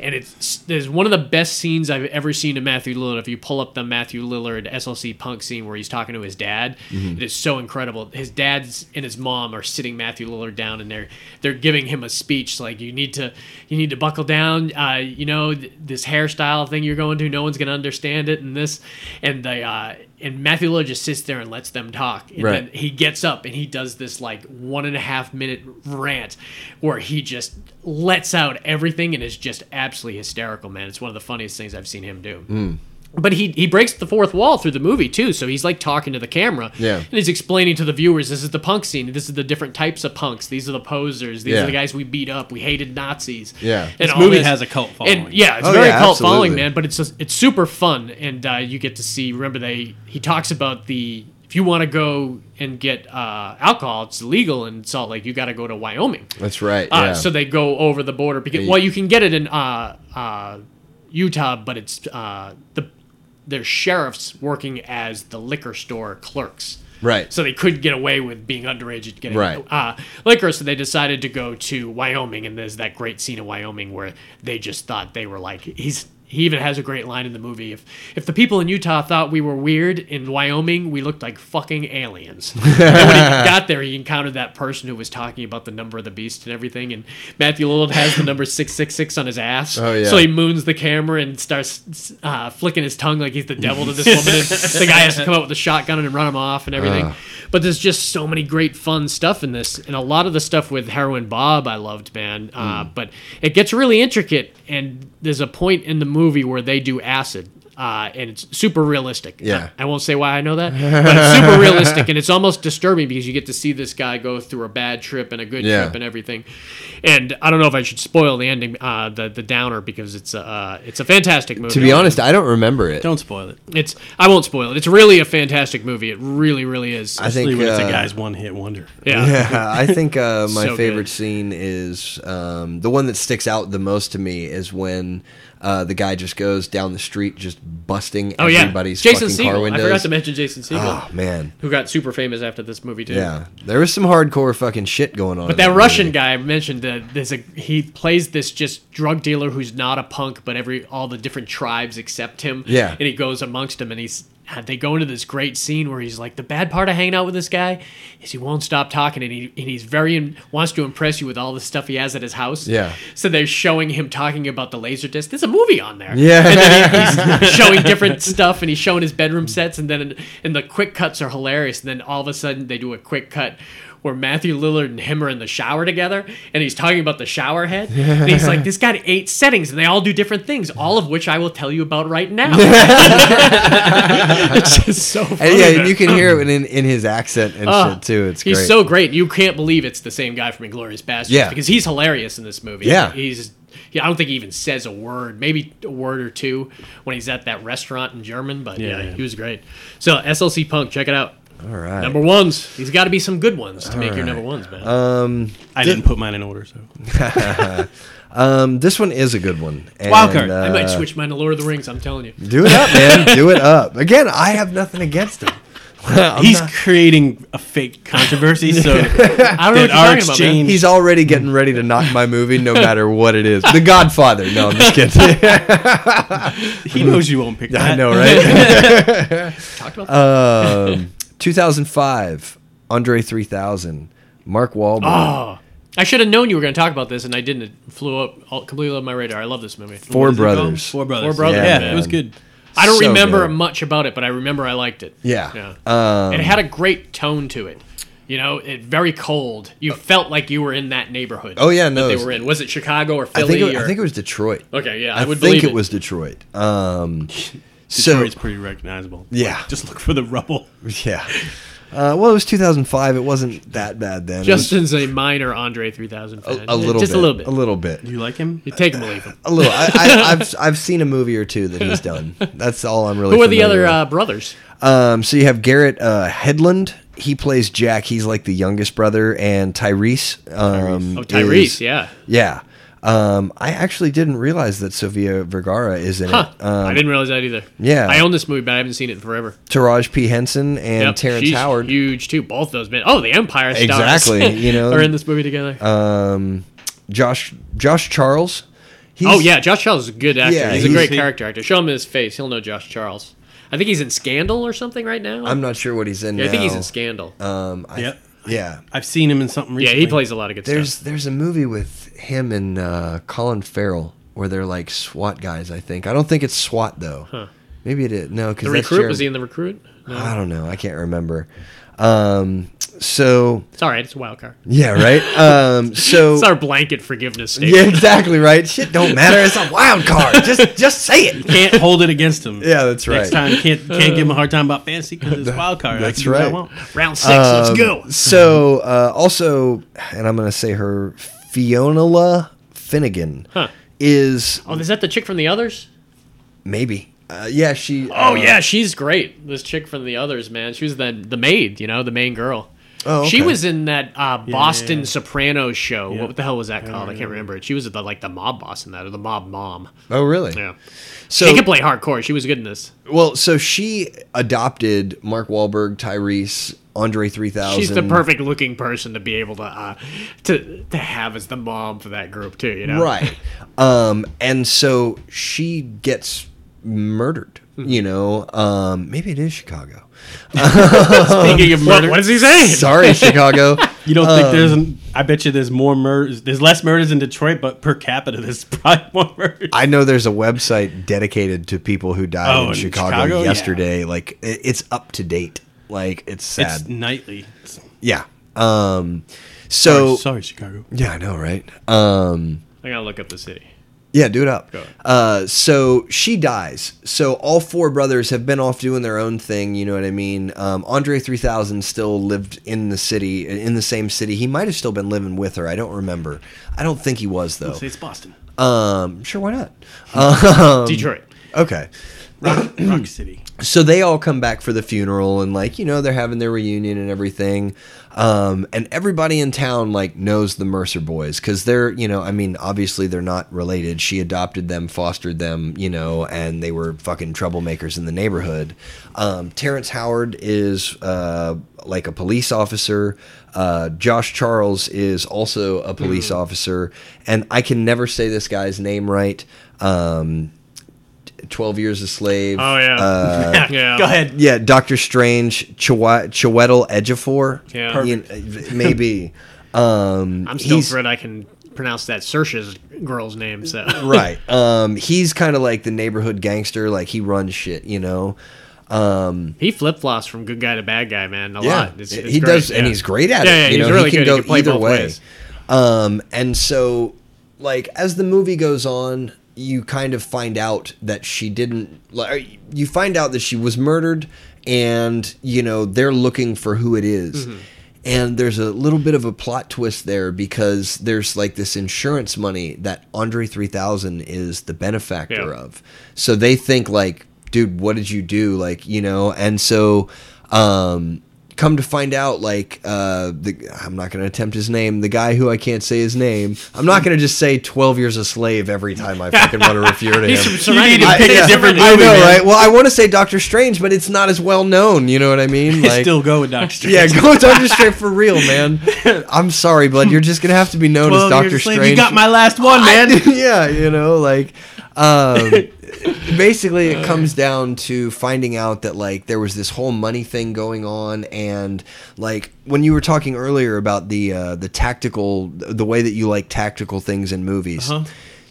S2: And it's there's one of the best scenes I've ever seen of Matthew Lillard. If you pull up the Matthew Lillard SLC Punk scene where he's talking to his dad, it is so incredible. His dad's and his mom are sitting Matthew Lillard down and they're they're giving him a speech like you need to you need to buckle down. Uh, you know th- this hairstyle thing you're going to, no one's gonna understand it and this and they uh, and Matthew Lillard just sits there and lets them talk and
S3: Right.
S2: then he gets up and he does this like one and a half minute rant where he just lets out everything and is just absolutely hysterical, man. It's one of the funniest things I've seen him do. But he, he breaks the fourth wall through the movie too, so he's like talking to the camera.
S3: Yeah.
S2: And he's explaining to the viewers this is the punk scene, this is the different types of punks, these are the posers, these
S3: Yeah.
S2: are the guys we beat up, we hated Nazis.
S3: Yeah.
S2: And
S4: This
S2: all
S4: movie has a cult following.
S2: And yeah, it's
S3: Oh,
S2: very
S3: yeah,
S2: cult following,
S3: absolutely.
S2: man. But it's just, it's super fun, and uh, you get to see. Remember, they he talks about the if you want to go and get uh, alcohol, it's illegal in Salt Lake. You got to go to Wyoming.
S3: That's right.
S2: Uh,
S3: yeah.
S2: So they go over the border because well, you can get it in uh, uh, Utah, but it's uh, the their sheriffs working as the liquor store clerks.
S3: Right.
S2: So they could get away with being underage and getting
S3: Right.
S2: uh, liquor. So they decided to go to Wyoming, and there's that great scene in Wyoming where they just thought they were like he's. He even has a great line in the movie. If if the people in Utah thought we were weird in Wyoming, we looked like fucking aliens. and when he got there, he encountered that person who was talking about the number of the beast and everything. And Matthew Lillard has the number six six six on his ass.
S3: Oh, yeah.
S2: So he moons the camera and starts uh, flicking his tongue like he's the devil to this woman. And the guy has to come out with a shotgun and run him off and everything. But there's just so many great fun stuff in this, and a lot of the stuff with Heroin Bob I loved, man.
S3: Hmm.
S2: Uh, but it gets really intricate, and there's a point in the movie where they do acid. Uh, and it's super realistic.
S3: Yeah.
S2: I, I won't say why I know that, but it's super realistic, and it's almost disturbing because you get to see this guy go through a bad trip and a good
S3: Yeah.
S2: trip and everything. And I don't know if I should spoil the ending, uh, the the downer, because it's a uh, it's a fantastic movie.
S3: to be honest, I don't remember it.
S4: Don't spoil it.
S2: it's I won't spoil it. It's really a fantastic movie. It really, really is.
S3: I think
S4: Especially when it's
S3: uh,
S4: a guy's one hit wonder.
S2: yeah.
S3: Yeah, I think uh, my
S2: So good.
S3: favorite scene is um, the one that sticks out the most to me is when uh, the guy just goes down the street just busting
S2: Oh yeah,
S3: everybody's
S2: Jason
S3: fucking car
S2: Segel. I
S3: windows.
S2: forgot to mention Jason Segel,
S3: Oh man,
S2: who got super famous after this movie too.
S3: yeah, there was some hardcore fucking shit going on.
S2: But that Russian guy I mentioned, uh, there's a he plays this just drug dealer who's not a punk, but every all the different tribes accept him.
S3: Yeah.
S2: and he goes amongst them, and he's they go into this great scene where he's like, the bad part of hanging out with this guy is he won't stop talking, and he and he's very in, wants to impress you with all the stuff he has at his house.
S3: Yeah.
S2: so they're showing him talking about the laser disc. There's a movie on there.
S3: Yeah.
S2: and then he- he's showing different stuff, and he's showing his bedroom sets, and then and the quick cuts are hilarious. And then all of a sudden they do a quick cut where Matthew Lillard and him are in the shower together, and he's talking about the shower head. And he's like, "This got eight settings, and they all do different things, all of which I will tell you about right now." it's just so funny.
S3: And yeah,
S2: man.
S3: and you can hear it in, in his accent and
S2: Ah,
S3: shit too. It's
S2: he's
S3: great.
S2: so great. You can't believe it's the same guy from Inglorious Bastards.
S3: Yeah.
S2: because he's hilarious in this movie.
S3: Yeah.
S2: he's. Yeah, I don't think he even says a word, maybe a word or two when he's at that restaurant in German. But yeah,
S4: Yeah, yeah.
S2: he was great. So SLC Punk, check it out.
S3: All right.
S2: Number ones. He's got to be some good ones to make your number ones, man.
S4: I didn't put mine in order, so
S3: um, this one is a good one. And,
S4: Wild card.
S2: I
S3: uh,
S2: might switch mine to Lord of the Rings. I'm telling you.
S3: do it up, man. do it up. Again, I have nothing against him.
S4: he's creating a fake controversy. So
S2: I don't know what you're
S4: Did our
S2: talking about, man.
S4: exchange-
S3: He's already getting ready to knock my movie, no matter what it is. The Godfather. No, I'm just kidding.
S4: he knows you won't pick that.
S3: I know, right?
S2: Talked about
S3: Um, 2005, Andre 3000, Mark Wahlberg.
S2: oh, I should have known you were going to talk about this, and I didn't. It flew up all, completely off my radar. I love this movie.
S3: Four
S4: What is it called?
S3: brothers.
S4: Four brothers.
S2: Four Brothers,
S4: Yeah,
S2: man.
S4: it was good.
S2: I don't
S3: So
S2: remember
S3: good.
S2: much about it, but I remember I liked it.
S3: Yeah. Um,
S2: Yeah. and it had a great tone to it. You know, it very cold. You felt like you were in that neighborhood.
S3: Uh, Oh, yeah, no,
S2: that they
S3: it's-
S2: were in. Was it Chicago or
S3: I
S2: Philly?
S3: think it,
S2: or,
S3: I think it was Detroit.
S2: okay, yeah, I,
S3: I,
S2: would
S3: think
S2: believe
S3: it was Detroit. Um, so
S4: Detroit's pretty recognizable.
S3: Yeah.
S4: Just look for the rubble.
S3: yeah, Uh, well, it was 2005. It wasn't that bad then. It was
S2: Justin's a minor Andre 3000
S3: a,
S2: fan.
S3: a little
S2: just
S3: bit,
S2: a little bit.
S3: a little bit,
S4: You like him?
S2: You take him or leave him.
S3: a little. I, I, I've I've seen a movie or two that he's done. That's all I'm really.
S2: Who are the
S3: familiar
S2: other
S3: with.
S2: uh, brothers?
S3: Um, so you have Garrett uh, Headland. He plays Jack. He's like the youngest brother, and Tyrese. Um,
S2: Oh, Tyrese.
S3: is-
S2: yeah.
S3: yeah. Um, I actually didn't realize that Sofia Vergara is in
S2: Huh.
S3: it. Um,
S2: I didn't realize that either.
S3: yeah.
S2: I own this movie, but I haven't seen it in forever.
S3: Taraj P. Henson and
S2: Yep,
S3: Terrence
S2: she's
S3: Howard.
S2: huge too. Both those men. Oh, the Empire stars.
S3: Exactly, you know.
S2: are in this movie together.
S3: Um, Josh Josh Charles. He's,
S2: oh yeah, Josh Charles is a good actor.
S3: Yeah,
S2: he's a
S3: he's-
S2: great
S4: he-
S2: character actor. Show him his face. He'll know Josh Charles. I think he's in Scandal or something right now.
S3: I'm not sure what he's in.
S2: yeah, I think he's
S3: now.
S2: in Scandal.
S3: Um, I,
S4: Yep.
S3: Yeah.
S4: I've seen him in something
S2: yeah,
S4: recently.
S2: he plays a lot of good
S3: There's
S2: stuff.
S3: there's a movie with him and uh, Colin Farrell where they're like SWAT guys. I think I don't think it's SWAT though. Maybe it is. No, because
S2: The recruit was he in the recruit? No,
S3: I don't know. I can't remember. Um, so
S2: it's all right. It's a wild card.
S3: yeah, right. Um, so
S2: It's our blanket forgiveness statement.
S3: yeah, exactly right. Shit don't matter. It's a wild card. just just say it.
S4: Can't hold it against him.
S3: Yeah, that's
S4: Next
S3: right.
S4: time, can't can't give him a hard time about fantasy because it's wild card. I
S3: that's
S4: can do what I
S3: right.
S4: want.
S2: Round six. let's
S3: Um,
S2: go.
S3: So uh, also, and I'm gonna say her Fionnuala Finnegan
S2: Huh.
S3: is
S2: Oh, is that the chick from the others?
S3: maybe. Uh, yeah, she.
S2: Oh
S3: uh,
S2: yeah, she's great. This chick from the others, man. She was the the maid, you know, the main girl.
S3: Oh,
S2: She
S3: okay.
S2: was in that uh, Boston Sopranos show. What the hell was that called? I can't remember it. She was the, like the mob boss in that, or the mob mom.
S3: Oh really?
S2: Yeah,
S3: So
S2: she could play hardcore. She was good in this.
S3: Well, so she adopted Mark Wahlberg, Tyrese, Andre 3000.
S2: She's the perfect looking person to be able to uh, to to have as the mom for that group too. You know,
S3: Right. Um, and so she gets murdered,
S4: Hmm.
S3: you know. Um, maybe it is Chicago.
S4: Speaking
S3: Um,
S4: of
S2: What,
S4: murder,
S2: what is he saying?
S3: Sorry, Chicago.
S4: you don't
S3: Um,
S4: think there's? An, I bet you there's more murders. There's less murders in Detroit, but per capita, there's probably more murders.
S3: I know there's a website dedicated to people who died
S4: Oh,
S3: in
S4: in
S3: Chicago,
S4: Chicago? Yeah.
S3: yesterday. Like, it, it's up to date. Like, it's sad.
S4: It's nightly. It's-
S3: yeah. Um, so,
S4: sorry, Chicago.
S3: yeah, I know, right? Um,
S2: I gotta look up the city.
S3: Yeah, do it up.
S2: Go.
S3: Uh, so she dies. So all four brothers have been off doing their own thing. You know what I mean? Um, Andre 3000 still lived in the city, in the same city. He might have still been living with her. I don't remember. I don't think he was, though.
S4: Say it's Boston,
S3: Um, sure, why not?
S2: Detroit.
S3: Okay.
S4: Rock City.
S3: So they all come back for the funeral and, like, you know, they're having their reunion and everything. Um, and everybody in town, like, knows the Mercer boys because they're, you know, I mean, obviously they're not related. She adopted them, fostered them, you know, and they were fucking troublemakers in the neighborhood. Um, Terrence Howard is, uh, like, a police officer. Uh, Josh Charles is also a police
S2: Mm-hmm.
S3: officer. And I can never say this guy's name right. Um, 12 Years a Slave.
S2: Oh yeah,
S3: uh,
S2: yeah.
S4: Go ahead.
S3: Yeah, Doctor Strange, Chiwa- Chiwetel Ejiofor.
S2: Yeah.
S3: You kn- maybe. Um,
S2: I'm still
S3: he's-
S2: afraid I can pronounce that Sersha's girl's name. So
S3: right. Um, he's kind of like the neighborhood gangster. Like he runs shit, you know. Um,
S2: He flip flops from good guy to bad guy, man. A
S3: yeah,
S2: lot. It's, it's
S3: he
S2: great,
S3: does, and
S2: yeah.
S3: he's great at
S2: Yeah,
S3: it.
S2: yeah,
S3: you
S2: he's
S3: know,
S2: really
S3: he can
S2: good.
S3: go
S2: He can play
S3: either
S2: both
S3: way.
S2: ways.
S3: Um, and so, like as the movie goes on, you kind of find out that she didn't. Like you find out that she was murdered, and you know they're looking for who it is.
S2: Mm-hmm.
S3: And there's a little bit of a plot twist there because there's like this insurance money that Andre 3000 is the benefactor
S2: Yeah.
S3: of. So they think like, dude, what did you do? Like, you know, and so um come to find out like uh the I'm not going to attempt his name, the guy who I can't say his name. I'm not going to just say 12 years a slave every time I fucking want to refer to
S2: He's
S3: him.
S2: from Serenity.
S4: to
S2: I-
S4: pick a
S2: yeah.
S4: different
S3: I
S4: movie,
S3: know,
S4: man.
S3: right? Well, I want to say Doctor Strange, but it's not as well known, you know what I mean?
S4: It's still go with Doctor Strange.
S3: Yeah, go with Doctor Strange for real, man. I'm sorry, but you're just gonna have to be known as Doctor Strange.
S4: You got my last one, man.
S3: yeah, you know, like, um, basically, it comes down to finding out that like there was this whole money thing going on, and like when you were talking
S2: Uh-huh.
S3: earlier about the uh, the tactical, the way that you like tactical things in movies.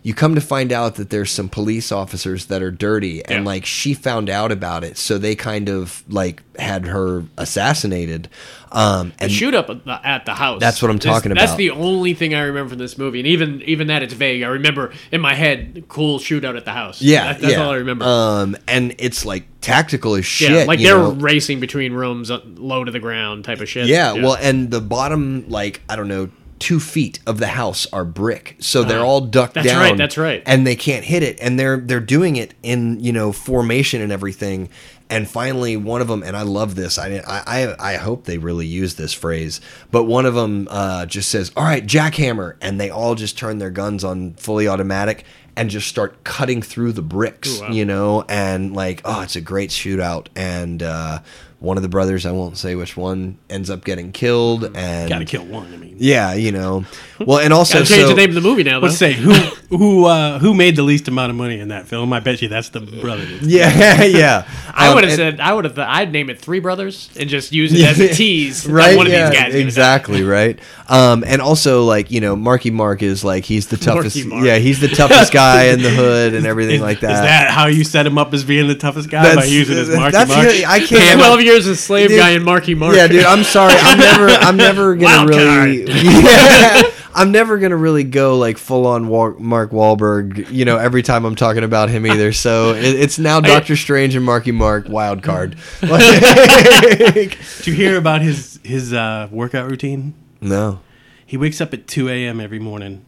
S3: You come to find out that there's some police officers that are dirty, and
S2: Yeah.
S3: like she found out about it, so they kind of like had her assassinated. Um,
S2: The
S3: and
S2: shoot up at the- at the house.
S3: That's what I'm
S2: This-
S3: talking
S2: That's
S3: about.
S2: the only thing I remember from this movie, and even even that it's vague. I remember in my head, cool shootout at the house.
S3: yeah,
S2: That- that's
S3: yeah.
S2: all I remember.
S3: Um, and it's like tactical as shit.
S2: yeah, like
S3: you
S2: they're
S3: know?
S2: racing between rooms, uh, low to the ground type of shit.
S3: Yeah, well, and the bottom, like I don't know, two feet of the house are brick, so they're all ducked
S2: Ah. That's
S3: down.
S2: right, that's right.
S3: And they can't hit it, and they're they're doing it in you know formation and everything. And finally, one of them, and I love this. I didn't- I I, I hope they really use this phrase, but one of them uh, just says, "All right, jackhammer," and they all just turn their guns on fully automatic and just start cutting through the bricks, you know, and like, oh, it's a great shootout. And uh, one of the brothers, I won't say which one, ends up getting killed. And
S4: Gotta kill one. I mean,
S3: yeah, you know, well, and also
S2: Gotta change
S3: so,
S2: the name of the movie now. Though.
S4: let's say who who uh, who made the least amount of money in that film. I bet you that's the brother.
S3: yeah, yeah.
S2: I
S3: Um,
S2: would have
S3: and-
S2: said I would have. Th- I'd name it Three Brothers and just use it as a tease. that
S3: Right,
S2: One of
S3: yeah,
S2: these guys. is gonna die.
S3: exactly, right. Um, and also, like you know, Marky Mark is like he's the toughest.
S2: Mark.
S3: Yeah, he's the toughest guy in the hood and everything like
S4: Is that how you set him up as being the toughest guy by
S3: That's-
S4: using his
S3: that's-
S4: market?
S3: I can't.
S2: Twelve years a slave
S3: Dude.
S2: guy and Marky Mark.
S3: Yeah, dude. I'm sorry. I'm never. I'm never gonna
S2: Wild
S3: really. Yeah, I'm never gonna really go like full on Wa- Mark Wahlberg. You know, every time I'm talking about him either. So it, it's now Doctor Strange and Marky Mark wild card. Like-
S4: Did you hear about his his uh, workout routine?
S3: no.
S4: He wakes up at 2 a.m. every morning,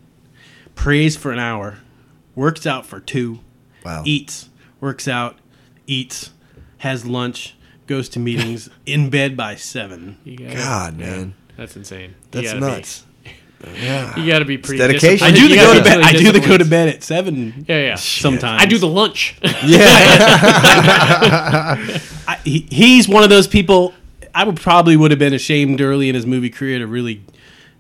S4: prays for an hour, works out for two,
S3: Wow.
S4: eats, works out, eats, has lunch, goes to meetings, in bed by seven.
S2: You gotta-
S3: God, man.
S2: that's insane. You
S3: That's
S2: gotta be-
S3: nuts. Yeah.
S2: you got to be pretty.
S3: dedication.
S2: disciplined.
S4: I do
S2: You
S4: the
S2: gotta
S4: go to
S2: be
S4: bed.
S2: really
S4: I do the go to
S2: disciplined.
S4: bed at seven.
S2: Yeah, yeah.
S4: Sometimes
S2: I do the lunch.
S3: Yeah.
S4: I, he, he's one of those people. I would probably would have been ashamed early in his movie career to really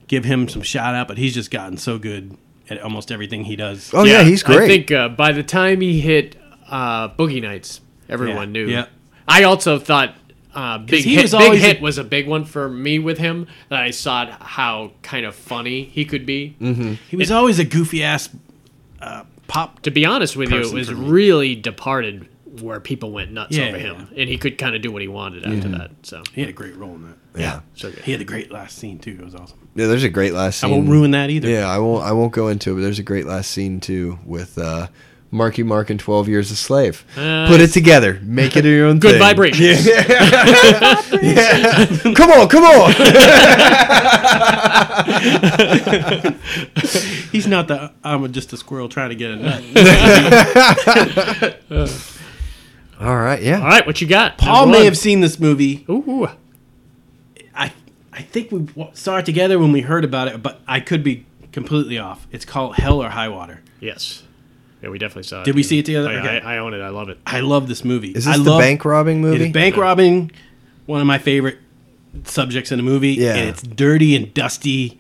S4: give him some shout out, but he's just gotten so good at almost everything he does.
S3: Oh yeah, he's great.
S2: I think uh, by the time he hit uh, Boogie Nights, everyone
S4: Yeah,
S2: knew.
S4: yeah.
S2: I also thought uh, Big
S4: he
S2: Hit,
S4: was
S2: Big
S4: always a-
S2: Hit was a big one for me with him. That I saw how kind of funny he could be.
S3: Mm-hmm.
S4: He was always a goofy ass uh, pop.
S2: To be honest with you, it
S4: Person
S2: was
S4: for me.
S2: really Departed where people went nuts
S4: Yeah,
S2: over
S4: yeah,
S2: him, and he could kind of do what he wanted after
S3: Mm-hmm.
S2: that. So
S4: He had a great role in that.
S3: yeah.
S2: so good.
S4: He had a great last scene too. It was awesome.
S3: Yeah, there's a great last
S4: I
S3: scene.
S4: won't ruin that either.
S3: Mm. Yeah, I won't. I won't go into it. But there's a great last scene too with uh, Marky Mark and Twelve Years a Slave.
S4: Uh,
S3: Put it together. Make it your own.
S2: Good
S3: thing.
S2: vibrations.
S3: Yeah. Come on, come on.
S4: He's not the I'm just a squirrel trying to get a nut.
S3: All right.
S2: All
S3: Yeah.
S2: right, what you got?
S4: Paul
S2: Number
S4: may
S2: one.
S4: have seen this movie.
S2: Ooh,
S4: I I think we w- saw it together when we heard about it, but I could be completely off. It's called Hell or High Water.
S2: yes. Yeah, we definitely saw it.
S4: Did we see it together?
S2: Oh, yeah,
S4: Okay.
S2: I, I own it. I love it.
S4: I love this movie.
S3: Is this
S4: I
S3: the
S4: love,
S3: bank robbing
S4: It
S3: movie?
S4: is bank robbing, one of my favorite subjects in a movie.
S3: Yeah.
S4: And it's dirty and dusty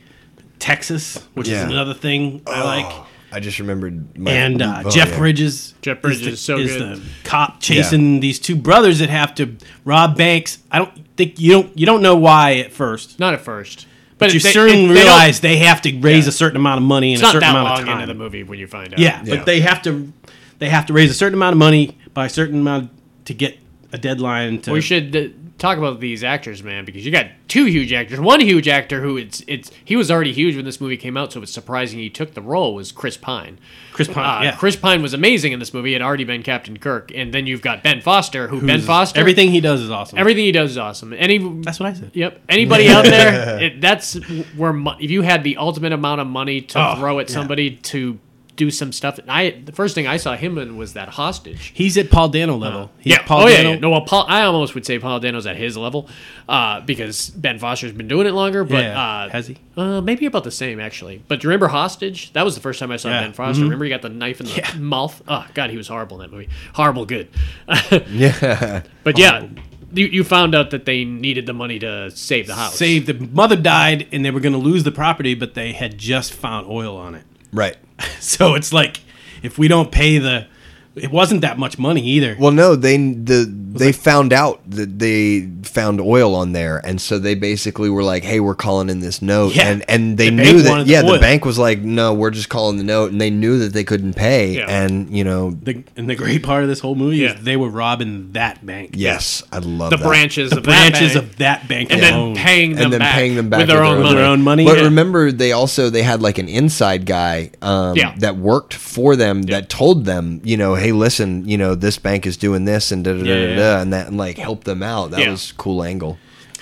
S4: Texas, which
S3: Yeah.
S4: is another thing I like.
S3: Oh, I just remembered. My,
S4: and uh,
S3: oh,
S4: Jeff
S3: yeah.
S4: Bridges.
S2: Jeff Bridges
S4: the,
S2: is so good.
S4: the cop chasing these two brothers that have to rob banks. I don't think you don't you don't know why at first,
S2: Not at first,
S4: but you
S2: they-
S4: soon
S2: they- they don't-
S4: realize they, have to raise a certain amount of money in
S2: It's
S4: a
S2: not
S4: certain
S2: that
S4: amount of
S2: long
S4: time.
S2: into the movie when you find out.
S4: Yeah,
S3: Yeah.
S4: but they have to they have to raise a certain amount of money by a certain amount to get a deadline to
S2: We should uh, talk about these actors, man, because you got two huge actors. One huge actor who it's it's he was already huge when this movie came out, so it's surprising he took the role was Chris Pine. Uh,
S4: Chris Pine, yeah.
S2: Chris Pine was amazing in this movie. He had already been Captain Kirk, and then you've got Ben Foster, who Ben Foster
S4: Everything he does is awesome.
S2: everything he does is awesome. Any
S4: That's what I said.
S2: Yep. Anybody out there? It, that's where mo- if you had the ultimate amount of money to
S4: Oh,
S2: throw at
S4: yeah.
S2: somebody to do some stuff. I the first thing I saw him in was that hostage.
S4: He's at Paul Dano level. He's
S2: yeah.
S4: Paul
S2: oh yeah,
S4: Dano.
S2: yeah. No, well, Paul. I almost would say Paul Dano's at his level, uh, because Ben Foster's been doing it longer. But
S4: Yeah.
S2: uh,
S4: Has he?
S2: Uh, maybe about the same actually. But do you remember Hostage? That was the first time I saw
S4: Yeah. Mm-hmm.
S2: Ben Foster. Remember he got the knife in the
S4: Yeah.
S2: mouth. Oh God, he was horrible in that movie. Horrible, good.
S3: Yeah.
S2: but yeah, you, you found out that they needed the money to save the house.
S4: Save the mother died and they were going to lose the property, but they had just found oil on it.
S3: Right.
S4: So it's like if we don't pay the it wasn't that much money either.
S3: Well, no, they the they found out that they found oil on there, and so they basically were like, "Hey, we're calling in this note,"
S4: Yeah.
S3: and and they
S4: The bank
S3: knew that
S4: wanted the
S3: yeah, the
S4: oil.
S3: bank was like, "No, we're just calling the note," and they knew that they couldn't pay,
S2: Yeah.
S3: and you know,
S4: The, and the great part of this whole movie
S2: Yeah.
S4: is they were robbing that bank.
S3: yes, I love
S2: the
S3: that.
S2: branches of
S4: branches
S2: that bank,
S4: of that bank
S2: and
S4: alone.
S2: then paying them
S3: and then
S2: back
S3: paying them back
S2: with their own
S4: their
S2: money.
S4: own money.
S3: But
S4: yeah.
S3: remember, they also they had like an inside guy um,
S2: Yeah.
S3: that worked for them that told them, you know, hey, listen, you know, this bank is doing this and da da da
S4: Yeah,
S3: da,
S4: yeah.
S3: da, and that and like helped them out. That
S2: Yeah.
S3: was a cool angle.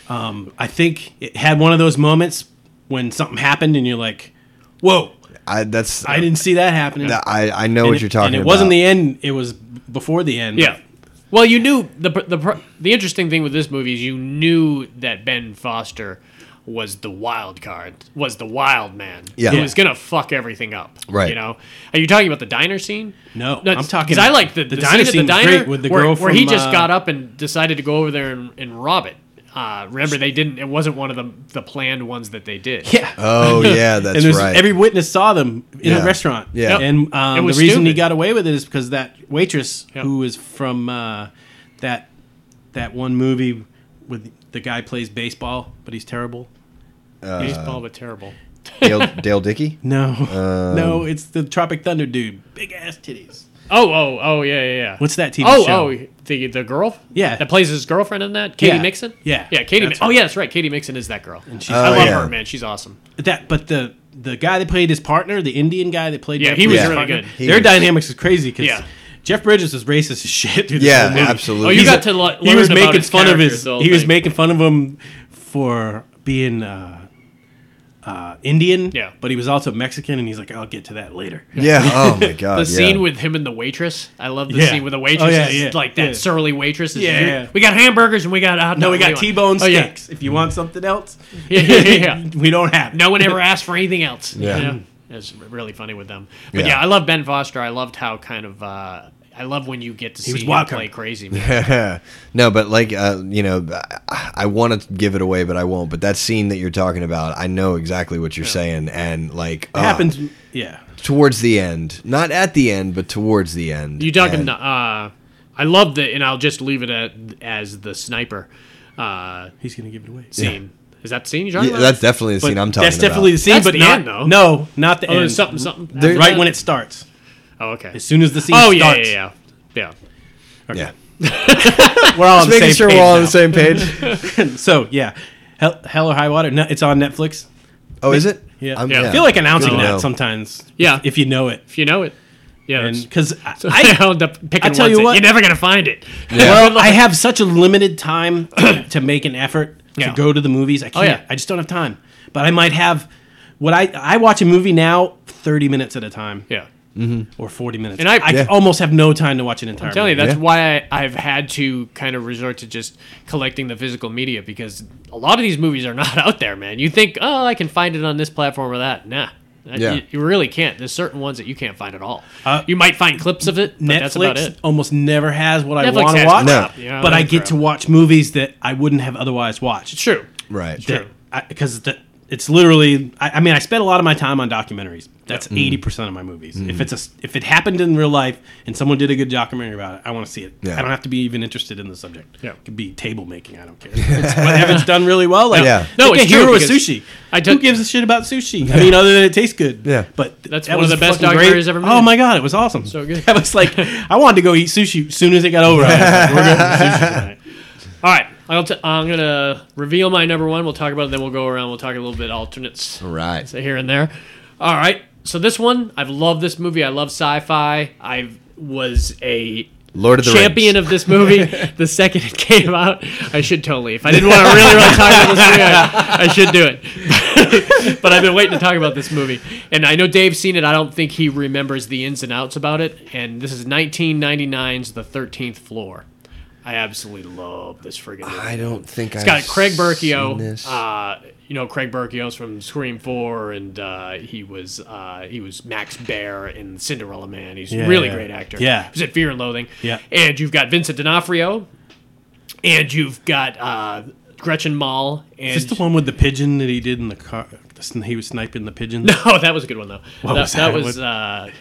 S4: Um, I think it had one of those moments when something happened and you're like, "Whoa,
S3: I that's
S4: I didn't see that happening."
S3: that- I I know
S4: And
S3: what
S4: it-
S3: you're talking
S4: And it
S3: about.
S4: wasn't the end; it was before the end.
S2: Yeah. Well, you knew the pr- the pr- the interesting thing with this movie is you knew that Ben Foster was the wild card, was the wild man.
S3: Yeah.
S2: Who was gonna fuck everything up.
S3: Right.
S2: You know. Are you talking about the diner scene?
S4: No, I'm
S2: 'cause
S4: talking-
S2: I like the, the, diner scene. At the
S4: was
S2: diner
S4: great with the
S2: where,
S4: girl
S2: where he
S4: from,
S2: just
S4: uh,
S2: got up and decided to go over there and, and rob it. Uh, remember, they didn't. It wasn't one of the the planned ones that they did.
S4: yeah.
S3: Oh yeah, that's
S4: and there's
S3: right.
S4: every witness saw them in
S3: Yeah.
S4: a restaurant.
S3: Yeah. Yep.
S4: and um,
S2: It was
S4: the reason he
S2: stupid.
S4: got away with it is because that waitress
S2: Yep.
S4: who was from uh, that that one movie with the guy plays baseball, but he's terrible.
S2: Baseball, but terrible.
S3: Dale, Dale Dickey.
S4: No,
S3: Um.
S4: no, it's the Tropic Thunder dude, big ass titties.
S2: Oh, oh, oh, yeah, yeah, yeah.
S4: What's that TV
S2: oh,
S4: show?
S2: Oh, the the girl.
S4: Yeah.
S2: that plays his girlfriend in that. Katie
S4: Yeah.
S2: Mixon.
S4: Yeah.
S2: yeah, Katie. Mi-
S4: That's Oh,
S2: Oh,
S4: right.
S2: yeah, that's right. Katie Mixon is that girl.
S4: And she's
S2: I love
S3: yeah.
S2: her, man. She's awesome.
S4: that, but the the guy that played his partner, the Indian guy that played,
S2: Yeah,
S4: Jeff
S2: he was
S4: Bridges'
S2: really
S4: partner,
S2: good.
S3: He
S4: Their
S3: was-
S4: dynamics is crazy because
S2: Yeah.
S4: Jeff Bridges was racist as shit. Through this
S3: Yeah,
S4: whole movie.
S3: absolutely.
S2: Oh, you
S3: He's
S2: got
S4: a-
S2: to le- learn
S4: he was
S2: about
S4: making
S2: his
S4: fun of
S2: character
S4: his.
S2: the whole
S4: He was
S2: thing.
S4: making fun of him for being uh, uh, Indian.
S2: Yeah.
S4: but he was also Mexican, and he's like, "I'll get to that later."
S3: Yeah. Oh my god.
S2: The
S3: yeah.
S2: scene with him and the waitress. I love the
S4: Yeah.
S2: scene with the
S4: Oh,
S2: waitress.
S4: yeah,
S2: is
S4: yeah,
S2: like that
S4: yeah.
S2: surly waitress. is,
S4: Yeah,
S2: "Here-
S4: yeah.
S2: We got hamburgers and we got uh, hot
S4: No, we
S2: dog.
S4: got T-bone
S2: Oh, yeah.
S4: steaks. If you want something else,
S2: Yeah, yeah, yeah, yeah.
S4: we don't have. it.
S2: No one ever asked for anything else.
S3: Yeah.
S2: You know? It's really funny with them. But
S3: Yeah.
S2: yeah, I love Ben Foster. I loved how kind of. Uh, I love when you get to
S4: was
S2: see him
S4: wild
S2: play
S4: card.
S2: crazy. Man.
S3: no, but like uh, you know, I, I want to give it away, but I won't. But that scene that you're talking about, I know exactly what you're saying, and like
S4: It
S3: ah,
S4: happens. Yeah,
S3: towards the end, not at the end, but towards the end.
S2: You talking?
S3: And-
S2: Uh, I love the, and I'll just leave it at as the sniper uh,
S4: he's gonna give it away.
S2: scene. Is that the scene you're talking
S3: Yeah,
S2: about?
S3: that's definitely the
S4: But
S3: scene I'm talking
S4: that's definitely the
S3: about.
S4: scene,
S2: That's
S4: but
S2: the
S4: not
S2: end, though.
S4: no, not the
S2: oh,
S4: end.
S2: there's something, something.
S4: They're-
S2: after
S4: right
S2: that?
S4: when it starts.
S2: Oh, okay.
S4: As soon as the scene
S2: oh, yeah,
S4: starts,
S2: yeah, yeah,
S3: yeah.
S4: we're all on the
S3: Making
S4: same
S3: sure
S4: page
S3: we're all on
S4: now.
S3: the same page.
S4: So yeah, Hell, Hell or High Water. No, it's on Netflix.
S3: Oh, is it?
S4: Yeah.
S3: I'm-
S2: Yeah.
S4: I feel like announcing
S3: Good to
S4: that
S3: know.
S4: sometimes.
S2: Yeah.
S4: if, if you know it,
S2: If you know it, yeah. that's-
S4: because I,
S2: so I wound up picking.
S4: I tell
S2: one
S4: you
S2: scene.
S4: what-
S2: you're never gonna find it.
S4: well, I have such a limited time to, to make an effort
S2: Yeah. Oh,
S4: to go to the movies. I can't.
S2: yeah.
S4: I just don't have time. But I might have. What I I watch a movie now, thirty minutes at a time,
S2: yeah.
S4: or forty minutes,
S2: And
S4: and
S2: I-
S4: I,
S2: Yeah.
S4: almost have no time to watch an entire.
S2: I'm telling you,
S4: movie.
S2: that's
S3: Yeah.
S2: why I, I've had to kind of resort to just collecting the physical media because a lot of these movies are not out there, man. You think, oh, I can find it on this platform or that. Nah. Uh,
S3: Yeah.
S2: You, you really can't. There's certain ones that you can't find at all.
S4: Uh,
S2: you might find clips of it, but that's about
S4: Netflix
S2: it.
S4: almost never has what
S2: Netflix
S4: I want
S2: has
S4: to watch,
S3: crap.
S2: No. Yeah,
S4: but I
S2: that's
S4: get
S2: crap.
S4: to watch movies that I wouldn't have otherwise watched.
S2: True.
S3: Right.
S2: True.
S4: because it's literally. I, I mean, I spend a lot of my time on documentaries. That's
S2: Mm-hmm.
S4: eighty percent of my movies. If it's a, s- if it happened in real life and someone did a good documentary about it, I want to see it.
S3: Yeah.
S4: I don't have to be even interested in the subject.
S2: Yeah.
S4: it could be table making. I don't care. It's, what- if it's done really well, like
S3: Yeah.
S2: No,
S4: no, it's
S2: it's true,
S4: hero
S2: because
S4: sushi.
S2: I
S4: I
S2: took-
S4: Who gives a shit about sushi? I mean, other than it tastes good.
S3: Yeah.
S4: but th-
S2: That's
S4: that
S2: one of
S4: was
S2: the best
S4: fucking great.
S2: documentaries ever made.
S4: Oh my god, it was awesome.
S2: So good.
S4: I was like, I wanted to go eat sushi as soon as it got over. I was like, We're going to sushi tonight.
S2: All right. I'll t- I'm going to reveal my number one. We'll talk about it, then we'll go around. We'll talk a little bit alternates.
S3: Right.
S2: So here and there. All right. So this one, I've loved this movie. I love sci-fi. I was a
S3: Lord of the
S2: champion
S3: Rings.
S2: of this movie the second it came out. I should totally. If I didn't want to really, really talk about this movie, I, I should do it. but I've been waiting to talk about this movie, and I know Dave's seen it. I don't think he remembers the ins and outs about it. And this is 1999's The Thirteenth Floor. I absolutely love this friggin' movie.
S3: I don't think
S2: It's
S3: I've
S2: got Craig
S3: seen this.
S2: Burkio. Uh, you know Craig Burkio's from Scream Four, and uh, he was uh, he was Max Bear in Cinderella Man. He's a
S4: Yeah,
S2: really
S4: yeah.
S2: great actor.
S4: Yeah.
S2: he was at Fear and Loathing.
S4: Yeah.
S2: and you've got Vincent D'Onofrio, and you've got uh, Gretchen Mol. And
S4: Is this the one with the pigeon that he did in the car? the sn- He was sniping the pigeon.
S2: Oh, that was a good one though. that
S4: was
S2: that
S4: that?
S2: was uh,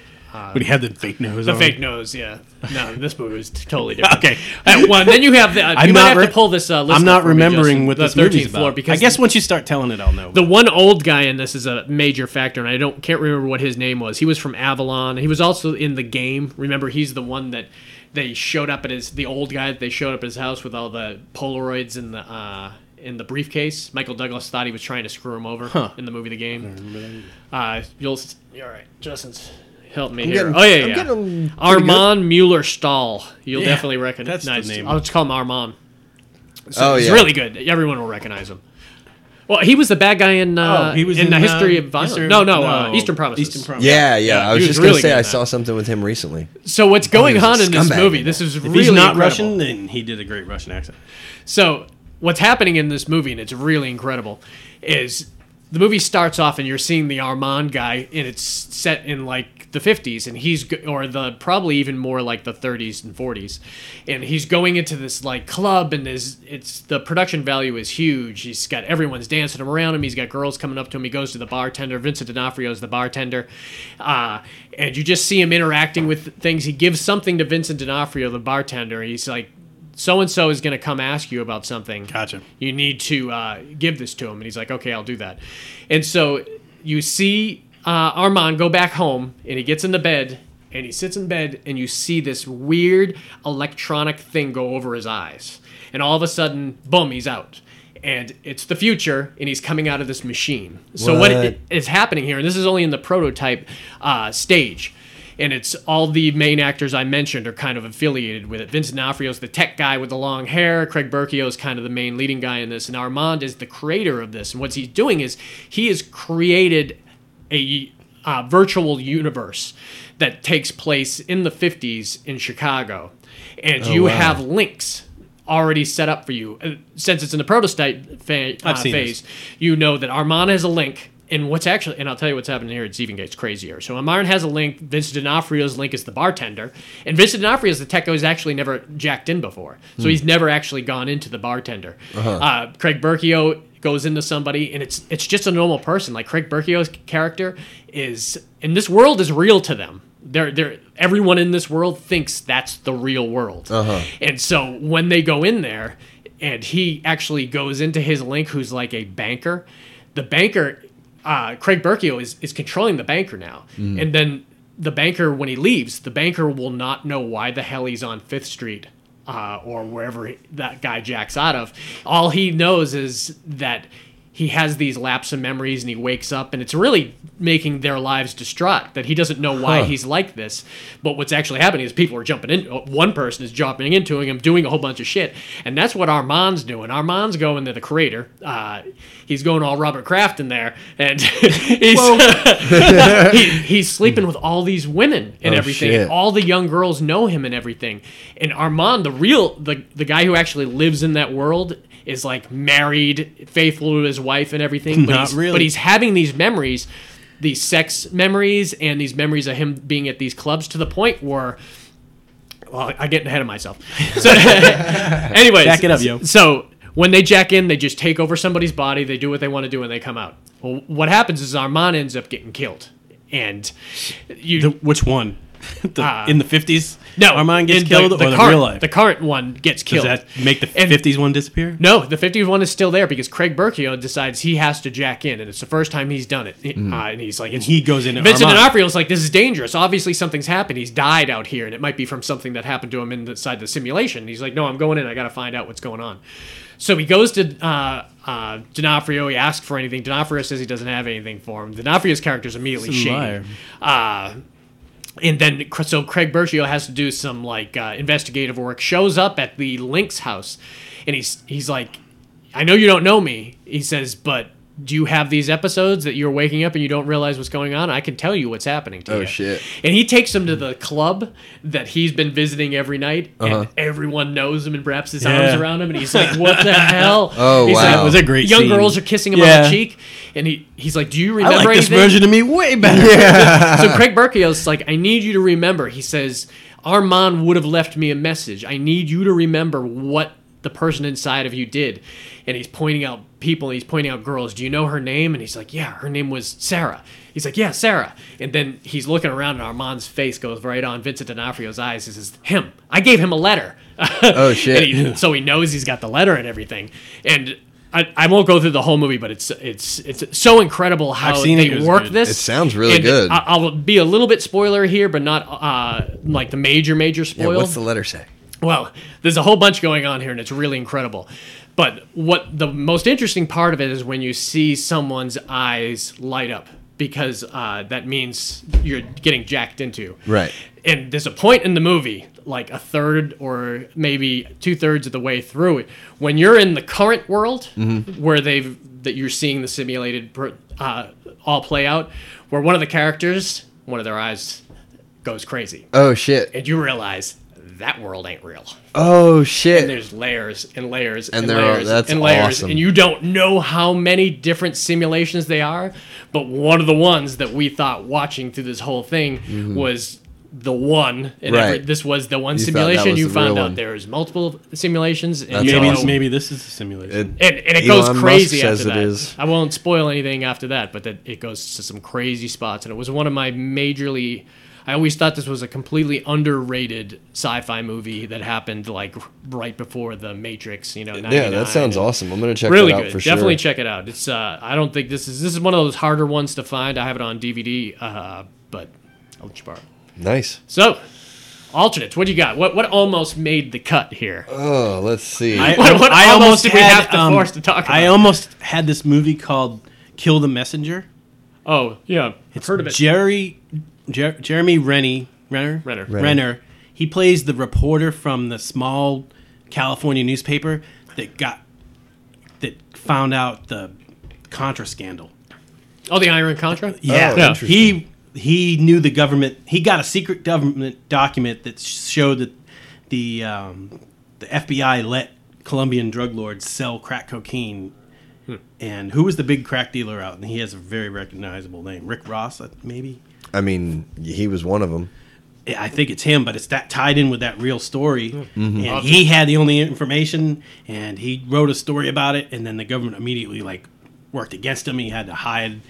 S4: but he had the fake nose.
S2: The
S4: on.
S2: fake nose, yeah. No, this movie was t- totally different.
S4: Okay.
S2: All right, well, then you have the. Uh,
S4: I'm
S2: you might
S4: not
S2: have
S4: re-
S2: to pull this. Uh, list
S4: I'm
S2: up
S4: not
S2: for me, Justin,
S4: remembering what
S2: the
S4: this movie's
S2: 13th floor
S4: about.
S2: because
S4: I guess once you start telling it, I'll know.
S2: the one old guy in this is a major factor, and I don't can't remember what his name was. He was from Avalon. He was also in the game. Remember, he's the one that they showed up at his the old guy. that They showed up at his house with all the Polaroids in the uh, in the briefcase. Michael Douglas thought he was trying to screw him over in the movie The Game. Uh, you'll s- all right, Justin's. Help me here.
S3: getting-
S2: oh yeah,
S3: I'm
S2: yeah.
S3: getting pretty
S2: Armand Mueller Stahl. You'll
S4: Yeah,
S2: definitely
S4: that's
S2: recognize.
S4: the name.
S2: I'll just call him Armand.
S3: oh
S2: He's really good. Everyone will recognize him. Well, he was the bad guy in uh,
S4: Oh, he was
S2: in, the
S4: in,
S2: history
S4: uh,
S2: of violence.
S4: History of-
S2: no, no, Uh,
S4: no,
S2: Eastern Promises.
S4: Eastern Promises.
S3: Yeah, yeah.
S2: Yeah,
S3: I was
S2: he was
S3: just
S2: really
S3: gonna say
S2: good
S3: I
S2: at
S3: saw something with him recently.
S2: So what's
S4: Oh,
S2: going
S3: was a
S2: on in this
S3: scumbag
S2: movie?
S3: in
S2: This is
S4: if
S2: really
S4: he's not
S2: incredible.
S4: Russian, then he did a great Russian accent.
S2: So what's happening in this movie, and it's really incredible, is the movie starts off and you're seeing the Armand guy, and it's set in like the 50s, and he's go- or the probably even more like the 30s and 40s, and he's going into this like club, and is it's the production value is huge. He's got everyone's dancing around him. He's got girls coming up to him. He goes to the bartender. Vincent D'Onofrio is the bartender, uh, and you just see him interacting with things. He gives something to Vincent D'Onofrio, the bartender. He's like so and so is going to come ask you about something.
S4: Gotcha.
S2: You need to uh, give this to him. And he's like, okay, I'll do that. And so you see uh, Armand go back home and he gets in the bed and he sits in bed and you see this weird electronic thing go over his eyes. And all of a sudden, boom, he's out. And it's the future, and he's coming out of this machine. So what,
S3: What?
S2: is happening here, and this is only in the prototype uh, stage. And it's all the main actors I mentioned are kind of affiliated with it. Vincent D'Onofrio's the tech guy with the long hair. Craig Berchio is kind of the main leading guy in this, and Armand is the creator of this. And what he's doing is he has created a uh, virtual universe that takes place in the 50s in Chicago, and
S4: Oh,
S2: you have links already set up for you. Uh, Since it's in the prototype fa- uh,
S4: I've seen
S2: phase,
S4: this.
S2: you know that Armand has a link. And what's actually, and I'll tell you what's happening here, it's even gets crazier. So Armand has a link, Vincent D'Onofrio's link is the bartender, and Vincent D'Onofrio's the tech who's actually never jacked in before. So he's never actually gone into the bartender. uh Craig Berchio goes into somebody, and it's it's just a normal person. Like Craig Berchio's character is, and this world is real to them. They're, they're, everyone in this world thinks that's the real world. And so when they go in there, and he actually goes into his link who's like a banker the banker uh, craig Berchio is, is controlling the banker now and then the banker when he leaves the banker will not know why the hell he's on fifth street uh, or wherever he, that guy jacks out of all he knows is that he has these laps of memories and he wakes up and it's really making their lives distraught that he doesn't know why he's like this but what's actually happening is people are jumping in uh, one person is jumping into him doing a whole bunch of shit and that's what armand's doing armand's going to the creator uh, he's going all robert kraft in there and he's he, he's sleeping with all these women and
S3: Oh,
S2: everything
S3: shit.
S2: all the young girls know him and everything. And Armand, the real the the guy who actually lives in that world, is like married, faithful to his wife and everything. But
S4: Not
S2: he's,
S4: really.
S2: But he's having these memories, these sex memories, and these memories of him being at these clubs to the point where. Well, I get ahead of myself. So, anyways,
S4: Jack it up, yo.
S2: So when they jack in, they just take over somebody's body. They do what they want to do, and they come out. Well, what happens is Armand ends up getting killed, and you
S4: The, which one? The- in the fifties?
S2: Uh, no,
S4: Armand gets
S2: in
S4: killed, or the
S2: current,
S4: real life?
S2: The current one gets
S4: Does
S2: killed.
S4: that make the
S2: And-
S4: fifties one disappear?
S2: no, the 51 is still there because Craig Berchio decides he has to jack in, and it's the first time he's done it. He- uh, and he's like, it's,
S4: He goes in.
S2: Vincent
S4: Armand.
S2: D'Onofrio's like, this is dangerous. Obviously, something's happened. He's died out here, and it might be from something that happened to him inside the simulation. He's like, no, I'm going in. I got to find out what's going on. So he goes to uh, uh, D'Onofrio. He asks for anything. D'Onofrio says he doesn't have anything for him. D'Onofrio's character's immediately
S4: He's a
S2: shady. Uh, and then so Craig Bergio has to do some like uh, investigative work. Shows up at the Lynx house, and he's he's like, "I know you don't know me," he says, "but do you have these episodes that you're waking up and you don't realize what's going on? I can tell you what's happening to
S3: Oh,
S2: you."
S3: shit.
S2: And he takes him to the club that he's been visiting every night,
S3: Uh-huh.
S2: and everyone knows him and wraps his
S4: Yeah.
S2: arms around him, and he's like, "What the hell?"
S3: Oh,
S2: he's
S3: wow.
S2: Like,
S3: That was
S4: a great
S2: Young
S4: scene.
S2: girls are kissing him on
S4: Yeah.
S2: the cheek, and he he's like, "Do you
S4: I
S2: remember
S4: like this
S2: anything?"
S4: version of me way better.
S2: so Craig Berchio's like, I need you to remember. He says, Armand would have left me a message. I need you to remember what the person inside of you did. And he's pointing out people and he's pointing out girls. Do you know her name? And he's like, Yeah, her name was Sarah. He's like, Yeah, Sarah. And then he's looking around and Armand's face goes right on Vincent D'Onofrio's eyes. He says, Him. I gave him a letter.
S3: Oh, shit.
S2: And he- so he knows he's got the letter and everything. And I, I won't go through the whole movie, but it's it's it's so incredible how
S4: I've seen it.
S2: they
S4: It was
S2: work
S4: good.
S2: this.
S3: It sounds really
S2: And
S3: good.
S2: I, I'll be a little bit spoiler here, but not uh, like the major major
S3: Yeah,
S2: spoil.
S3: what's the letter say?
S2: Well, there's a whole bunch going on here, and it's really incredible. But what the most interesting part of it is when you see someone's eyes light up because uh, that means you're getting jacked into.
S3: Right.
S2: And there's a point in the movie, like a third or maybe two thirds of the way through it, when you're in the current world where they've that you're seeing the simulated per- uh, all play out, where one of the characters, one of their eyes goes crazy
S3: Oh shit.
S2: and you realize that world ain't real.
S3: Oh
S2: And
S3: shit.
S2: there's layers and layers
S3: And
S2: and,
S3: there are-
S2: layers
S3: that's
S2: and layers,
S3: awesome.
S2: and you don't know how many different simulations they are. But one of the ones that we thought watching through this whole thing was the one. And every-
S3: Mm-hmm. Right.
S2: this was the one
S3: You thought that
S2: simulation.
S3: was
S2: You
S3: the
S2: found
S3: real
S2: out
S3: one.
S2: there's multiple simulations, and you
S4: Maybe,
S2: don't know-
S4: maybe this is a simulation.
S2: and, and it
S3: Elon
S2: goes
S3: Musk
S2: crazy
S3: says
S2: after
S3: it
S2: that.
S3: is.
S2: I won't spoil anything after that, but that it goes to some crazy spots, and it was one of my majorly. I always thought this was a completely underrated sci-fi movie that happened like right before the Matrix. You know,
S3: Yeah,
S2: 99.
S3: that sounds awesome. I'm gonna check
S2: Really
S3: that out
S2: good.
S3: for sure.
S2: Definitely check it out. It's. Uh, I don't think this is. This is one of those harder ones to find. I have it on DVD, uh, but I'll let you borrow. it.
S3: Nice.
S2: So, alternates. What do you got? What what almost made the cut here?
S3: Oh, let's see.
S2: What- what almost did we have to force to talk
S4: um, I
S2: about?
S4: almost had this movie called "Kill the Messenger."
S2: oh yeah, I've heard of it.
S4: Jerry, Jer- Jeremy Rennie, Renner,
S2: Renner.
S4: Renner. He plays the reporter from the small California newspaper that got that found out the Contra scandal.
S2: oh, the Iron Contra.
S4: Yeah,
S3: Oh,
S4: Yeah.
S3: interesting.
S4: he he knew the government. He got a secret government document that showed that the um, the FBI let Colombian drug lords sell crack cocaine.
S2: Hmm.
S4: And who was the big crack dealer out? And he has a very recognizable name, Rick Ross, uh, maybe.
S3: I mean, he was one of them.
S4: I think it's him, but it's that tied in with that real story.
S3: Mm-hmm.
S4: And he had the only information, and he wrote a story about it, and then the government immediately like worked against him. He had to hide,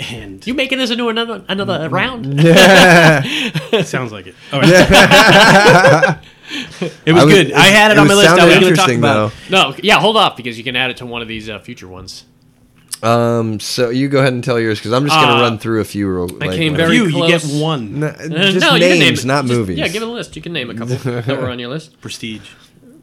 S4: and
S2: You making this into another another round?
S4: it sounds like it. All right. Oh, it was,
S3: I was-
S4: good. I had it,
S3: it
S4: on my
S3: was-
S4: list. I
S3: sounded
S4: was going to talk
S3: interesting,
S4: about.
S2: No, yeah, hold off because you can add it to one of these uh, future ones.
S3: Um, so you go ahead and tell yours because I'm just gonna
S2: Uh,
S3: run through a few. Real,
S2: I
S3: like,
S2: came
S3: when-
S4: it.
S2: Very
S4: you, you get
S2: close.
S4: one
S3: No,
S2: Uh,
S3: just
S2: no, you
S3: names,
S2: can name it.
S3: not
S2: Just-
S3: movies.
S2: Yeah, give it a list. You can name a couple that were on your list.
S4: prestige.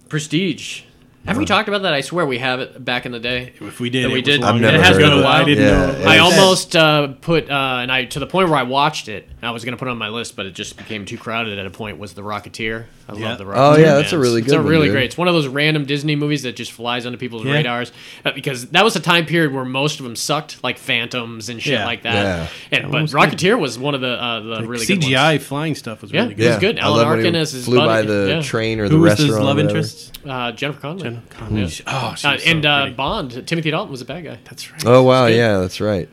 S2: Prestige. Have
S3: Uh.
S2: we talked about that? I swear we have it back in the day.
S4: If we did,
S2: That
S4: it
S2: we
S4: was
S2: did.
S4: long
S3: I've
S4: ago.
S3: never
S4: it has
S3: heard
S4: been
S3: of
S4: a
S3: it.
S4: while. I didn't
S3: Yeah,
S4: know.
S3: it
S2: I
S3: Yes.
S2: almost uh, put, uh, and I to the point where I watched it. I was going to put it on my list, but it just became too crowded at a point. Was the Rocketeer? I
S4: Yeah.
S2: love the Rocketeer.
S3: Oh, yeah, that's
S2: man.
S3: a really
S2: It's a
S3: good one,
S2: really
S3: dude.
S2: great. It's one of those random Disney movies that just flies under people's
S4: Yeah.
S2: radars uh, because that was a time period where most of them sucked, like Phantoms and shit
S4: Yeah.
S2: like that.
S3: Yeah.
S2: And but
S4: was
S2: Rocketeer was one of the uh, the really good ones.
S4: CGI flying stuff was
S2: Yeah.
S4: really
S2: It
S4: good.
S2: was good.
S3: I
S2: Alan
S3: love when he
S2: Arkin as his
S3: flew by
S2: buddy.
S3: the
S2: Yeah.
S3: train or the
S4: Who was his
S3: restaurant. or
S4: love
S3: whatever.
S4: interest?
S2: Uh, Jennifer Connelly.
S4: Conley. Oh, she
S2: Uh,
S4: was so
S2: and uh,
S4: pretty.
S2: Bond, Timothy Dalton was a bad guy.
S4: that's right.
S3: Oh wow, yeah, that's right.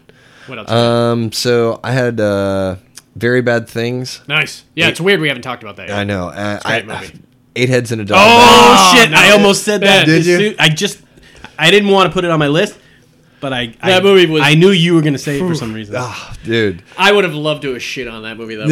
S2: What else?
S3: Um, so I had uh, very bad things.
S2: nice. Yeah, it's weird we haven't talked about that. Yet.
S3: I know. Uh, I,
S2: great movie.
S3: eight heads in a dog.
S4: Oh,
S2: Oh,
S4: shit!
S2: no.
S4: I almost said that.
S3: Did
S4: As
S3: you?
S4: soon- I just I didn't want to put it on my list, but I I,
S2: That movie was-
S4: I knew you were gonna say it for some reason.
S3: Ah, dude.
S2: I would have loved to have shit on that movie though.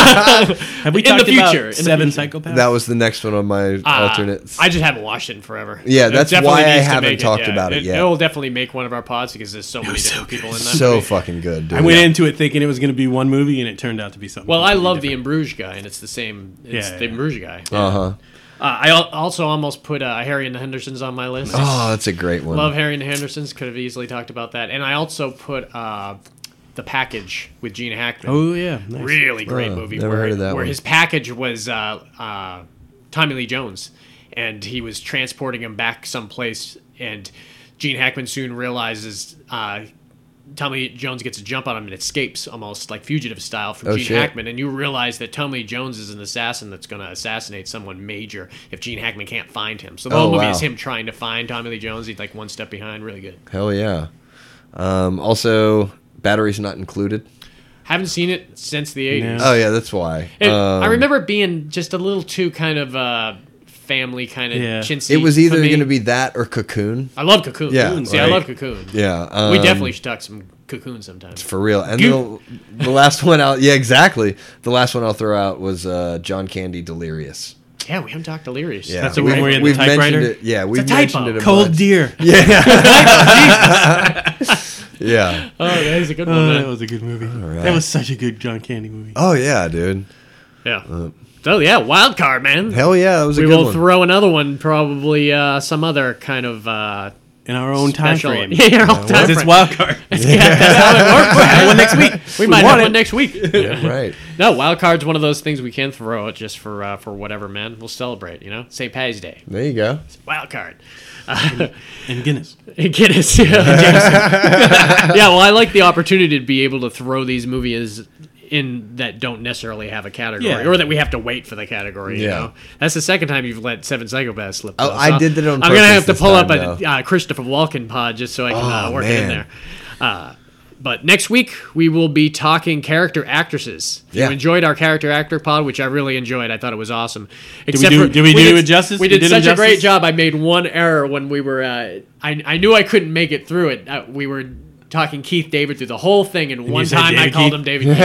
S4: Have we
S2: in the
S4: talked about
S2: future, in the
S4: Seven
S2: future.
S4: Psychopaths?
S3: That was the next one on my
S2: Uh,
S3: alternates.
S2: I just haven't watched it in forever.
S3: Yeah,
S2: It
S3: that's
S2: definitely
S3: why I
S2: needs to
S3: haven't
S2: make
S3: talked about it yet.
S2: It'll definitely make one of our pods because there's so many different people in that.
S3: so
S2: movie.
S3: fucking good, dude.
S4: I went into it thinking it was gonna be one movie, and it turned out to be something.
S2: Well, I
S4: completely
S2: love
S4: different.
S2: the Imbruge guy, and it's the same. It's
S4: Yeah, yeah,
S2: the
S4: yeah.
S2: Imbruge guy.
S3: Uh huh.
S2: Uh, I al- also almost put uh, Harry and the Hendersons on my list.
S3: Oh, that's a great one.
S2: Love Harry and the Hendersons. Could have easily talked about that. And I also put uh, the package with Gene Hackman.
S4: Oh yeah, nice.
S2: really great
S3: Oh,
S2: movie.
S3: never
S2: where,
S3: heard of that
S2: where
S3: one.
S2: his package was uh, uh, Tommy Lee Jones, and he was transporting him back someplace, and Gene Hackman soon realizes. Uh, Tommy Lee Jones gets a jump on him and escapes almost like fugitive style from
S3: Oh,
S2: Gene
S3: shit.
S2: Hackman, and you realize that Tommy Lee Jones is an assassin that's going to assassinate someone major if Gene Hackman can't find him. So the
S3: Oh,
S2: whole movie
S3: wow.
S2: is him trying to find Tommy Lee Jones. He's like one step behind. Really good.
S3: Hell yeah. Um, also, batteries not included.
S2: Haven't seen it since the eighties.
S3: Oh yeah, that's why.
S2: And
S3: Um,
S2: I remember it being just a little too kind of uh, family kind of
S4: Yeah.
S2: chintzy.
S3: It was
S2: for
S3: either
S2: me.
S3: going to be that or Cocoon.
S2: I love Cocoon.
S3: Yeah,
S2: See, I
S3: right.
S2: love Cocoon.
S3: Yeah, um,
S2: we definitely should talk some Cocoon sometime.
S3: for real. And the,
S2: Goop.
S3: the last one out, yeah, exactly. The last one I'll throw out was uh, John Candy Delirious.
S2: Yeah, we haven't talked Delirious.
S3: Yeah,
S2: That's
S4: the
S2: a
S4: one
S2: great
S4: where you
S2: one.
S4: have the typewriter?
S3: mentioned it. Yeah, we've
S2: typo.
S3: mentioned it. A
S4: Cold
S3: bunch.
S4: deer.
S3: Yeah.
S2: Oh, that is a good one.
S4: Oh,
S2: man.
S4: that was a good movie. That was such a good John Candy movie.
S3: Oh yeah, dude.
S2: yeah. so yeah, wild card, man.
S3: Hell yeah, Uh, that was a
S2: we
S3: good
S2: will
S3: one.
S2: throw another one, probably uh, some other kind of uh,
S4: In our own time
S2: special.
S4: frame.
S2: Yeah, yeah, our own time
S4: It's
S2: frame.
S4: wild card.
S2: Yeah, that's how it works. Have one next week. We might
S4: want
S2: have
S4: it.
S2: one next week.
S3: right.
S2: No, wild card's one of those things we can throw out just for uh, for whatever, man. We'll celebrate, you know. St. Patty's Day,
S3: There you go.
S2: wild card.
S4: and Guinness.
S2: Guinness. Yeah, Jameson. yeah, well, I like the opportunity to be able to throw these movies in that don't necessarily have a category
S4: Yeah.
S2: or that we have to wait for the category. You
S3: Yeah.
S2: know? That's the second time you've let Seven Psychopaths slip.
S3: Oh,
S2: though,
S3: I did that on
S2: I'm going to
S3: purpose
S2: have to
S3: this
S2: pull
S3: time,
S2: up a uh, Christopher Walken pod just so I can
S3: Oh,
S2: uh, work it in
S3: man.
S2: there. Uh, but next week, we will be talking character actresses. If
S3: Yeah.
S2: you enjoyed our character actor pod, which I really enjoyed. I thought it was awesome. Did
S4: do- did we do it justice?
S2: We
S4: We
S2: did,
S4: did him
S2: such a great
S4: justice?
S2: job. I made one error when we were. Uh, I I knew I couldn't make it through it. Uh, we were talking Keith David through the whole thing, and one
S4: said
S2: time I
S4: David
S2: called
S4: Keith?
S2: him David. Keith.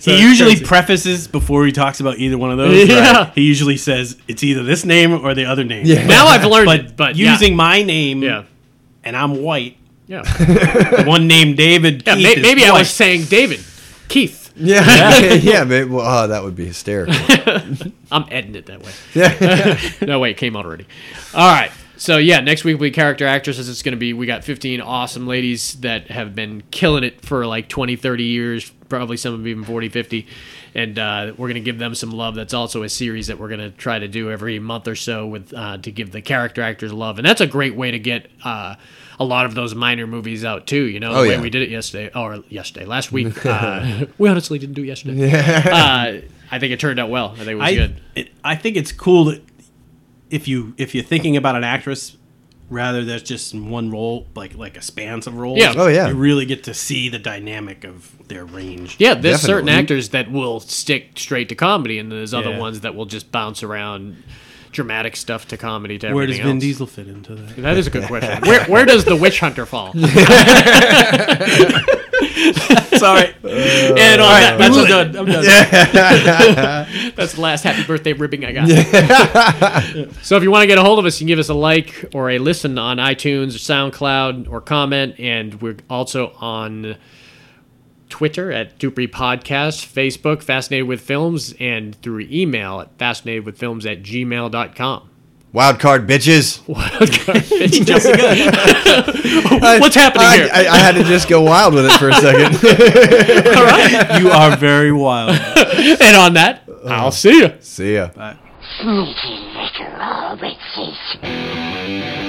S2: So
S4: he usually
S2: it's-
S4: prefaces before he talks about either one of those.
S2: Yeah.
S4: He usually says it's either this name or the other name.
S3: Yeah.
S2: now I've learned
S4: But,
S2: it, but yeah.
S4: using my name,
S2: yeah.
S4: and I'm white.
S2: Yeah,
S4: The one named David.
S2: yeah.
S4: Keith
S2: may-
S4: is
S2: maybe I
S4: white.
S2: was saying David, Keith.
S3: Yeah, yeah, maybe, well, oh, that would be hysterical.
S2: I'm editing it that way.
S3: Yeah.
S2: no, wait, it came out already. All right. So yeah, next week we character actresses. It's going to be we got 15 awesome ladies that have been killing it for like 20, 30 years, probably some of them even 40, 50, and uh, we're going to give them some love. That's also a series that we're going to try to do every month or so with uh, to give the character actors love, and that's a great way to get uh, a lot of those minor movies out too. You know, the
S3: Oh,
S2: way
S3: yeah.
S2: we did it yesterday or yesterday last week. Uh, we honestly didn't do it yesterday. Uh, I think it turned out well. I think it was
S4: I,
S2: good.
S4: It, I think it's cool that if you if you're thinking about an actress rather than just in one role, like like a spans of roles.
S2: Yeah. Oh,
S3: yeah.
S4: You really get to see the dynamic of their range.
S2: Yeah, there's certain
S3: Definitely.
S2: actors that will stick straight to comedy, and there's other
S4: Yeah.
S2: ones that will just bounce around dramatic stuff to comedy to
S4: Where does
S2: everything
S4: Vin
S2: else.
S4: Diesel fit into that?
S2: That is a good question. Where, where does the witch hunter fall?
S4: Sorry.
S2: and on that, that's,
S4: I'm
S2: the-
S4: done. I'm done.
S2: that's the last happy birthday ribbing I got. so if you want to get a hold of us, you can give us a like or a listen on iTunes or SoundCloud or comment, and we're also on Twitter at Dupree Podcast, Facebook, Fascinated with Films, and through email at fascinatedwithfilms at gmail.com.
S3: Wild card, bitches.
S2: What's happening
S3: I,
S2: here?
S3: I, I had to just go wild with it for a second.
S4: you are very wild.
S2: and on that, I'll see you.
S3: See ya.
S5: Sneaky little orbitses.